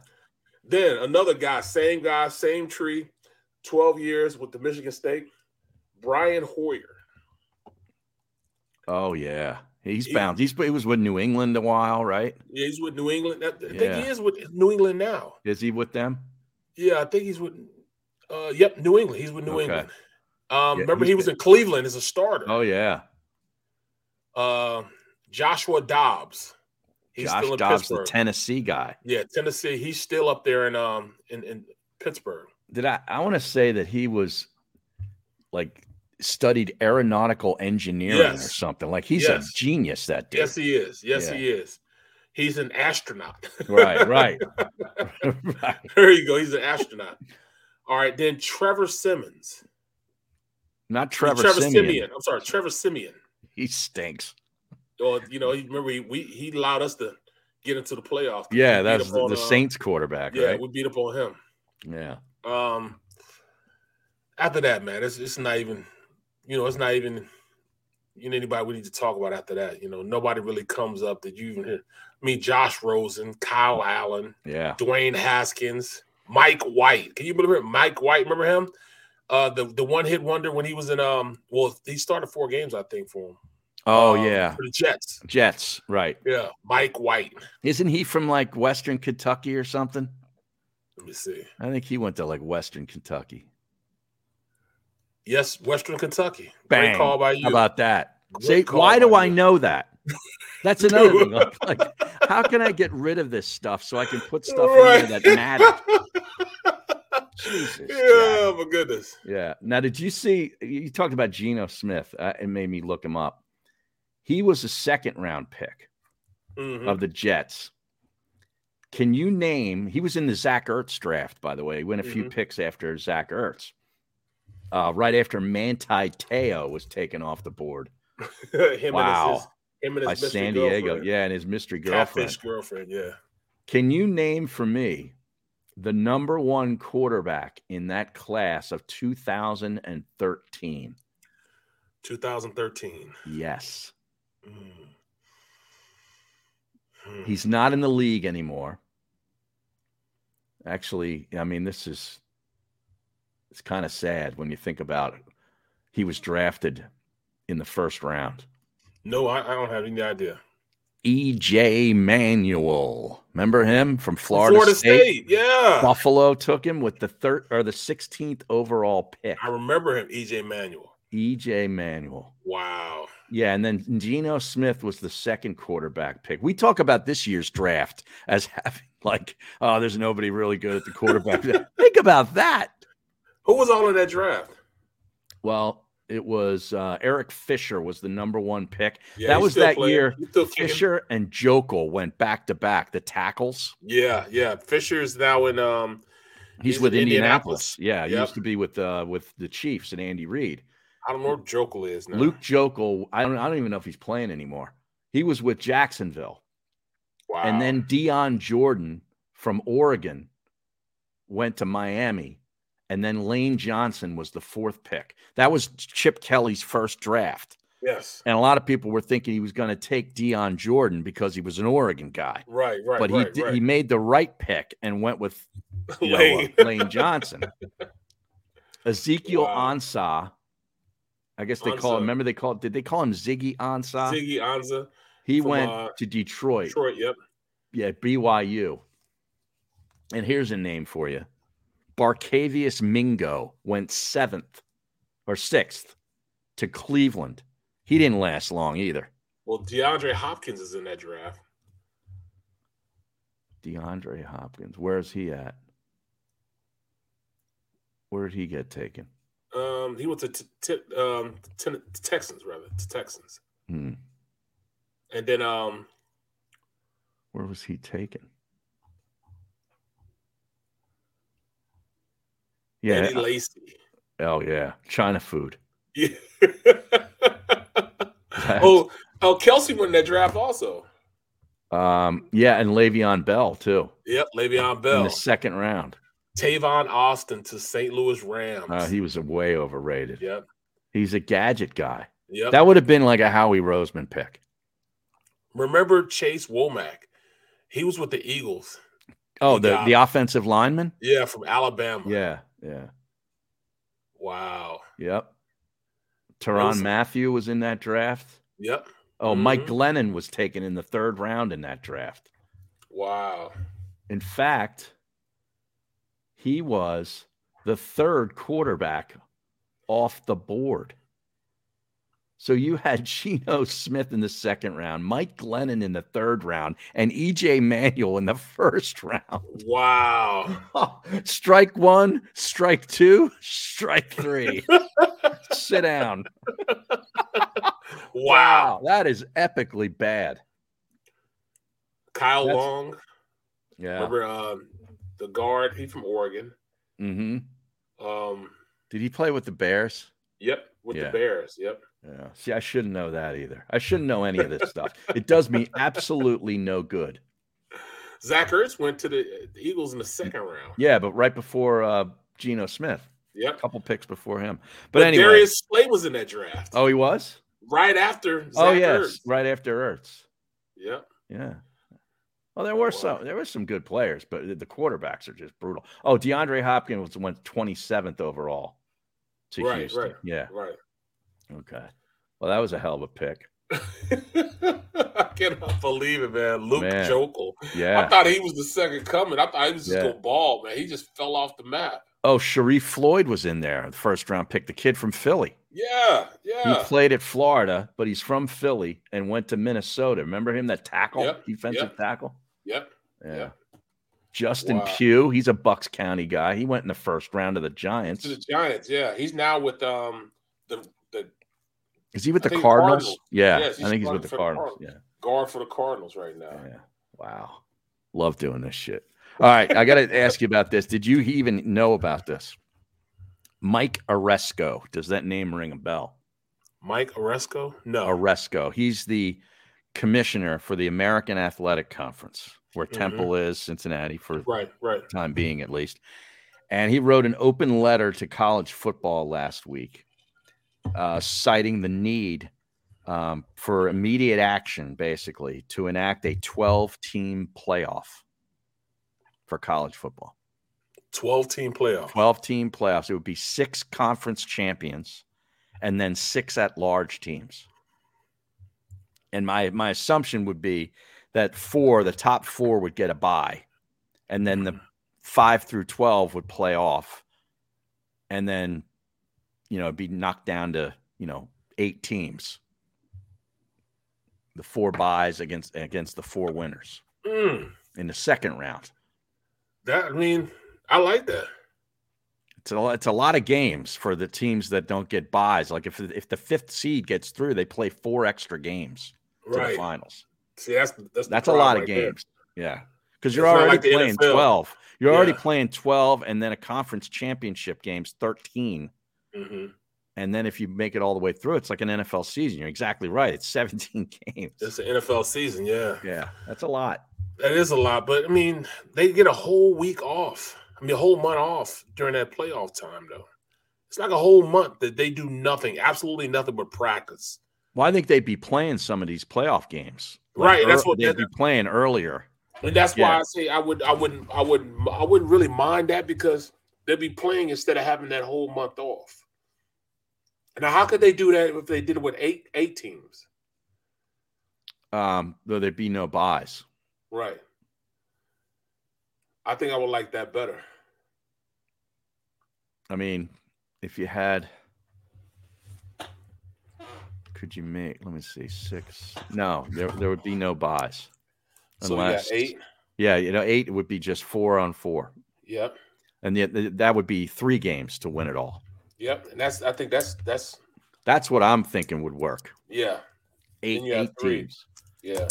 Then another guy, same guy, same tree, 12 years with the Michigan State, Brian Hoyer. Oh yeah. He's He- bound. He's he was with New England a while, right? Yeah, he's with New England. I th- I think he Yeah. is with New England now. Is he with them? Yeah, I think he's with. Uh, yep, New England. He's with New Okay. England. Um, Yeah, remember he's he was been- in Cleveland as a starter. Oh yeah, Uh, Joshua Dobbs. He's Josh still in Dobbs, Pittsburgh. the Tennessee guy. yeah, Tennessee. He's still up there in um in, in Pittsburgh. Did I? I want to say that he was like studied aeronautical engineering or Yes. something. Like he's Yes. a genius. That dude. Yes, he is. Yes, Yeah. he is. He's an astronaut. Right. Right. right. there you go. He's an astronaut. All right, then Trevor Simmons. Not Trevor, Simeon. I'm sorry, Trevor Simeon. He stinks. Or you know, he- remember he, we he allowed us to get into the playoffs. We Yeah, beat that's up the, on, the uh, Saints quarterback, Yeah, right? we beat up on him. yeah. Um, after that, man, it's it's not even, you know, it's not even, you know, anybody we need to talk about after that. You know, nobody really comes up that you even hear. I mean, Josh Rosen, Kyle Allen, Yeah. Dwayne Haskins, Mike White. Can you remember Mike White? Remember him? Uh, the the one hit wonder when he was in um. Well, he started four games, I think, for him. Oh um, yeah. for the Jets. Jets. Right. Yeah, Mike White. Isn't he from like Western Kentucky or something? Let me see. I think he went to like Western Kentucky. Yes, Western Kentucky. Bang. Great call by you. How about that? Great See, call why do by I you. know that? That's Dude. another thing. Like, like, how can I get rid of this stuff so I can put stuff in there Right. that matters? Jesus. Jack. yeah, my goodness. Yeah. Now, did you see? You talked about Geno Smith. Uh, it made me look him up. He was a second round pick Mhm. of the Jets. Can you name? He was in the Zach Ertz draft, by the way. He went a Mm-hmm. few picks after Zach Ertz, uh, right after Manti Te'o was taken off the board him Wow. and his, him and by his mystery San Diego. girlfriend. Yeah, and his mystery girlfriend. Catfish girlfriend. Yeah. Can you name for me the number one quarterback in that class of 2013? 2013. Yes. Mm. Hmm. He's not in the league anymore. Actually, I mean, this is it's kind of sad when you think about it. He was drafted in the first round. No, I, I don't have any idea. E.J. Manuel, remember him from Florida, State? yeah. Buffalo took him with the third or the sixteenth overall pick. I remember him, EJ Manuel. E.J. Manuel. Wow. Yeah, and then Geno Smith was the second quarterback pick. We talk about this year's draft as having like, oh, there's nobody really good at the quarterback. Think about that. Who was all in that draft? Well, it was uh, Eric Fisher was the number one pick. Yeah, that he's was still that playing. year. He's still kicking. Fisher and Jokel went back to back. The tackles. Yeah, yeah. Fisher's now in um He's, He's with in Indianapolis. Indianapolis. Yeah, he Yep. used to be with uh, with the Chiefs and Andy Reid. I don't know what Jokel is now. Luke Jokel. I don't. I don't even know if he's playing anymore. He was with Jacksonville, Wow. and then Dion Jordan from Oregon went to Miami, and then Lane Johnson was the fourth pick. That was Chip Kelly's first draft, yes. and a lot of people were thinking he was going to take Dion Jordan because he was an Oregon guy. Right, right, but right, he did, right. he made the right pick and went with you know, uh, Lane. Lane. Johnson. Ezekiel Wow. Ansah. I guess they call Ansah. him. Remember they called did they call him Ziggy Ansah? Ziggy Anza, he from, went uh, to Detroit. Detroit. Yep. Yeah, BYU. And here's a name for you. Barcavius Mingo went seventh or sixth to Cleveland. He didn't last long either. Well, DeAndre Hopkins is in that draft. DeAndre Hopkins. Where's he at? Where did he get taken? Um, he went to t- t- um, ten- Texans rather, to Texans, Hmm. and then um, Where was he taken? Yeah. Eddie Lacy. Oh, yeah. China food. Yeah. oh, oh, Kelsey went in that draft also. Um, yeah. And Le'Veon Bell, too, Yep, Le'Veon in Bell, the second round. Tavon Austin to St. Louis Rams. Uh, he was way overrated. yep, He's a gadget guy. yep. That would have been like a Howie Roseman pick. Remember Chase Womack? He was with the Eagles. Oh, He the, got the offensive lineman? Yeah, from Alabama. Yeah. Yeah. Wow. Yep. Teron was- Matthew was in that draft. Yep. Oh, Mike Mhm. Glennon was taken in the third round in that draft. Wow. In fact, he was the third quarterback off the board. So you had Geno Smith in the second round, Mike Glennon in the third round, and EJ Manuel in the first round. Wow. strike one, strike two, strike three. Sit down. Wow. That is epically bad. Kyle That's- Long. Yeah. Remember um, the guard? He from Oregon. hmm Um, Did he play with the Bears? yep, with Yeah. the Bears. Yep. Yeah. See, I shouldn't know that either. I shouldn't know any of this stuff. It does me absolutely no good. Zach Ertz went to the the Eagles in the second round. Yeah, but right before uh Geno Smith, a Yep. couple picks before him. But, anyway. Darius Slay was in that draft. oh, he was? Right after Zach oh yes, Ertz. right after Ertz. Yep. Yeah. Well, there were some there were some good players, but the- the quarterbacks are just brutal. Oh, DeAndre Hopkins went 27th overall to Right, Houston. right. Yeah. Right. Okay. Well, that was a hell of a pick. I cannot believe it, man. Luke Man. Jokel. I Yeah. thought he was the second coming. I thought he was just Yeah. gonna ball, man. He just fell off the map. Oh, Sharif Floyd was in there, the first round pick, the kid from Philly. Yeah, He yeah. played at Florida, but he's from Philly and went to Minnesota. Remember him, that tackle, Yep, defensive yep. tackle? Yep. Yeah. Yep. Justin Wow. Pugh, he's a Bucks County guy. He went in the first round of the To Giants. the Giants, yeah. He's now with um the the Is he with I the think Cardinals? Cardinals. Yeah, Yes, he's I think he's starting with the for the Cardinals. Cardinals. guard for the Cardinals right now. Yeah, yeah. Wow. Love doing this shit. All right, I got to ask you about this. Did you even know about this? Mike Oresco. Does that name ring a bell? Mike Oresco? No. Oresco. He's the commissioner for the American Athletic Conference, where Mhm. Temple is, Cincinnati, for right, right. time being at least. And he wrote an open letter to college football last week. uh, citing the need um, for immediate action, basically, to enact a 12 team playoff for college football. 12 team playoff. 12 team playoffs. It would be six conference champions and then six at large teams. And my, my assumption would be that four, the top four would get a bye, and then the five through 12 would play off. And then, you know, it'd be knocked down to, you know, eight teams. The four buys against against the four winners Mm, in the second round. that I mean, I like that. It's a, it's a lot of games for the teams that don't get buys. Like if if the fifth seed gets through, they play four extra games to the Right. finals. See, that's that's, the That's a lot problem of right there. games. Yeah, because you're It's not already like the playing NFL. twelve. You're already Yeah. playing twelve, and then a conference championship game's thirteen. Mhm. And then if you make it all the way through, it's like an NFL season. You're exactly right. It's 17 games. It's an NFL season, yeah. Yeah, that's a lot. That is a lot, but I mean, they get a whole week off. I mean, a whole month off during that playoff time, though. It's like a whole month that they do nothing, absolutely nothing but practice. Well, I think they'd be playing some of these playoff games. Right, ear- that's what- they'd be playing earlier. And that's why Yeah. I say I would, I wouldn't, I wouldn't, I wouldn't really mind that because they'll be playing instead of having that whole month off. Now, how could they do that if they did it with eight eight teams? Um, though there'd be no buys. Right. I think I would like that better. I mean, if you had, could you make? Let me see, six. No, there there would be no buys. So Unless- we got eight. Yeah, you know, eight would be just four on four, Yep. and yet th- that would be three games to win it all. Yep. And that's I think that's that's That's what I'm thinking would work. yeah. Eight, Then you have eight three. teams, Yeah.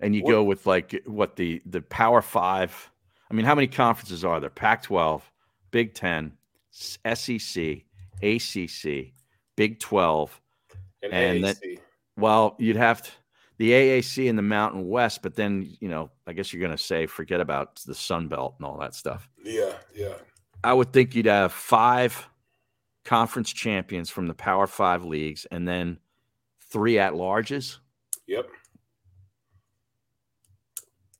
and you What- go with like what the the Power Five. I mean, how many conferences are there? Pac-12, Big Ten, S- E SEC, ACC, Big Twelve, And, And AAC. that- Well, you'd have to, the AAC and the Mountain West, but then you know, I guess you're going to say forget about the Sun Belt and all that stuff. yeah, yeah. I would think you'd have five conference champions from the Power Five leagues, and then three at larges. Yep.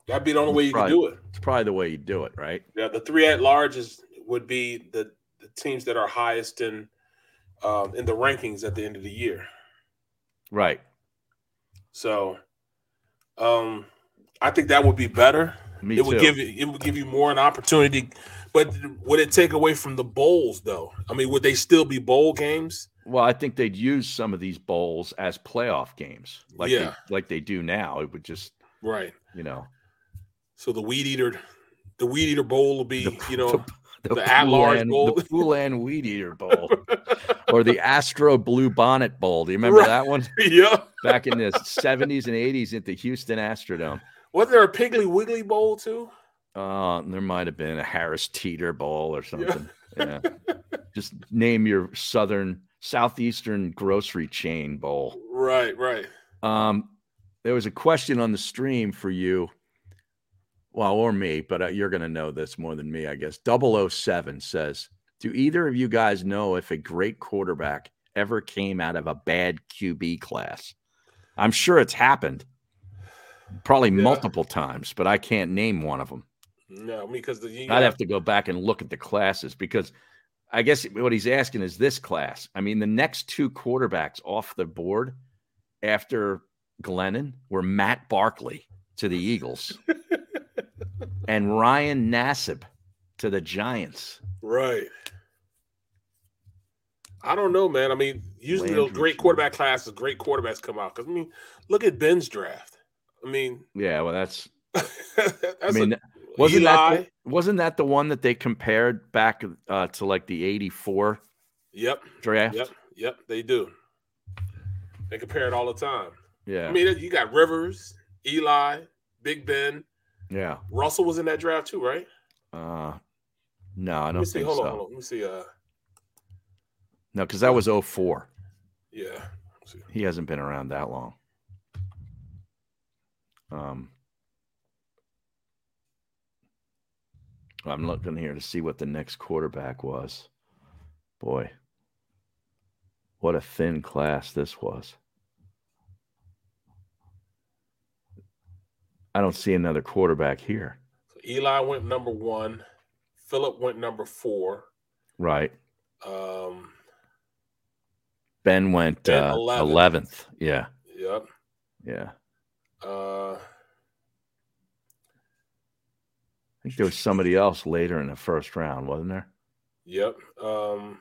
That'd be the only way you Right. could do it. It's probably the way you do it, right? Yeah, the three at large is would be the, the teams that are highest in um, in the rankings at the end of the year. Right. So um I think that would be better. Me it too. would give you it would give you more an opportunity. But would it take away from the bowls though? I mean, would they still be bowl games? well, I think they'd use some of these bowls as playoff games, like Yeah. they, like they do now. It would just, Right. you know, So the weed eater the weed eater bowl will be, you know, The Pool at-large and- bowl. the Pool and Weed Eater Bowl, or the Astro Blue Bonnet Bowl. Do you remember Right. that one yeah. back in the seventies and eighties at the Houston Astrodome? Wasn't there a Piggly Wiggly Bowl too? Uh, there might have been a Harris Teeter Bowl or something. Yeah. just name your southern southeastern grocery chain bowl. Right, right. Um, there was a question on the stream for you. Well, or me, but uh, you're going to know this more than me, I guess. 007 says, Do either of you guys know if a great quarterback ever came out of a bad QB class? I'm sure it's happened probably Yeah. multiple times, but I can't name one of them. No, because the you I'd have to go back and look at the classes because I guess what he's asking is this class. I mean, the next two quarterbacks off the board after Glennon were Matt Barkley to the Eagles and Ryan Nassib to the Giants. Right. I don't know, man. I mean, usually those Landry great Field. quarterback classes, great quarterbacks come out. Because I mean, look at Ben's draft. I mean, Yeah, well, that's. that's I mean, a, wasn't Eli. that the, wasn't that the one that they compared back uh, to like the '84 yep, draft? yep, yep. They do. They compare it all the time. Yeah, I mean, you got Rivers, Eli, Big Ben. yeah. Russell was in that draft too, right? Uh, no, I Let don't think me see. Hold so. on, hold on. Let me see. Uh, No, because that was 04. yeah. Let's see. he hasn't been around that long. Um, I'm looking here to see what the next quarterback was. Boy, What a thin class this was. I don't see another quarterback here. Eli went number one. Philip went number four. Right. Um, Ben went Ben uh, 11th. 11th. Yeah. yep. Yeah. Uh, I think there was somebody else later in the first round, wasn't there? yep. Um,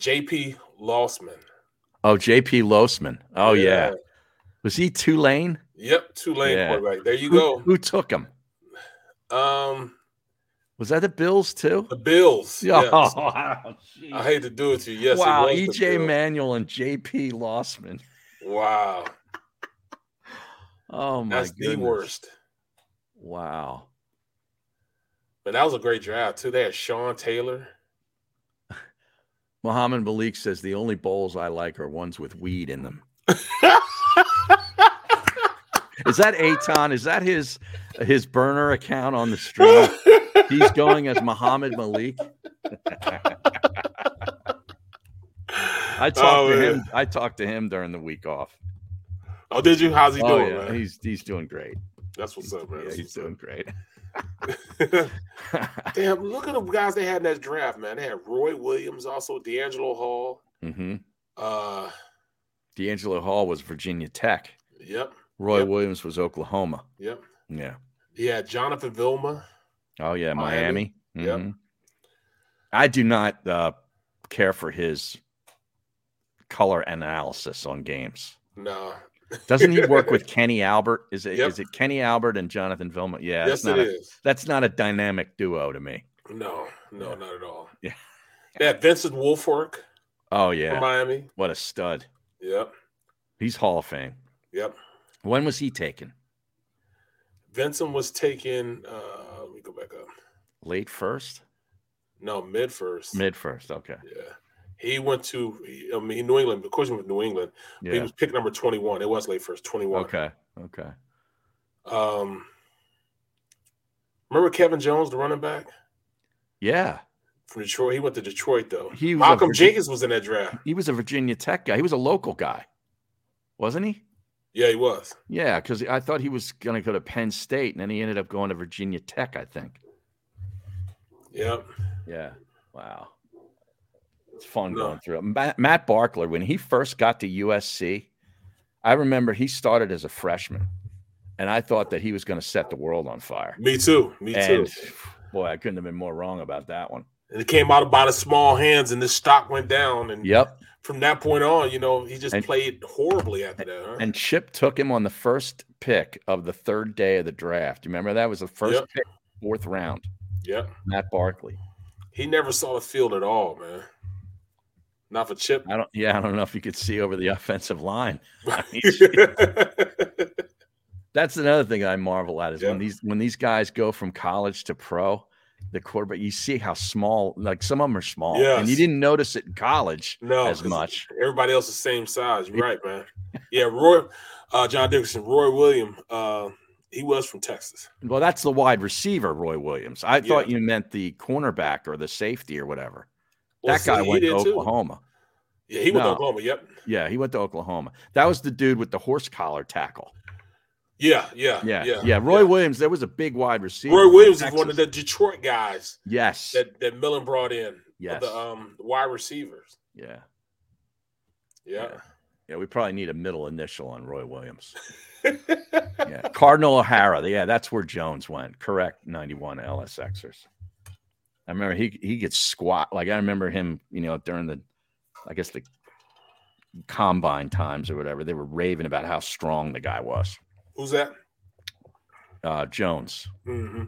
JP Lossman. Oh, JP Losman. Oh, yeah. Was he Tulane? Yep. Tulane Yeah. quarterback. There you Who- go. Who took him? Um, Was that the Bills too? Oh, the Bills. yes. wow. I hate to do it to you. Yes. it wow. E was the EJ Bills. Manuel and JP Losman. Wow. Oh, my That's the goodness. worst. Wow. But that was a great draft too. They had Sean Taylor. Muhammad Malik says the only bowls I like are ones with weed in them. Is that Aton? Is that his his burner account on the stream? He's going as Muhammad Malik. I talked Oh, to man. him. I talked to him during the week off. Oh, did you? How's he oh doing, yeah, man? he's he's doing great. That's what's up, man. Yeah, That's he's doing great. what's up. Damn, look at the guys they had in that draft, man. They had Roy Williams, also D'Angelo Hall. hmm Uh, D'Angelo Hall was Virginia Tech. yep, Roy Yep. Williams was Oklahoma. yep. Yeah. Yeah, Jonathan Vilma. Oh yeah, Miami. Miami. Yep. Mhm. I do not uh, care for his color analysis on games. No. Doesn't he work with Kenny Albert? Is it is Yep. it Kenny Albert and Jonathan Vilma? Yeah, yes, that's not it a, is. That's not a dynamic duo to me. No, no, Yeah. not at all. Yeah. They had Vincent Wolfork Oh from yeah, Miami. what a stud. Yep, He's Hall of Fame. yep. When was he taken? Vincent was taken. Uh, let me go back up. Late first, No, mid first. mid first. Okay, Yeah. He went to, he- I mean, New England. Of course, he was New England. but He yeah. was pick number 21. It was late first, 21. Okay, okay. Um, remember Kevin Jones, the running back Yeah, from Detroit? He went to Detroit, though. He was a Malcolm Virgin- Jenkins was in that draft. he was a Virginia Tech guy. He was a local guy, wasn't he? Yeah, he was. Yeah, because I thought he was going to go to Penn State, and then he ended up going to Virginia Tech. I think. Yep. Yeah. Wow. It's fun No. going through it. Matt, Matt Barkler, when he first got to USC, I remember he started as a freshman, and I thought that he was going to set the world on fire. Me too. Me and too. boy, I couldn't have been more wrong about that one. And it came out about his small hands, and the stock went down. And Yep. from that point on, you know, he just And- played horribly after that. Huh? And Chip took him on the first pick of the third day of the draft. You remember that was the first Yep. pick, fourth round. yep. Matt Barkley. He never saw the field at all, man. Not for Chip. I don't. Yeah, I don't know if you could see over the offensive line. I mean, That's another thing I marvel at is Yeah. when these when these guys go from college to pro, the quarterback. You see how small, like some of them are small, and you Yes. didn't notice it in college no, as 'cause much. Everybody else the same size. You're right, man. Yeah, Roy, uh, John Dickerson, Roy William. Uh, he was from Texas. Well, that's the wide receiver, Roy Williams. I thought Yeah. you meant the cornerback or the safety or whatever. Well, that guy see, he went to did too. Oklahoma. Yeah, he went No. to Oklahoma. Yep. Yeah, he went to Oklahoma. That was the dude with the horse collar tackle. Yeah, yeah, Yeah, yeah, yeah. Roy Williams. There was a big wide receiver. Roy from Williams is one Texas. of the Detroit guys yes. that that Millen brought in. of Yes. the um wide receivers. yeah. Yeah. Yeah, we probably need a middle initial on Roy Williams. yeah, Cardinal O'Hara. Yeah, that's where Jones went. Correct, ninety-one LSXers. I remember he he gets squat. Like I remember him, you know, during the, I guess the combine times or whatever, they were raving about how strong the guy was. Who's that? Uh, Jones. hmm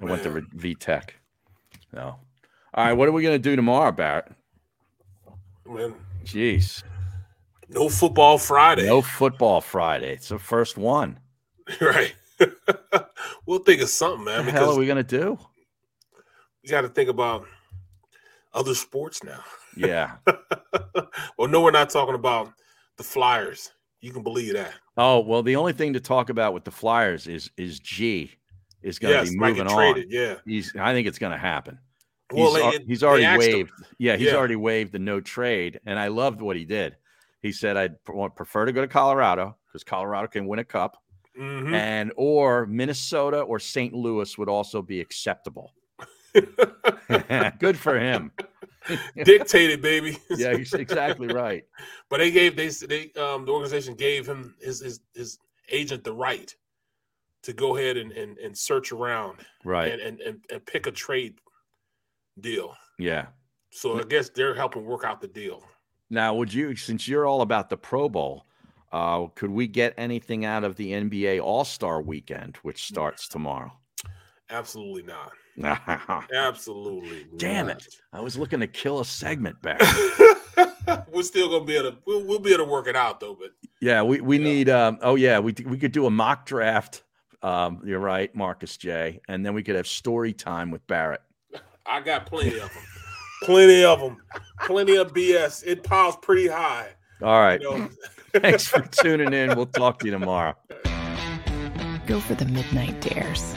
I went to Man. V Tech. No. All right, what are we gonna do tomorrow, Barrett? Man, Jeez, no football Friday. no football Friday. It's the first one. right. we'll think of something, man. What the hell Because are we gonna do? you got to think about other sports now. Yeah. well, no, we're not talking about the Flyers. You can believe that. Oh well, the only thing to talk about with the Flyers is is G is going to Yes, be might moving get on. traded. Yeah, He's, I think it's going to happen. He's, Well, al- it- he's they already asked him. waived. Yeah, he's Yeah. already waived the no trade, and I loved what he did. He said, "I'd pr- prefer to go to Colorado because Colorado can win a cup, Mhm. and or Minnesota or St. Louis would also be acceptable." Good for him. Dictated, baby. Yeah, he's exactly right. But they gave they they um the organization gave him his his, his agent the right to go ahead and and, and search around Right. and, and and and pick a trade deal. Yeah. So I guess they're helping work out the deal. Now, would you, since you're all about the Pro Bowl, uh, could we get anything out of the NBA All Star Weekend, which starts tomorrow? Absolutely not. Absolutely. Damn it! I was looking to kill a segment back. not. We're still gonna be able to we'll, we'll be able to work it out though, but yeah, we we need. Um, oh yeah, we we could do a mock draft. Um, you're right, Marcus J. And then we could have story time with Barrett. I got plenty of them. plenty of them. Plenty of BS. It piles pretty high. All right. You know, Thanks for tuning in. We'll talk to you tomorrow. Go for the midnight dares.